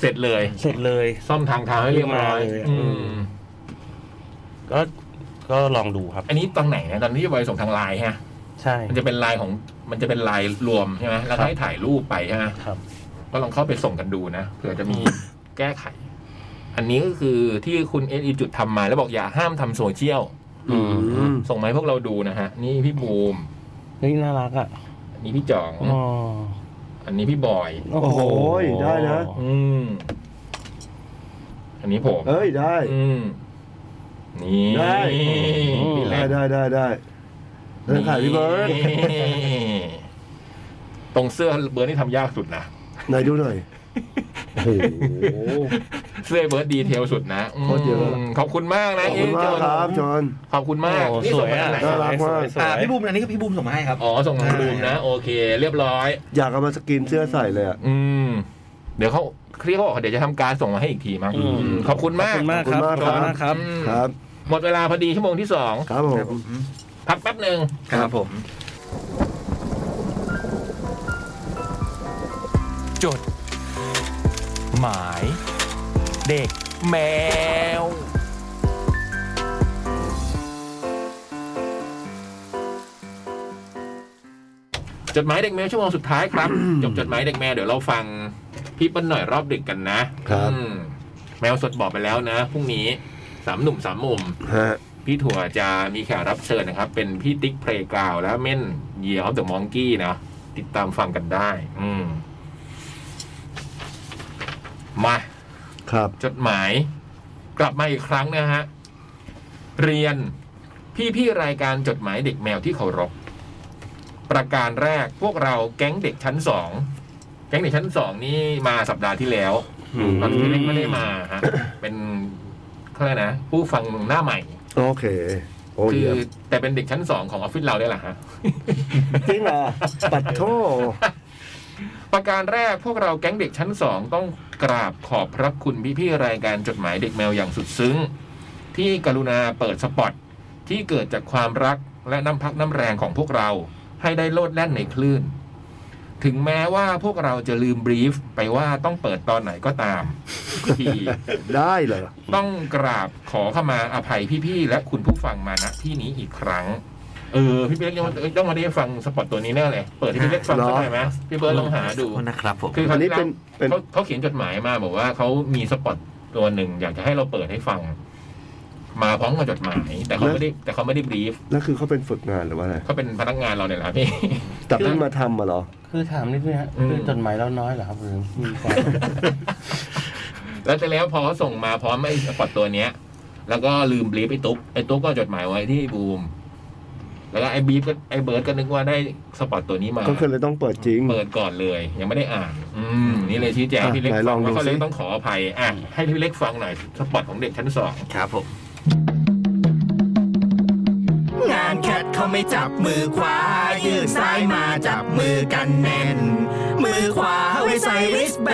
S2: เสร็จเลย
S4: เสร็จเลย
S2: ซ่อมทางเท้าให้เรียบร้อย
S4: เรียบร้อย
S2: อืม
S4: ก็ก็ลองดูครับ
S2: อันนี้ตอนไหนนะ ตอนที่บอยส่งทางไลน์ฮะ
S4: ใช่
S2: มันจะเป็นไลน์ของ มันจะเป็นไลน์รวมใช่ไหมแล้วก็ให้ถ่ายรูปไปใช่ไหม
S4: ครับ
S2: ก็ลองเข้าไปส่งกันดูนะ เผื่อจะมี แก้ไข อันนี้ก็คือที่คุณเอจุดทำมาแล้วบอกอย่าห้ามทำโซเชียล
S4: อืม
S2: ส่งมาให้พวกเราดูนะฮะ นี่พี่บูม
S4: เฮ้ยน่ารักอ่ะ
S2: อันนี้พี่จ่อง
S4: อ๋อ
S2: อันนี้พี่บอย
S4: โอ้โห
S3: โอ้ยได้นะ
S2: อืม อันนี้ผม
S3: เอ้ยได้
S2: อืมนี่
S3: ได้
S2: นี่แห
S3: ได้
S2: ละ
S3: ได้ได้ได้เดินถ่ายพี่เบิร์ด
S2: นี่ตรงเสื้อเบิร์ดนี่ทำยากสุดนะ
S3: ไหนดูหน่อย โอ้โห
S2: เสื้อเบิร์ดดีเทลสุดนะอืม
S3: โคตรเยอะ
S2: ขอบคุณมาก
S3: ข
S2: นะ
S3: อบคุณมากครับจอห์น
S2: ขอบคุณมาก
S4: โอ้
S2: นี่
S4: ส
S2: ส่
S4: ว
S2: ง
S4: ย
S2: มา
S4: อ่ะ
S2: ทางไหน
S3: น่ารักมาก
S4: สวย
S5: อ่า
S4: ๆ
S5: พี่บูมอันนี้ก็พี่บูมส่งมาให้ครับ
S2: อ๋อส่งมาทางรูมนะ โอเค เรียบร้อย
S3: อยากเอามาสกรีนเสื้อใส่เลยอ่ะ
S2: อืม เดี๋ยวเขาเครียกเขาบอกเดี๋ยวจะทำการส่งมาให้อีกทีมั้ง
S4: อืม
S2: อืมขอบคุณ
S4: ขอบ
S2: มาก
S4: คุณมากค
S3: ขอ
S4: รับข
S3: บบคุ
S4: อคุณ
S3: มาม
S4: ณาก ก
S3: ค
S4: ค
S3: รั
S4: รับ บ
S2: อืม
S3: ครับ
S2: หมดเวลาพอดีชั่วโมงที่สอง
S3: ครับผม
S2: พักแป๊บหนึ่ง
S5: ครับผม
S1: จด หมาย เด็กแมว
S2: จดหมายเด็กแมวชั่วโมงสุดท้ายครับ จบจดหมายเด็กแมวเดี๋ยวเราฟังพี่เปิ้ลหน่อยรอบดึกกันนะครับ อืมแมวสดบอกไปแล้วนะพรุ่งนี้สามหนุ่มสามมุม
S3: ฮะ
S2: พี่ถั่วจะมีแขกรับเชิญนะครับ เป็นพี่ติ๊กเพลกาวและเม่นเหยียบเดอะมองกี้นะ ติดตามฟังกันได้ อืมมา
S3: ครับ
S2: จดหมาย กลับมาอีกครั้งนะฮะ เรียนพี่ๆรายการจดหมายเด็กแมวที่เคารพ ประการแรกพวกเราแก๊งเด็กชั้นสองแก๊งเด็กชั้นสองนี่มาสัปดาห์ที่แล้ว
S4: อืม
S2: ตอนที่เล็กไม่ได้มาฮะ เป็นเขาเรียกนะผู้ฟังหน้าใหม่
S3: โอเค โอ้ย
S2: คื
S3: เยี่
S2: อย
S3: ม
S2: แต่เป็นเด็กชั้นสองของออฟฟิศเราได้แหละฮะ
S3: จริงเหรอปัดโทษ
S2: ประการแรกพวกเราแก๊งเด็กชั้นสองต้องกราบขอบพระคุณพี่ๆรายการจดหมายเด็กแมวอย่างสุดซึ้ง ที่กรุณาเปิดสปอต ที่เกิดจากความรักและน้ำพักน้ำแรงของพวกเรา ให้ได้โลดแล่นในคลื่น ถึงแม้ว่าพวกเราจะลืมบรีฟไปว่าต้องเปิดตอนไหนก็ตาม ที
S3: ได้เหรอ
S2: ต้องกราบขอเข้ามาอภัยพี่ๆและคุณผู้ฟังมาณที่นี้อีกครั้ง เออพี่เบิร์ดยังต้องมาได้ฟังสปอตตัวนี้แน่เลย เปิดให้พี่เล็กฟัง
S3: เหรอ
S2: สักหน่อยไหมพี่เบิร์ดลองหาดู
S5: ขอบคุณนะครับผม
S2: คือค
S3: อั
S2: ราน ว
S3: นี้
S2: ที่
S3: เป็น
S2: แล้ว
S3: เป็น
S2: เขาเขาเขียนจดหมายมาบอกว่าเขามีสปอตตัวหนึ่งอยากจะให้เราเปิดให้ฟัง มาพร้อมกับจดหมาย แต่เขาไม่ได้แต่เขาไม่ได้บรีฟ
S3: นั่นคือเขาเป็นฝึกงานหรือว่าอะไร
S2: เขาเป็นพนักงานเราเนี่ยแหละพี่
S3: จับขึ้นมาทำมาเหรอ
S4: คือถามนิดนึงฮะ
S2: อืม
S4: คือจดหมายเราน้อยเหรอครับหรือมีความ
S2: แล้วแต่แล้วพอเขาส่งมาพร้อมไอ้สปอตตัวเนี้ย แล้วก็ลืมบรีฟไอ้ตุ๊กไอ้ตุ๊กก็จดหมายไว้ที่บูม แล้วก็ไอ้บรีฟก็ไอ้เบิร์ดก็นึกว่าได้สปอตตัวนี้มา
S3: ก็คือเลยต้องเปิดจริง
S2: เปิดก่อนเลย ยังไม่ได้อ่าน อืม นี่เลยชี้แจง
S3: อ่ะ
S2: พี่เล็ก
S3: ไหนล
S2: ฟั
S3: อง
S2: ง
S3: ดู
S2: ว่าเขาเลย
S3: สิ
S2: ต้องขออภัยอ่ะให้พี่เล็กฟังหน่อยสปอตของเด็กชั้นสอง
S5: ครับผม งานแคทเขาไม่จับมือขวา ยืดซ้ายมาจับมือกันแน่น มือขวาไว้ใส่ริสแบ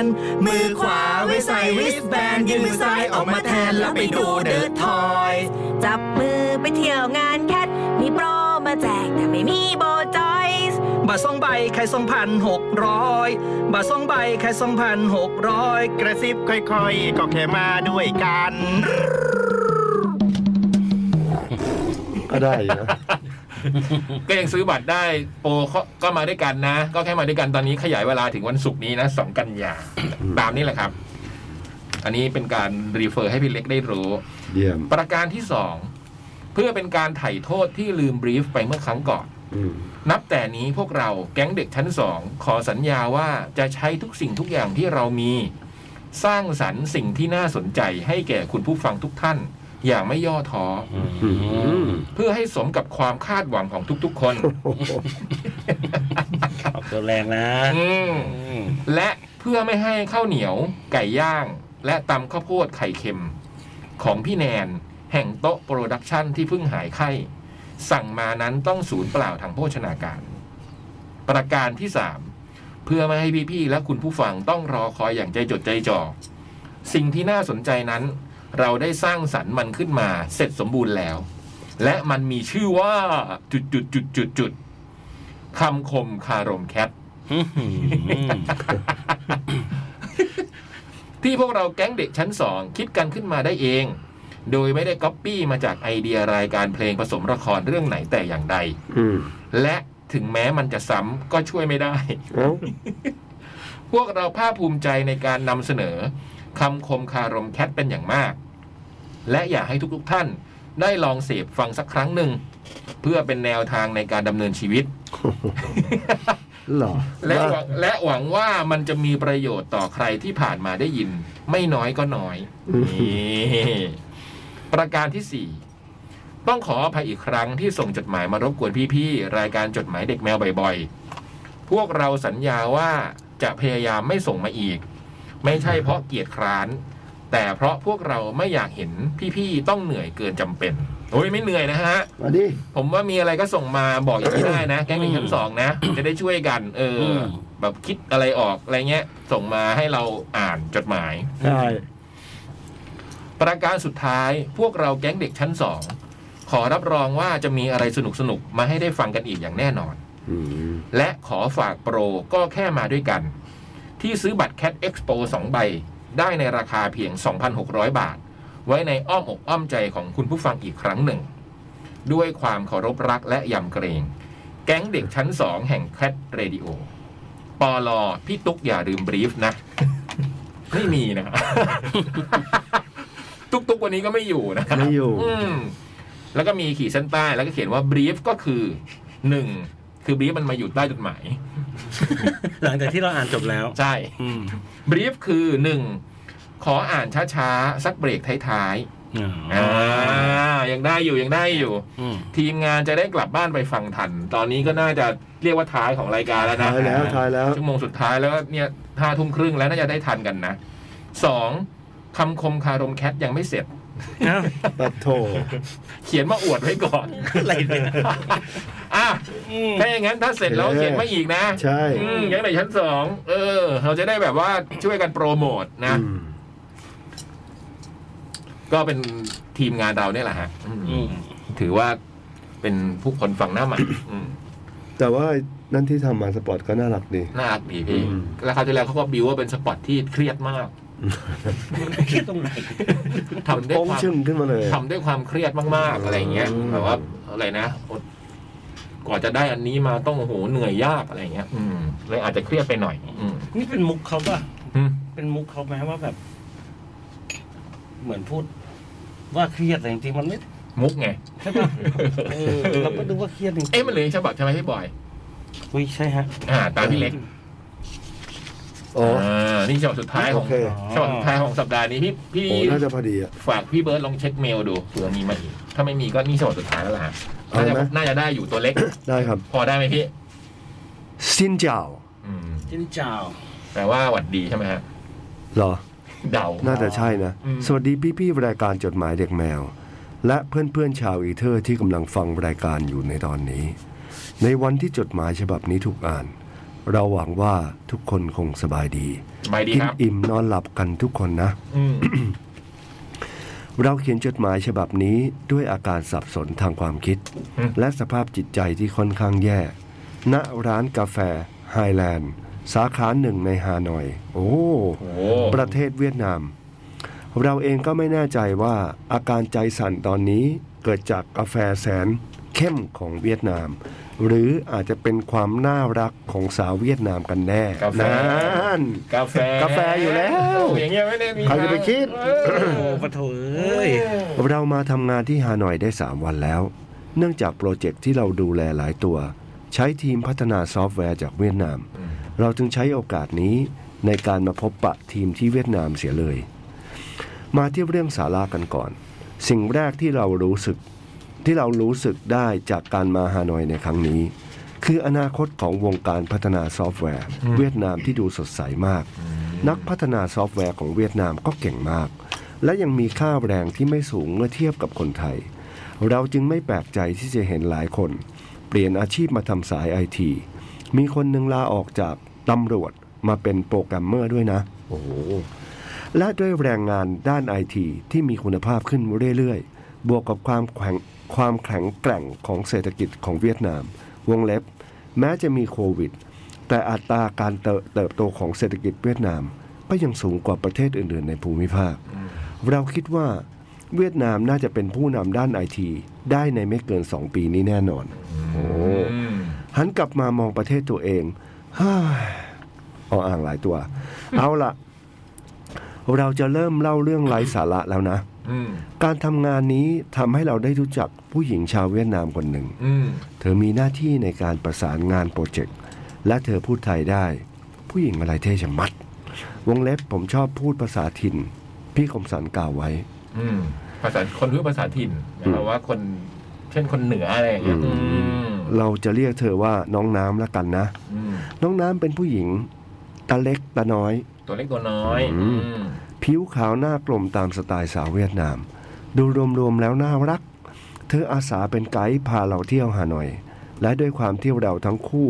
S5: น มือขวาไว้ใส่ริสแบนยืนมือซ้ายออกมาแทนแล้วไปดูเดอะทอย
S7: จับมือไปเที่ยวงานแคทมีโปรมาแจกแต่ไม่มีโบจอยส์
S8: บาทสองใบแค่สองพันหกร้อยบาทสองใบแค่สองพันหกร้อยกระซิบค่อยๆ ก็แค่มาด้วยกัน
S3: ก็ได้อยู่นะ
S2: ก็ยังซื้อบัตรได้โปรเขาก็มาด้วยกันนะ ก็แค่มาด้วยกันตอนนี้ขยายเวลาถึงวันศุกร์นี้นะสองกันยา ตามนี้แหละครับ อันนี้เป็นการรีเฟอร์ให้พี่เล็กได้รู้
S3: เยี่ยม
S2: ประการที่สองเพื่อเป็นการไถ่โทษที่ลืมบรีฟไปเมื่อครั้งก่อน
S3: อืม
S2: นับแต่นี้พวกเราแก๊งเด็กชั้นสองขอสัญญาว่าจะใช้ทุกสิ่งทุกอย่างที่เรามี สร้างสรรค์สิ่งที่น่าสนใจให้แก่คุณผู้ฟังทุกท่าน อย่างไม่ย่อท้อ
S3: อืม
S2: เพื่อให้สมกับความคาดหวังของทุกๆ คน
S3: โอ้โห
S4: ออกตัวแรงนะ
S2: อืม
S4: อืม
S2: และเพื่อไม่ให้ข้าวเหนียว ไก่ย่าง และตำข้าวโพดไข่เค็ม ของพี่แนน แห่งโต๊ะโปรดักชั่นที่เพิ่งหายไข้ สั่งมานั้นต้องศูนย์เปล่าทางโภชนาการ ประการที่ 3 เพื่อไม่ให้พี่ ๆ และคุณผู้ฟังต้องรอคอยอย่างใจจดใจจ่อ สิ่งที่น่าสนใจนั้น เราได้สร้างสรรค์มันขึ้นมาเสร็จสมบูรณ์แล้ว และมันมีชื่อว่าจุดจุดจุดจุดจุดคำคมคารมแคท
S4: อื้อหือ
S2: ที่พวกเราแก๊งเด็กชั้นสองคิดกันขึ้นมาได้เอง โดยไม่ได้ก๊อปปี้มาจากไอเดียรายการเพลงผสมละครเรื่องไหนแต่อย่างใด
S3: อืม
S2: และถึงแม้มันจะซ้ำก็ช่วยไม่ได้
S3: เอ้า
S2: พวกเราภาคภูมิใจในการนำเสนอ คำคมคารมแคทเป็นอย่างมาก และอยากให้ทุกๆท่านได้ลองเสพฟังสักครั้งหนึ่ง เพื่อเป็นแนวทางในการดำเนินชีวิต
S3: เหรอ
S2: และหวังและหวังว่ามันจะมีประโยชน์ต่อใครที่ผ่านมาได้ยิน ไม่น้อยก็น้อยนี่ประการที่สี่ต้องขออภัยอีกครั้งที่ส่งจดหมายมารบกวนพี่ๆรายการจดหมายเด็กแมวบ่อยๆ พวกเราสัญญาว่าจะพยายามไม่ส่งมาอีก ไม่ใช่เพราะเกียจคร้าน แต่เพราะพวกเราไม่อยากเห็นพี่ๆต้องเหนื่อยเกินจำเป็นโอ้ยไม่เหนื่อยนะฮะ
S3: มาดิ
S2: ผมว่ามีอะไรก็ส่งมาบอกอย่างนี้ได้นะ แก๊งหนึ่งชั้นสองนะ จะได้ช่วยกัน เอออ
S4: ม
S2: แบบคิดอะไรออกอะไรเงี้ย ส่งมาให้เราอ่านจดหมาย
S3: ใช่
S2: ประการสุดท้ายพวกเราแก๊งเด็กชั้นสองขอรับรองว่าจะมีอะไรสนุกสนุกๆมาให้ได้ฟังกันอีกอย่างแน่นอน และขอฝากโปรก็แค่มาด้วยกัน ที่ซื้อบัตร Cat Expo 2 ใบ ได้ในราคาเพียง 2,600 บาท ไว้ในอ้อมอกอ้อมใจของคุณผู้ฟังอีกครั้งหนึ่ง ด้วยความเคารพรักและยำเกรง แก๊งเด็กชั้นสองแห่ง Cat Radio ปอลอพี่ตุ๊กอย่าลืมบรีฟนะ ไม่มีนะ ตุ๊กตุ๊กวันนี้ก็ไม่อยู่นะ
S3: ไม่อยู่
S2: มแล้วก็มีขีดเส้นใต้แล้วก็เขียนว่าบรีฟก็คือหนึ่งคือบรีฟมันมาอยู่ใต้จดหมาย
S4: หลังจากที่เราอ่านจบแล้ว
S2: ใช่
S4: อืม
S2: บรีฟคือหนึ่งขออ่านช้าๆ สักเบรกท้ายๆอ่ายังได้อยู่ยังได้อยู่
S4: อืม
S2: ทีมงานจะได้กลับบ้านไปฟังทัน ตอนนี้ก็น่าจะเรียกว่าท้ายของรายการแล้วนะ
S3: ทายแล้วทายแล้ว
S2: ชั่วโมงสุดท้ายแล้วเนี่ยห้าทุ่มครึ่งแล้วน่าจะได้ทันกันนะสองคำคมคารมแคทยังไม่เสร็จ
S4: เอ้า
S3: แบบโถ
S2: เขียนมาอวดไว้ก่อน
S4: อะไรเนี่ย
S2: อ่ะ
S4: อืม
S2: ถ้าอย่างนั้นถ้าเสร็จแล้วเขียนมาอีกนะ
S3: ใช่
S2: อืมยังในชั้นสองเออ เราจะได้แบบว่าช่วยกันโปรโมทนะ
S3: อืม
S2: ก็เป็นทีมงานเราเนี่ยแหละฮะอืม
S4: อืม
S2: ถือว่าเป็นผู้คนฝั่งหน้าใหม่อืม
S3: แต่ว่านั่นที่ทำมาสปอร์ตก็น่ารักดี
S2: น่ารักดีพี่
S3: อืม
S2: แล้วคราวที่แล้วเขาก็บิวว่าเป็นสปอตที่เครียดมาก
S4: คิดตรงไหน
S2: ทำด้วย
S3: โป้ง
S2: ความ
S3: ชึ่งขึ้นมาเลย
S2: ทำด้วยความเครียดมากๆ อะไรอย่างเงี้ย
S3: อืม
S2: แบบว่าอะไรนะอดกว่าจะได้อันนี้มาต้องโอ้โหเหนื่อยยากอะไรอย่างเงี้ย อืมเลยอาจจะเครียดไปหน่อย อืม
S4: นี่เป็นมุกเขาป่ะ
S2: อืม
S4: เป็นมุกเขาไหมว่าแบบ เหมือนพูด ว่าเครียดแต่จริงๆมันไม่
S2: มุกไง
S4: ใช่ป่ะเออเราก็ดูว่าเครียดจริงๆ
S2: เอ๊ะมันเหลืออกฉบับใช่ไหมพี่บอย
S4: อุ้ยใช่ฮะ
S2: อ่า ตามพี่เล็ก
S3: อ๋อ
S2: อ่านี่ฉบับสุดท้ายของ
S3: โอเค
S2: ฉบับสุดท้ายของสัปดาห์นี้พี่พี่
S3: โอ้น่าจะพอดีอ่ะ
S2: ฝากพี่เบิร์ดลองเช็คเมลดูเผื่อมีมาอีก ถ้าไม่มีก็นี่ฉบับสุดท้ายแล้วล่ะฮะ
S3: เอา
S2: น่าจะ
S3: ไหม
S2: น่าจะได้อยู่ตัวเล็ก
S3: ได้ครับ
S2: พอได้ไหมพี่
S3: ซินเจ้า
S2: อืม
S4: จิ้นเจ้า
S2: แปลว่าหวัดดีใช่ไหมฮะ
S3: เหรอ
S2: เดา
S3: น่าจะใช่นะ
S2: อืม
S3: สวัสดีพี่ๆรายการจดหมายเด็กแมว และเพื่อนๆชาวอีเทอร์ที่กำลังฟังรายการอยู่ในตอนนี้ ในวันที่จดหมายฉบับนี้ถูกอ่าน เราหวังว่าทุกคนคงสบายดี
S2: หมายดี
S3: กิ
S2: ครับ
S3: อิ่มนอนหลับกันทุกคนนะ
S2: อืม
S3: เราเขียนจดหมายฉบับนี้ด้วยอาการสับสนทางความคิด และสภาพจิตใจที่ค่อนข้างแย่ ณ ร้านกาแฟไฮแลนด์ สาขาหนึ่งในฮานอย โอ้
S2: โอ้
S3: ประเทศเวียดนาม เราเองก็ไม่แน่ใจว่าอาการใจสั่นตอนนี้เกิดจากกาแฟแสนเข้มของเวียดนาม หรืออาจจะเป็นความน่ารักของสาวเวียดนามกันแน่
S2: กาแฟ
S3: นั่น
S2: กาแฟ
S3: กาแฟอยู่แล้ว
S2: โอ้อย่างเงี้ยไม่ได้มี
S3: ใครจะไปคิด
S2: เออ
S4: โอ้ปะโถเอ้ย
S3: เรามาทำงานที่ฮานอยได้ 3 วันแล้ว เนื่องจากโปรเจกต์ที่เราดูแลหลายตัว ใช้ทีมพัฒนาซอฟต์แวร์จากเวียดนาม เราจึงใช้โอกาสนี้ในการมาพบปะทีมที่เวียดนามเสียเลย มาที่เรื่องสารากันก่อน สิ่งแรกที่เรารู้สึกที่เรารู้สึกได้จากการมาฮานอยในครั้งนี้ คืออนาคตของวงการพัฒนาซอฟต์แวร์ เวียดนามที่ดูสดใสมาก นักพัฒนาซอฟต์แวร์ของเวียดนามก็เก่งมาก และยังมีค่าแรงที่ไม่สูงเมื่อเทียบกับคนไทย เราจึงไม่แปลกใจที่จะเห็นหลายคน เปลี่ยนอาชีพมาทำสายไอที มีคนหนึ่งลาออกจากตำรวจมาเป็นโปรแกรมเมอร์ด้วยนะ โอ้โห และด้วยแรงงานด้านไอทีที่มีคุณภาพขึ้นเรื่อยๆ บวกกับความแข็งความแข็งแกร่งของเศรษฐกิจของเวียดนาม วงเล็บ แม้จะมีโควิด แต่อัตราการเติบเติบโตของเศรษฐกิจเวียดนาม ก็ยังสูงกว่าประเทศอื่นๆ ในภูมิภาค เราคิดว่าเวียดนามน่าจะเป็นผู้นำด้านไอที ได้ในไม่เกิน 2 ปีนี้แน่นอน
S2: อืม
S3: หันกลับมามองประ เทศตัวเองฮ่าออ่างหลายตัว เอาละ เราจะเริ่มเล่าเรื่องไร้สาระแล้วนะ
S2: อืม
S3: การทำงานนี้ทำให้เราได้รู้จักผู้หญิงชาวเวียดนามคนหนึ่ง
S2: อืม
S3: เธอมีหน้าที่ในการประสานงานโปรเจกต์ และเธอพูดไทยได้ ผู้หญิงอะไรเท่ชะมัด วงเล็บผมชอบพูดภาษาถิ่น พี่คมสันกล่าวไว้
S2: อืม ภาษาคนรู้ภาษาถิ่นนะครับว่าคน เช่นคนเหนืออะไรอย่างเงี้ย
S3: อื
S2: ม
S3: เราจะเรียกเธอว่าน้องน้ำละกันนะ
S2: อืม
S3: น้องน้ำเป็นผู้หญิง ตาเล็กตาน้อย
S2: ตัวเล็กตัวน้อย
S3: อืม
S2: อืม
S3: ผิวขาวหน้ากลมตามสไตล์สาวเวียดนาม ดูรวมๆแล้วน่ารัก เธออาสาเป็นไกด์พาเราเที่ยวฮานอย และด้วยความที่เราทั้งคู่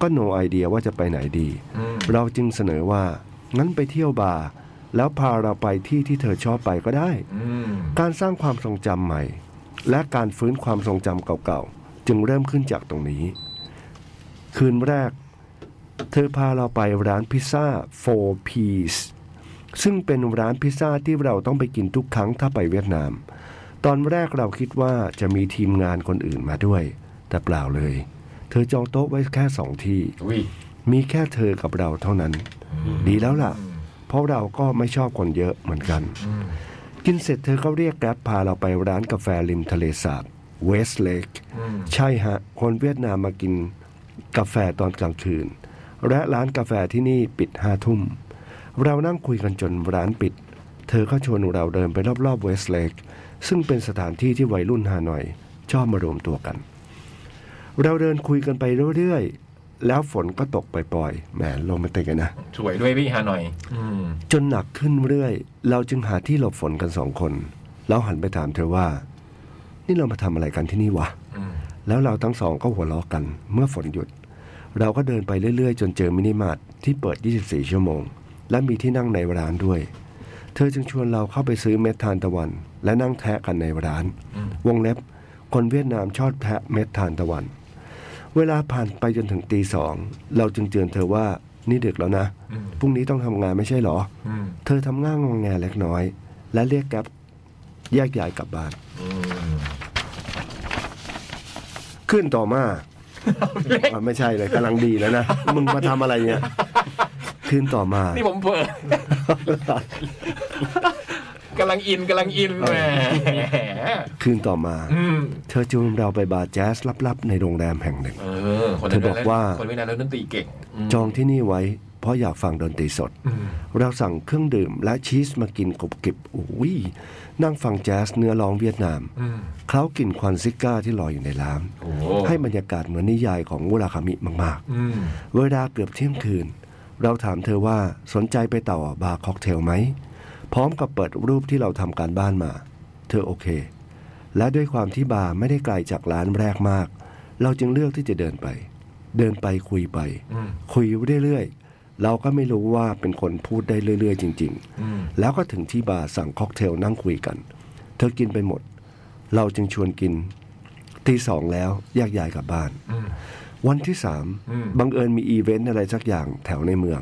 S3: ก็โนไอเดียว่าจะไปไหนดี
S2: อืม
S3: เราจึงเสนอว่า งั้นไปเที่ยวบาร์แล้วพาเราไปที่ที่เธอชอบไปก็ได้
S2: อืม
S3: การสร้างความทรงจำใหม่ และการฟื้นความทรงจำเก่าๆ จึงเริ่มขึ้นจากตรงนี้ คืนแรก เธอพาเราไปร้านพิซซ่า Four Piece ซึ่งเป็นร้านพิซซ่าที่เราต้องไปกินทุกครั้งถ้าไปเวียดนาม ตอนแรกเราคิดว่าจะมีทีมงานคนอื่นมาด้วย แต่เปล่าเลย เธอจองโต๊ะไว้แค่สองที่
S2: อุ้ย
S3: มีแค่เธอกับเราเท่านั้น ดีแล้วล่ะ เพราะเราก็ไม่ชอบคนเยอะเหมือนกัน กินเสร็จเธอก็เรียกแกร็บพาเราไปร้านกาแฟริมทะเลสาบเวสเลก
S2: อืม
S3: ใช่ฮะ คนเวียดนามมากินกาแฟตอนกลางคืน และร้านกาแฟที่นี่ปิดห้าทุ่ม เรานั่งคุยกันจนร้านปิด เธอก็ชวนเราเดินไปรอบๆเวสเลกซึ่งเป็นสถานที่ที่วัยรุ่นฮานอยชอบมารวมตัวกัน เราเดินคุยกันไปเรื่อยๆ แล้วฝนก็ตกปล่อยๆแหมลงมาเตะกันนะ
S2: สวยด้วยพี่ฮานอย อืม
S3: จนหนักขึ้นเรื่อย เราจึงหาที่หลบฝนกันสองคน แล้วหันไปถามเธอว่า นี่เรามาทำอะไรกันที่นี่วะ
S2: อืม
S3: แล้วเราทั้งสองก็หัวเราะกัน เมื่อฝนหยุด เราก็เดินไปเรื่อยๆ จนเจอมินิมาร์ทที่เปิด 24 ชั่วโมง และมีที่นั่งในร้านด้วย เธอจึงชวนเราเข้าไปซื้อเม็ดทานตะวัน และนั่งแทะกันในร้าน วงเล็บ คนเวียดนามชอบแทะเม็ดทานตะวัน เวลาผ่านไปจนถึงตีสองเราจึงเตือนเธอว่านี่ดึกแล้วนะ
S2: อืม
S3: พรุ่งนี้ต้องทำงานไม่ใช่เหรอ
S2: อืม
S3: เธอทำง่างงองแงเล็กน้อย และเรียกแกร็บแยกย้ายกลับบ้าน ขึ้นต่อ มาอ่ะไม่ใช่เลยกำลังดีแล้วนะ มึงมาทำอะไรเนี่ยขึ้นต่อมา
S2: นี่ผมเปิด กำลังอินกำลังอินแหม
S3: คืนต่อมา
S2: อืม
S3: เธอจูงเราไปบาร์แจ๊สลับๆ ในโรงแรมแห่งหนึ่ง
S2: เออ คน
S3: เธอบอกว่า
S2: คนเวียดนามเล่นดนตรีเก่ง
S3: จองที่นี่ไว้ เพราะอยากฟังดนตรีสด เราสั่งเครื่องดื่มและชีสมากินกรุบกริบอุ้ยนั่งฟังแจ๊สเนื้อร้องเวียดนามเคล้ากลิ่นควันซิก้าที่ลอยอยู่ในร้าน
S2: โอ้
S3: ให้บรรยากาศเหมือนนิยายของวุราคามิมาก
S2: อืม
S3: ๆ เวลาเกือบเที่ยงคืน เราถามเธอว่าสนใจไปต่อบาร์ค็อกเทลไหม พร้อมกับเปิดรูปที่เราทำการบ้านมา เธอโอเค และด้วยความที่บาร์ไม่ได้ไกลจากร้านแรกมาก เราจึงเลือกที่จะเดินไป เดินไปคุยไป
S2: อืม
S3: คุยเรื่อยๆ เราก็ไม่รู้ว่าเป็นคนพูดได้เรื่อยๆ จริง
S2: อืม
S3: ๆ แล้วก็ถึงที่บาร์สั่งค็อกเทลนั่งคุยกัน เธอกินไปหมด เราจึงชวนกินตีสองแล้วแยกย้ายกลับบ้าน
S2: อืม
S3: วันที่สาม
S2: อืม
S3: บังเอิญมีอีเวนต์อะไรสักอย่างแถวในเมือง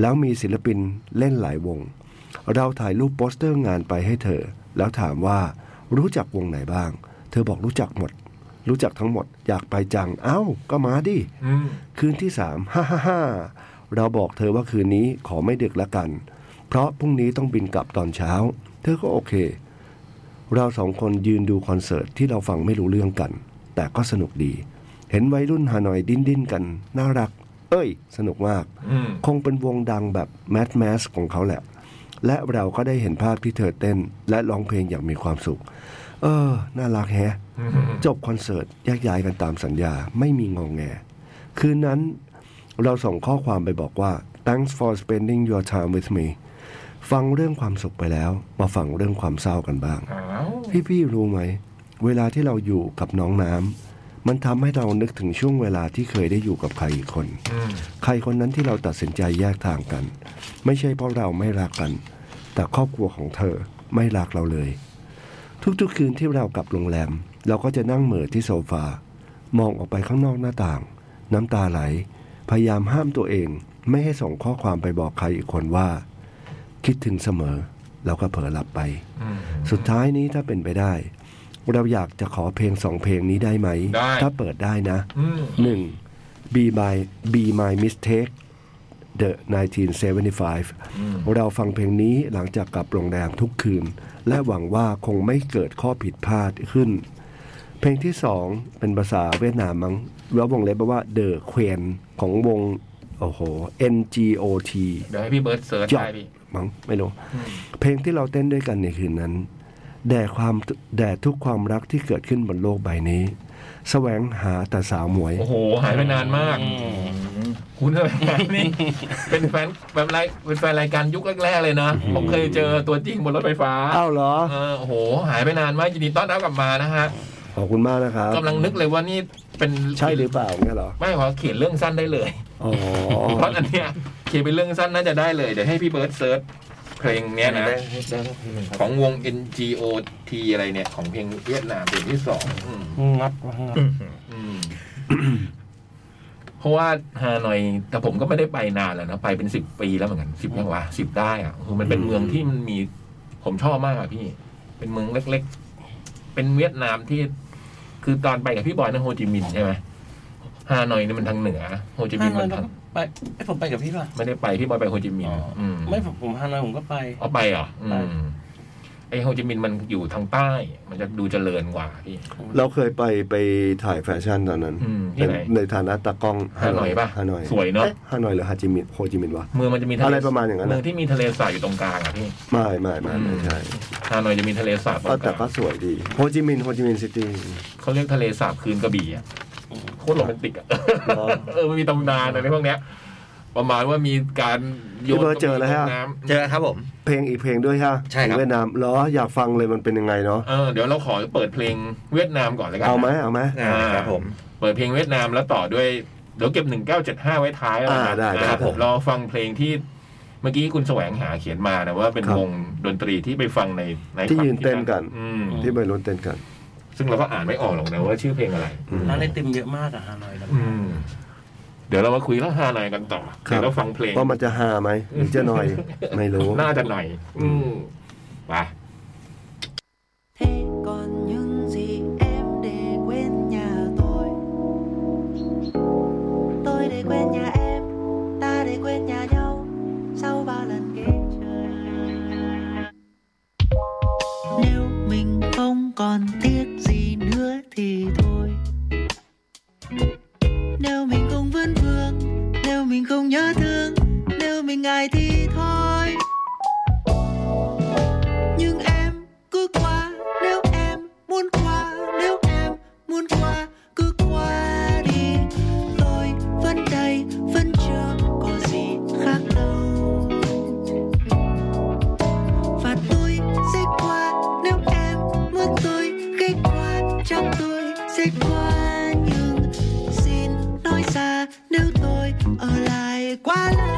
S3: แล้วมีศิลปินเล่นหลายวง เราถ่ายรูปโปสเตอร์งานไปให้เธอ แล้วถามว่ารู้จักวงไหนบ้าง เธอบอกรู้จักหมด รู้จักทั้งหมด อยากไปจัง เอ้า ก็มาดิ
S2: อืม
S3: คืนที่สามฮ่าฮ่าฮ่าเราบอกเธอว่าคืนนี้ขอไม่ดึกละกัน เพราะพรุ่งนี้ต้องบินกลับตอนเช้า เธอก็โอเค เราสองคนยืนดูคอนเสิร์ตที่เราฟังไม่รู้เรื่องกัน แต่ก็สนุกดี เห็นวัยรุ่นฮานอยดิ้นดิ้นๆกัน น่ารัก เอ้ย สนุกมาก
S2: อืม
S3: คงเป็นวงดังแบบแมสแมสของเขาแหละ และเราก็ได้เห็นภาพที่เธอเต้น และร้องเพลงอย่างมีความสุข เออ น่ารักแฮะ
S2: อืม
S3: จบคอนเสิร์ตแยกย้ายกันตามสัญญาไม่มีงองแง คืนนั้นเราส่งข้อความไปบอกว่า thanks for spending your time with me ฟังเรื่องความสุขไปแล้ว มาฟังเรื่องความเศร้ากันบ้าง
S2: อ้าว
S3: พี่ๆรู้ไหม เวลาที่เราอยู่กับน้องน้ำมันทำให้เรานึกถึงช่วงเวลาที่เคยได้อยู่กับใครอีกคน
S2: อืม
S3: ใครคนนั้นที่เราตัดสินใจแยกทางกัน ไม่ใช่เพราะเราไม่รักกัน แต่ครอบครัวของเธอไม่รักเราเลย ทุกๆคืนที่เรากลับโรงแรม เราก็จะนั่งเหม่อที่โซฟา มองออกไปข้างนอกหน้าต่าง น้ำตาไหล พยายามห้ามตัวเอง ไม่ให้ส่งข้อความไปบอกใครอีกคนว่า คิดถึงเสมอ เราก็เผลอหลับไป
S2: อืม
S3: สุดท้ายนี้ถ้าเป็นไปได้ เราอยากจะขอเพลงสองเพลงนี้ได้ไหม
S2: ได้
S3: ถ้าเปิดได้นะ
S2: อืม
S3: หนึ่ง be my be my mistake The 1975 เราฟังเพลงนี้หลังจากกลับโรงแรมทุกคืน และหวังว่าคงไม่เกิดข้อผิดพลาดขึ้น เพลงที่สองเป็นภาษาเวียดนามมั้งแล้ววงเล็บแปลว่า The Queen ของวง โอ้โห NGOT
S2: เดี๋ยวให้พี่เบิร์ตเสิร์ช
S3: จอ
S2: ได้
S3: ด
S2: พี่
S3: มั้งไม่รู้ เพลงที่เราเต้นด้วยกันในคืนนั้น แด่ความแด่ทุกความรักที่เกิดขึ้นบนโลกใบนี้ แสวงหาแต่สาวหมวย
S2: โอ้โห หายไปนานมาก คุณเป็นแฟนนี่ เป็นแฟนแบบไรเป็นแฟนรายการยุคแรกๆเลยนะ ผมเคยเจอตัวจริงบนรถไฟฟ้า
S3: อ้าวเหรอ
S2: เออโอ้โห หายไปนานมากยินดีต้อนรับกลับมานะฮะ
S3: ขอบคุณมากนะครับ
S2: กำลังนึกเลยว่านี่เป็น
S3: ใช่ หรือเปล่าเนี่ยเหรอ
S2: ไม่ขอเขียนเรื่องสั้นได้เลย
S3: อ๋อ
S2: เพราะอันเนี้ยเขียนเป็นเรื่องสั้นน่าจะได้เลย เดี๋ยวให้พี่เบิร์ดเซิร์ชเพลงเนี้ยนะ ของวง NGO T อะไรเนี่ย ของเพลงเวียดนามเพลงที่สองอืม
S4: งัดว่างัด
S2: อืม เพราะว่าฮานอย แต่ผมก็ไม่ได้ไปนานแล้วนะ ไปเป็นสิบปีแล้วเหมือนกันสิบยังวะสิบได้อ่ะคือมันเป็นเมืองที่มันมี ผมชอบมากอ่ะพี่ เป็นเมืองเล็ก ๆ เป็นเวียดนามที่ คือตอนไปกับพี่บอยนะโฮจิมินห์ใช่ไหมฮานอยนี่มันทางเหนือ โฮจิมินห์มันทาง
S4: ไปไอยผมไปกับพี่ป่ะ
S2: ไม่ได้ไปพี่บอยไปโฮจิมินห์ม
S4: ไม่ผมผมฮานอยผมก็ไป
S2: เอาไปเหรออืม
S4: ไป
S2: ไอโฮจิมินห์มันอยู่ทางใต้ มันจะดูเจริญกว่าพี่
S3: เราเคยไปไปถ่ายแฟชั่นตอนนั้น
S2: อืมที่
S3: ใน
S2: ไหน
S3: ในฐานะตากล้อง
S2: ฮานอยป่ะ
S3: ฮานอย
S2: สวยเนาะ
S3: ฮานอยหรือฮาจิมินโฮจิมินห์วะ
S2: เมืองมันจะมีทะเล
S3: อะไรประมาณอย่างนั้นอะ
S2: เมืองที่มีทะเลสาบอยู่ตรงกลางอ่ะพี่
S3: ไม่ไม่ไม่ไม่ใช่
S2: ฮานอยจะมีทะเลสาบตร
S3: ก็
S2: งก
S3: แต่
S2: ลาง
S3: ก็สวยดีโฮจิมินห์โฮจิมินห์ซิตี้
S2: เขาเรียกทะเลสาบคืนกระบี่อ่ะโคตรโรแมนติกอ่ะ
S3: หรอ
S2: เออมันมีตำนานอะไรพวกเนี้ย ประมาณว่ามีการโย
S3: พี่
S2: น
S3: เบิร์ดเจอแล้วฮะ
S2: น้ำ
S5: เจอครับผม
S3: เพลงอีกเพลงด้วยฮะ
S5: ใช่ครับ
S3: เวียดนามเหรออยากฟังเลยมันเป็นยังไงเนาะ
S2: เออเดี๋ยวเราขอเปิดเพลงเวียดนามก่อนเลยกั
S3: เอาไหมเอาไหม
S5: อ่าครับผม
S2: เปิดเพลงเวียดนามแล้วต่อด้วยเดี๋ยวเก็บหนึ่งเก้าเจ็ดห้าไว้ท้ายแล้วกั
S3: อ่าได้ได้
S2: นะครับ
S3: ผม
S2: รอฟังเพลงที่เมื่อกี้คุณแสวงหาเขียนมานะว่าเป็น
S3: ครับ
S2: วงดนตรีที่ไปฟังในใน
S3: ที่ยืนเต้นกัน
S2: อืม
S3: ที่ไปรุ้นเต้นกัน
S2: ซึ่งเราก็อ่านไม่ออกหรอกนะว่าชื่อเพลงอะไร
S4: ร้านไอติมเยอะมากอะฮานอยนะ
S2: อืมเดี๋ยวเรามาคุยเรื่องฮานอยกันต่อ
S3: ครับ
S2: เดี๋ยวเราฟังเพลง
S3: ว่ามันจะฮาไหมหรือจะหน่อย ไม่รู้
S2: น่าจะหน่อย อืมไป
S9: Thế còn những gì em để quên nhà tôi Tôi để quên nhà em Ta để quên nhà nhau Sau bao lần ghé trời Nếu mình không còn tiếc gì nữa thì thôi Nếu mình không vẫn vương Nếu mình không nhớ thương Nếu mình ngại thì thôi nhưng em cứ qua nếu em muốn qua nếu em muốn qua cứ qua đi tôi vẫn đây vẫn chưa có gì khác đâu và tôi sẽ qua nếu em muốn tôi gây qua chắc tôi sẽ qua nhưng xin nói ra nếu tôi ở lại quá lâu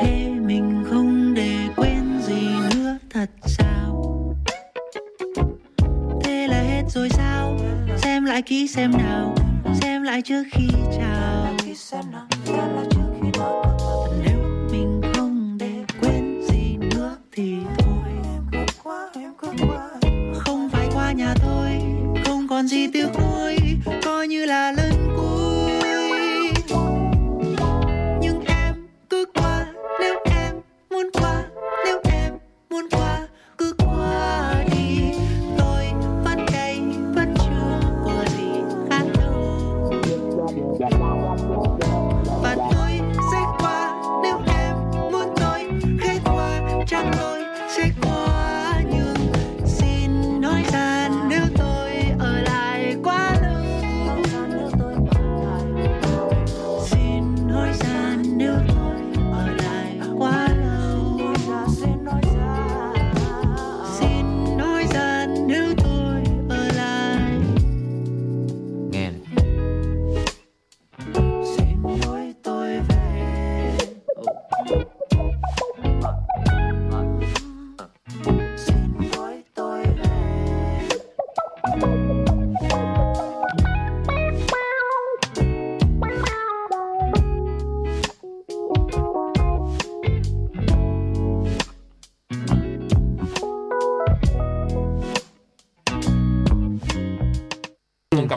S9: thế mình không để quên gì nữa thật sao thế là hết rồi sao xem lại kỹ xem nào xem lại trước khi chào nếu mình không để quên gì nữa thì thôi không phải qua nhà tôi không còn gì tiếc nuối coi như là lần cuối nhưng em cứ qua nếu em muốn qua nếu em muốn qua cứ qua đi tôi vẫn đây vẫn chưa có gì khác đâu và tôi sẽ qua nếu em muốn tôi ghé qua chắc tôi sẽ qua nhưng xin nói rằng nếu tôi ở lại quá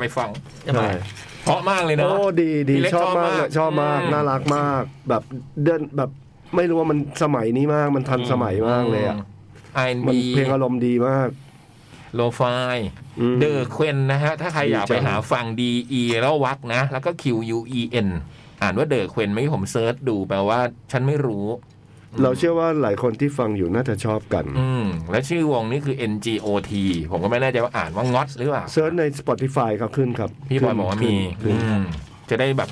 S2: ไปฟัง
S8: ใช่ไหม
S2: เพราะมากเลยเนาะ
S3: โอ้ดีดี
S2: พี่เล็ก
S3: ชอบมาก
S2: ชอบมาก
S3: เล
S2: อื
S3: ยชอบมาก
S2: ม
S3: น่ารักมาก แบบเดินแบบไม่รู้ว่ามันสมัยนี้มากมันทัน
S2: อืม
S3: สมัยมากเลยอ่ะมัน
S2: R&B
S3: เพลงอารมณ์ดีมาก
S2: โลไฟ
S3: อืม
S2: เดอเควนนะฮะ ถ้าใครอยาก
S3: ดีจั
S2: ไป
S3: ง
S2: หาฟัง D E แล้ววักนะ แล้วก็ Q U E N อ่านว่าเดอเควนไหม่ผมเซิร์ชดูแปลว่าฉันไม่รู้
S3: เราเชื่อว่าหลายคนที่ฟังอยู่น่าจะชอบกัน
S2: อืม และชื่อวงนี่คือ N G O T ผมก็ไม่แน่ใจว่าอ่านว่างอตหรือเปล่า
S3: เซิร์ชใน Spotify ครับขึ้นครับ
S2: พี่บอยบอกว่ามี
S3: ขึ้นขึ้น
S2: อืมจะได้แบบ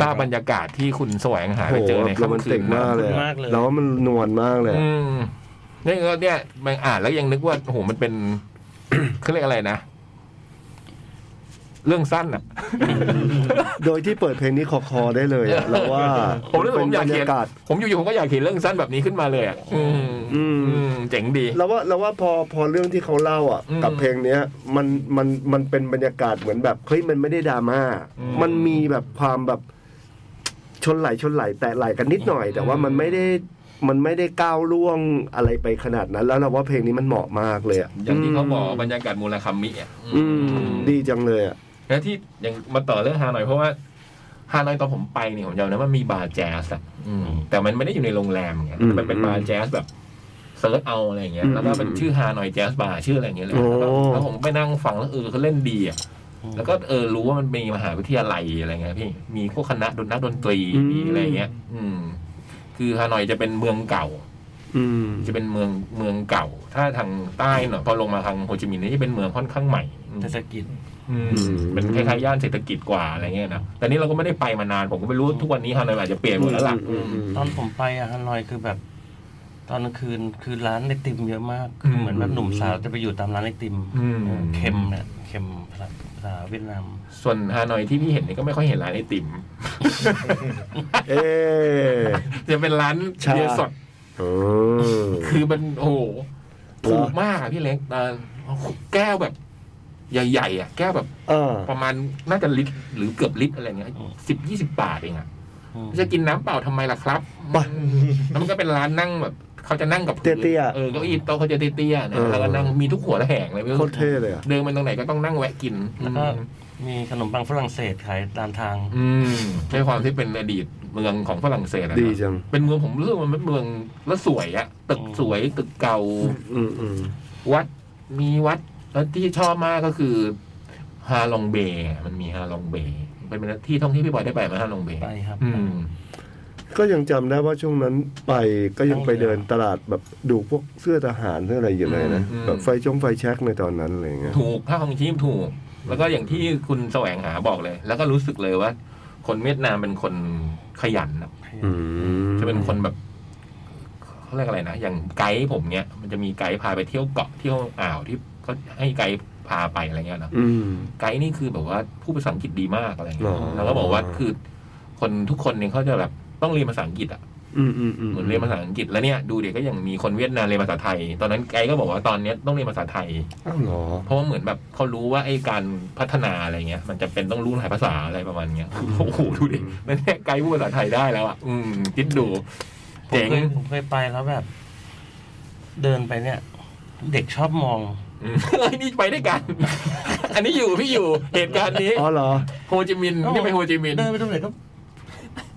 S2: ทราบบรรยากาศที่คุณแสวงหาไปเจอใน
S3: โโหโรแมน
S2: ค่ำคื
S3: ติ
S2: น
S3: กมากเลยอะ
S4: มากเลย
S3: แล้วมันนวลมากเลยอะ
S2: อืมนี่ก็เนี่ยบางอ่านแล้วยังนึกว่าโอ้โหมันเป็น เขาเรียกอะไรนะ เรื่องสั้นอ่ะ
S3: โดยที่เปิดเพลงนี้คอคอได้เลยอะเราว่า
S2: ผมรู้สึกผมอยาก
S3: บร
S2: เขี
S3: ร
S2: ยน
S3: ยากาศ
S2: ผมอยู่ๆผมก็อยากเขียนเรื่องสั้นแบบนี้ขึ้นมาเลยอ่ะอืม
S3: อืม
S2: อืมเจ๋งดี
S3: เราว่าเราว่าพอพอเรื่องที่เขาเล่าอ่ะ
S2: อืม
S3: กับเพลงเนี้ยมันมันมันเป็นบรรยากาศเหมือนแบบเฮ้ยมันไม่ได้ดราม่า
S2: อืม
S3: มันมีแบบความแบบชนไหลชนไหลแตะไหลกันนิดหน่อย แต่ว่า
S2: อืม
S3: มันไม่ได้มันไม่ได้ก้าวล่วงอะไรไปขนาดนั้น แล้วเราว่าเพลงนี้มันเหมาะมากเลยอ่ะ
S2: อย่างที่เขาบอกบรรยากาศมูลคามิอ่ะ
S3: อืม
S2: อืม
S3: ดีจังเลยอ่ะ
S2: แล้วที่อย่างมาต่อเรื่องฮานอยเพราะว่าฮานอยตอนผมไปเนี่ยผมจำนะมันมีบาร์แจ๊สอะอืมแต่มันไม่ได้อยู่ในโรงแรมไง
S3: อืม
S2: แต่มันเป็นบาร์แจ๊สแบบเซิร์ชเอาอะไรอย่างเงี้ย
S3: อืม
S2: แล้วก็เป็นชื่อฮานอยแจ๊สบาร์ชื่ออะไรอย่างเงี้ยเลย
S3: โอ้
S2: แล้วก็แล้วผมไปนั่งฟังแล้วเออเขาเล่นดีอะแล้วก็เออรู้ว่ามันมีมหาวิทยาลัยอะไรเงี้ยพี่มีพวกคณะดนนักดนตรีมีอะไรเงี้ย อืม คือฮานอยจะเป็นเมืองเก่า
S3: อืม
S2: จะเป็นเมืองเมืองเก่า ถ้าทางใต้หน่อยพอลงมาทางโฮจิมินห์เนี่ยจะเป็นเมืองค่อนข้างใหม่อืม
S8: เศรษฐกิจ
S3: ม
S2: เป็นคล้ายๆย่านเศรษฐกิจกว่าอะไรเงี้ยนะ แต่นี่เราก็ไม่ได้ไปมานาน ผมก็ไม่รู้ทุกวันนี้ฮานอยอาจจะเปลี่ยนหมดแล้วล่ะ
S3: อืมอืม
S4: ตอนผมไปอะฮานอยคือแบบ ตอนกลางคืนคือร้านไอติมเยอะมากคือเหมือนแบบหนุ่มสาวจะไปอยู่ตามร้านไอติม
S2: อืม
S4: เออเค็มเนี่ยเค็มภาษาภาษาเวียดนาม
S2: ส่วนฮานอยที่พี่เห็นนี่ก็ไม่ค่อยเห็นร้านไอติม
S3: เอ๊ะ
S2: จะเป็นร้าน
S3: ชา
S2: เบียร์สด
S3: อืม
S2: คือมันโอ้โห
S3: เหรอ
S2: ถูกมากอะพี่เล็กตอนแก้วแบบ ใหญ่ๆอ่ะ แก้วแบบ
S3: อ่า
S2: ประมาณน่าจะลิตรหรือเกือบลิตรอะไรเงี้ยสิบยี่สิบบาทเองอ่ะ
S4: อืม
S2: จะกินน้ำเปล่าทำไมล่ะครับ
S3: ไป
S2: แล้วมันก็เป็นร้านนั่งแบบเขาจะนั่งกับพื้น
S3: เตี้ยๆ
S2: เออเก้าอี้โต๊ะเขาจะเตี้ยๆนะ
S3: เออ
S2: แล้วก็นั่งมีทุกหัวระแหงเลยไม่รู้
S3: โคตรเท่เลยอ่ะ
S2: เดินไปตรงไหนก็ต้องนั่งแวะกิน
S4: แล้วก็มีขนมปังฝรั่งเศสขายตามทาง
S2: อืมในความที่เป็นอดีตเมืองของฝรั่งเศสอะนะ
S3: ดีจัง
S2: เป็นเมืองผมรู้สึกว่ามันเป็นเมืองแล้วสวยอะตึกสวยตึกเก่า
S3: อืมอืม
S2: วัดมีวัด แล้วที่ชอบมากก็คือฮาลองเบย์มันมีฮาลองเบย์เป็นที่ท่องเที่ยวพี่บอยได้ไปไหมฮาลองเบย์
S4: ไปครับ
S2: อืม
S3: ก็ยังจำได้ว่าช่วงนั้นไปก็ยังไป
S4: ต้องเดิ
S3: เดิ
S4: น
S3: นตลาดแบบดูพวกเสื้อทหารเสื้ออะไรอยู่เลยนะ
S2: อืม
S3: แบบไฟชงไฟแช็กในตอนนั้นอะไรเงี้ย
S2: ถูกค่าของชีพถูก แล้วก็อย่างที่คุณแสวงหาบอกเลย แล้วก็รู้สึกเลยว่า คนเวียดนามเป็นคนขยันอะ
S3: อืม
S2: จะเป็นคนแบบเขาเรียกอะไรนะอย่างไกด์ผมเนี้ยมันจะมีไกด์พาไปเที่ยวเกาะเที่ยวอ่าวที่เขาให้ไกด์พาไปอะไรเงี้ยเนอะ
S3: อืม
S2: ไกด์นี่คือแบบว่าผู้ภาษาอังกฤษดีมากอะไรเงี้ย
S3: อ๋อ
S2: แล้วก็บอกว่าคือ คนทุกคนเนี่ยเขาจะแบบต้องเรียนภาษาอังกฤษอ่ะ
S3: อืมอืมอืม
S2: เหมือนเรียนภาษาอังกฤษแล้วเนี่ยดูเด็กก็อย่างมีคนเวียดนามเรียนภาษาไทย ตอนนั้นไกด์ก็บอกว่าตอนเนี้ยต้องเรียนภาษาไทย
S3: อ้าวเหรอ
S2: เพราะว่าเหมือนแบบเขารู้ว่าไอ้การพัฒนาอะไรเงี้ย มันจะเป็นต้องรู้หลายภาษาอะไรประมาณเงี้ยคือโอ้โหดูดินั่นแค่ไกด์พูดภาษาไทยได้แล้วอ่ะอืมคิดดู
S4: ผม
S2: เจ๋ง
S4: เคยผมเคยไปแล้วแบบ เดินไปเนี่ย เด็กชอบมอง
S2: อืมเอ้ยนี่ไปด้วยกัน อันนี้อยู่พี่อยู่เหตุการณ์นี้
S3: อ๋อเหรอ
S2: โฮจิมินห์นี่ไปโฮจิมินห์
S4: เดินไปตรงไหนก็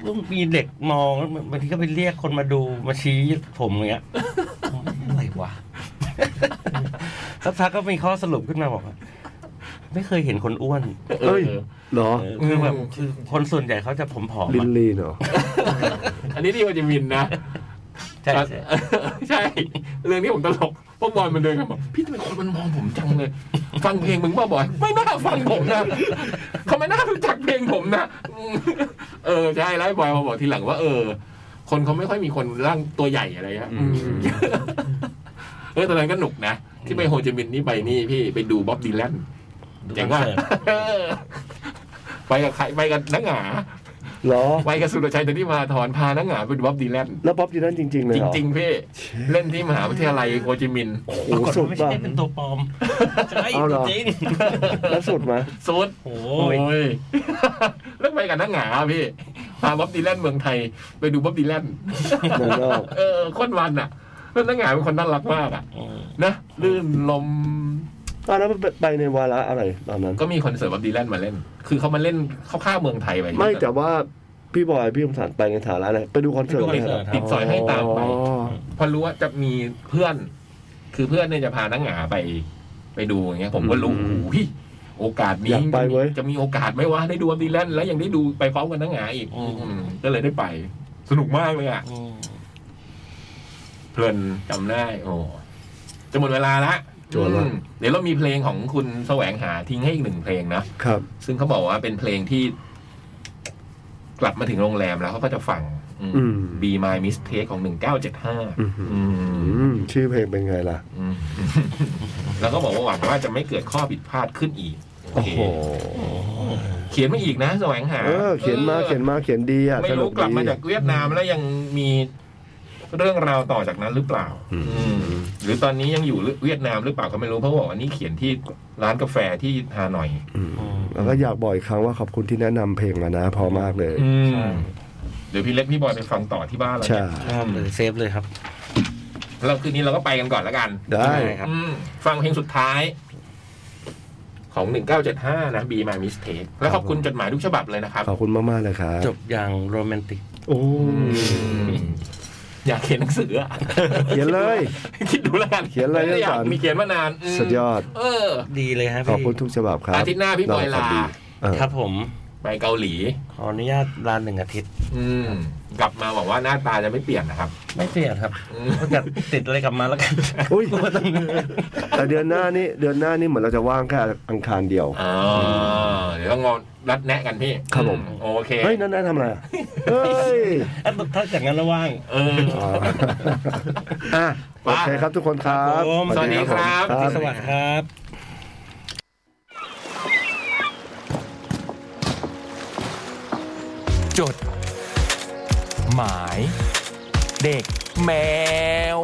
S4: ต้องมีเด็กมองแล้วบางทีก็ไปเรียกคนมาดูมาชี้ผมอย่างเงี้ยอะไรวะสักพักก็มีข้อสรุปขึ้นมาบอกว่าไม่เคยเห็นคนอ้วน
S2: เอ
S3: เอ้
S2: อย
S3: เหรอ
S4: คือแบบคือคนส่วนใหญ่เขาจะผอมๆ
S3: ลิ
S4: อะ
S3: นลีนเหรอ
S2: อันนี้ที่โฮจิมินห์นะ
S4: ใช่
S2: เออ
S4: ใช่
S2: ใช่ เรื่องนี้ผมตลกเพวกบอยมันเดินกันบอกพี่ทำไมคนมันมองผมจังเลย ฟังเพลงมึงบ้าบอย ไม่น่าฟังผมนะเขาไม่น่ารู้จักเพลงผมนะอืมเออใช่แล้วไอ้บอยมาบอกทีหลังว่า เออ คนเขาไม่ค่อยมีคนร่างตัวใหญ่อะไรเงี้ยอืมเออตอนนั้นก็หนุกนะที่ไปโฮจิมินห์นี่ไปนี่พี่ไปดูบ๊อบดีแลน
S4: ดู
S2: เจ๋ง
S4: คอ
S2: ว่ะ
S4: นเสิร์ต
S2: เออไปกับใครไปกับนักหงา
S3: เหรอ
S2: ไปกับสุรชัยเดนที่มาถอนพานักหงาไปดูบ๊อบดีแลน
S3: แล้วบ๊อบดีนั่นจริง ๆ เลย
S2: จ
S3: เหรอ
S2: ริง ๆ พี่ เล่นที่มหาวิทยาลัยโฮจิมินห์
S3: โอ้โห
S4: ปรากฏ
S3: สุด
S4: ว่าไม่
S3: ป่ะ
S4: ใช่เป็นตัวปลอมใช่
S3: เอาเหรอ
S4: จริง
S3: แล้วสุดไหม
S2: สุด
S4: โอ้
S2: โอ้
S4: ย
S2: ยแล้วไปกับนักหงาพี่พาบ๊อบดีแลนเมืองไทย ไปดูบ๊อบดีแลน
S3: เมืองนอก
S2: เออโคนวันอ่ะแล้วนักหงาเป็นคนน่ารักมากอ่ะ
S4: อืม
S2: นะลื่นลม
S3: อ่ะแล้วไปไปในวาระอะไรตอนนั้น
S2: ก็มีคอนเสิร์ตบับดีแลนมาเล่น คือเขามาเล่นเขาข้ามเมืองไทยไป
S3: ไม่แต่ว่าพี่บอยพี่คมสันไปในฐานะอะไรไปดูคอนเสิร์ต
S10: ไปดูคอนเสิร์ต
S2: ติดสอยให้ตามไป
S3: อ๋อ
S2: พอรู้ว่าจะมีเพื่อน คือเพื่อนเนี่ยจะพานักหงาไป ไปดูอย่างเงี้ย ผมก็รู้
S4: อืม
S2: โอ้ยโอกาสนี้
S3: อยากไปเว้ย
S2: จะมีโอกาสไหมวะได้ดูอัมดีแลนด์แล้วยังได้ดูไปพร้อมกันนักหงาอีกอืมก็เลยได้ไป สนุกมากเลยอ่ะเพลินจำได้โอ้จะหมดเวลาละ
S3: จวนละ
S2: อืมเดี๋ยวเรามีเพลงของคุณแสวงหาทิ้งให้อีกหนึ่งเพลงนะ
S3: ครับ
S2: ซึ่งเขาบอกว่าเป็นเพลงที่ กลับมาถึงโรงแรมแล้วเขาก็จะฟังอืม
S3: อืม
S2: Be My Mistake ของ 1975
S3: อื้อหือ
S2: อื
S3: อื
S2: ม
S3: มชื่อเพลงเป็นไงล่ะ
S2: อืมแล้วก็บอกว่าหวังว่าจะไม่เกิดข้อผิดพลาดขึ้นอีก
S3: โอ้โห
S2: เขียนมาอีกนะแสวงหา
S3: เออ เขียนมาเขียนมาเขียนดีอ่ะ
S2: ไม่
S3: สนุ
S2: รู้
S3: ก
S2: กลับ
S3: ดี
S2: มาจากเวียดนามแล้วยังมีเรื่องราวต่อจากนั้นหรือเปล่า อืมหรือตอนนี้ยังอยู่เวียดนามหรือเปล่าก็ไม่รู้เพราะบอกว่านี่เขียนที่ร้านกาแฟที่ฮานอย
S3: แล้วก็อยากบอกอีกครั้งว่าขอบคุณที่แนะนำเพลงมานะพอมากเลย
S2: อืมเดี๋ยวพี่เล็กพี่บอยไปฟังต่อที่บ้านเรา
S3: ใช่
S2: เนี่ย
S4: ชอบเลยเซฟเลยครับ
S2: เราคืนนี้เราก็ไปกันก่อนละกัน
S3: ได้
S4: ครับ
S2: อืมฟังเพลงสุดท้าย ของ 1975 นะ Be My Mistake แล้วขอบคุณจดหมายทุกฉบับเลยนะครับ
S3: ขอบคุณมากๆเลยครับ
S4: จบอย่างโรแมนติก
S3: โอ้
S2: อืมอยากเขียนหนังสืออะ
S3: เขียนเลย
S2: คิดดูแล้วกัน
S3: เขียนอะไร
S2: ไม่ได้อยาก
S3: สาร
S2: มีเขียนมานานม
S3: สุดยอด
S2: เออ
S4: ดีเลยครับ
S3: ขอบคุณ
S4: พี่
S3: ทุกฉบับครับ
S2: อาทิตย์หน้าพี่บอยลา
S3: นนดีเออ
S4: ครับผม
S2: ไปเกาหลี
S4: ขออนุญาตลาหนึ่งอาทิตย์
S2: อืม กลับมาหวังว่าหน้าตาจะไม่เปลี่ยนนะครับ
S4: ไม่เปลี่ยนครับ
S2: อืม
S4: ก็จะติดอะไรกลับมาแล้วกัน
S3: อุ้ย
S4: ว่าต้อง
S3: แต่เดือนหน้านี่เดือนหน้านี่เหมือนเราจะว่างแค่อังคารเดียว
S2: อ๋อเดี๋ยวต้องงอนรัดแนะกันพี่
S3: ครับผม
S2: โอเค
S3: เฮ้ยนั่นได้ทำอะไรอ่ะเฮ้ย
S4: อ่ะถ้าจากนั้นแล้วว่าง
S2: เออ
S3: อ๋ออ่ะโอเคครับทุกคนครับ
S4: ครับผม
S2: สวัสดีครับ
S3: ผม
S4: สวัสดีครับ
S1: จด หมาย เด็กแมว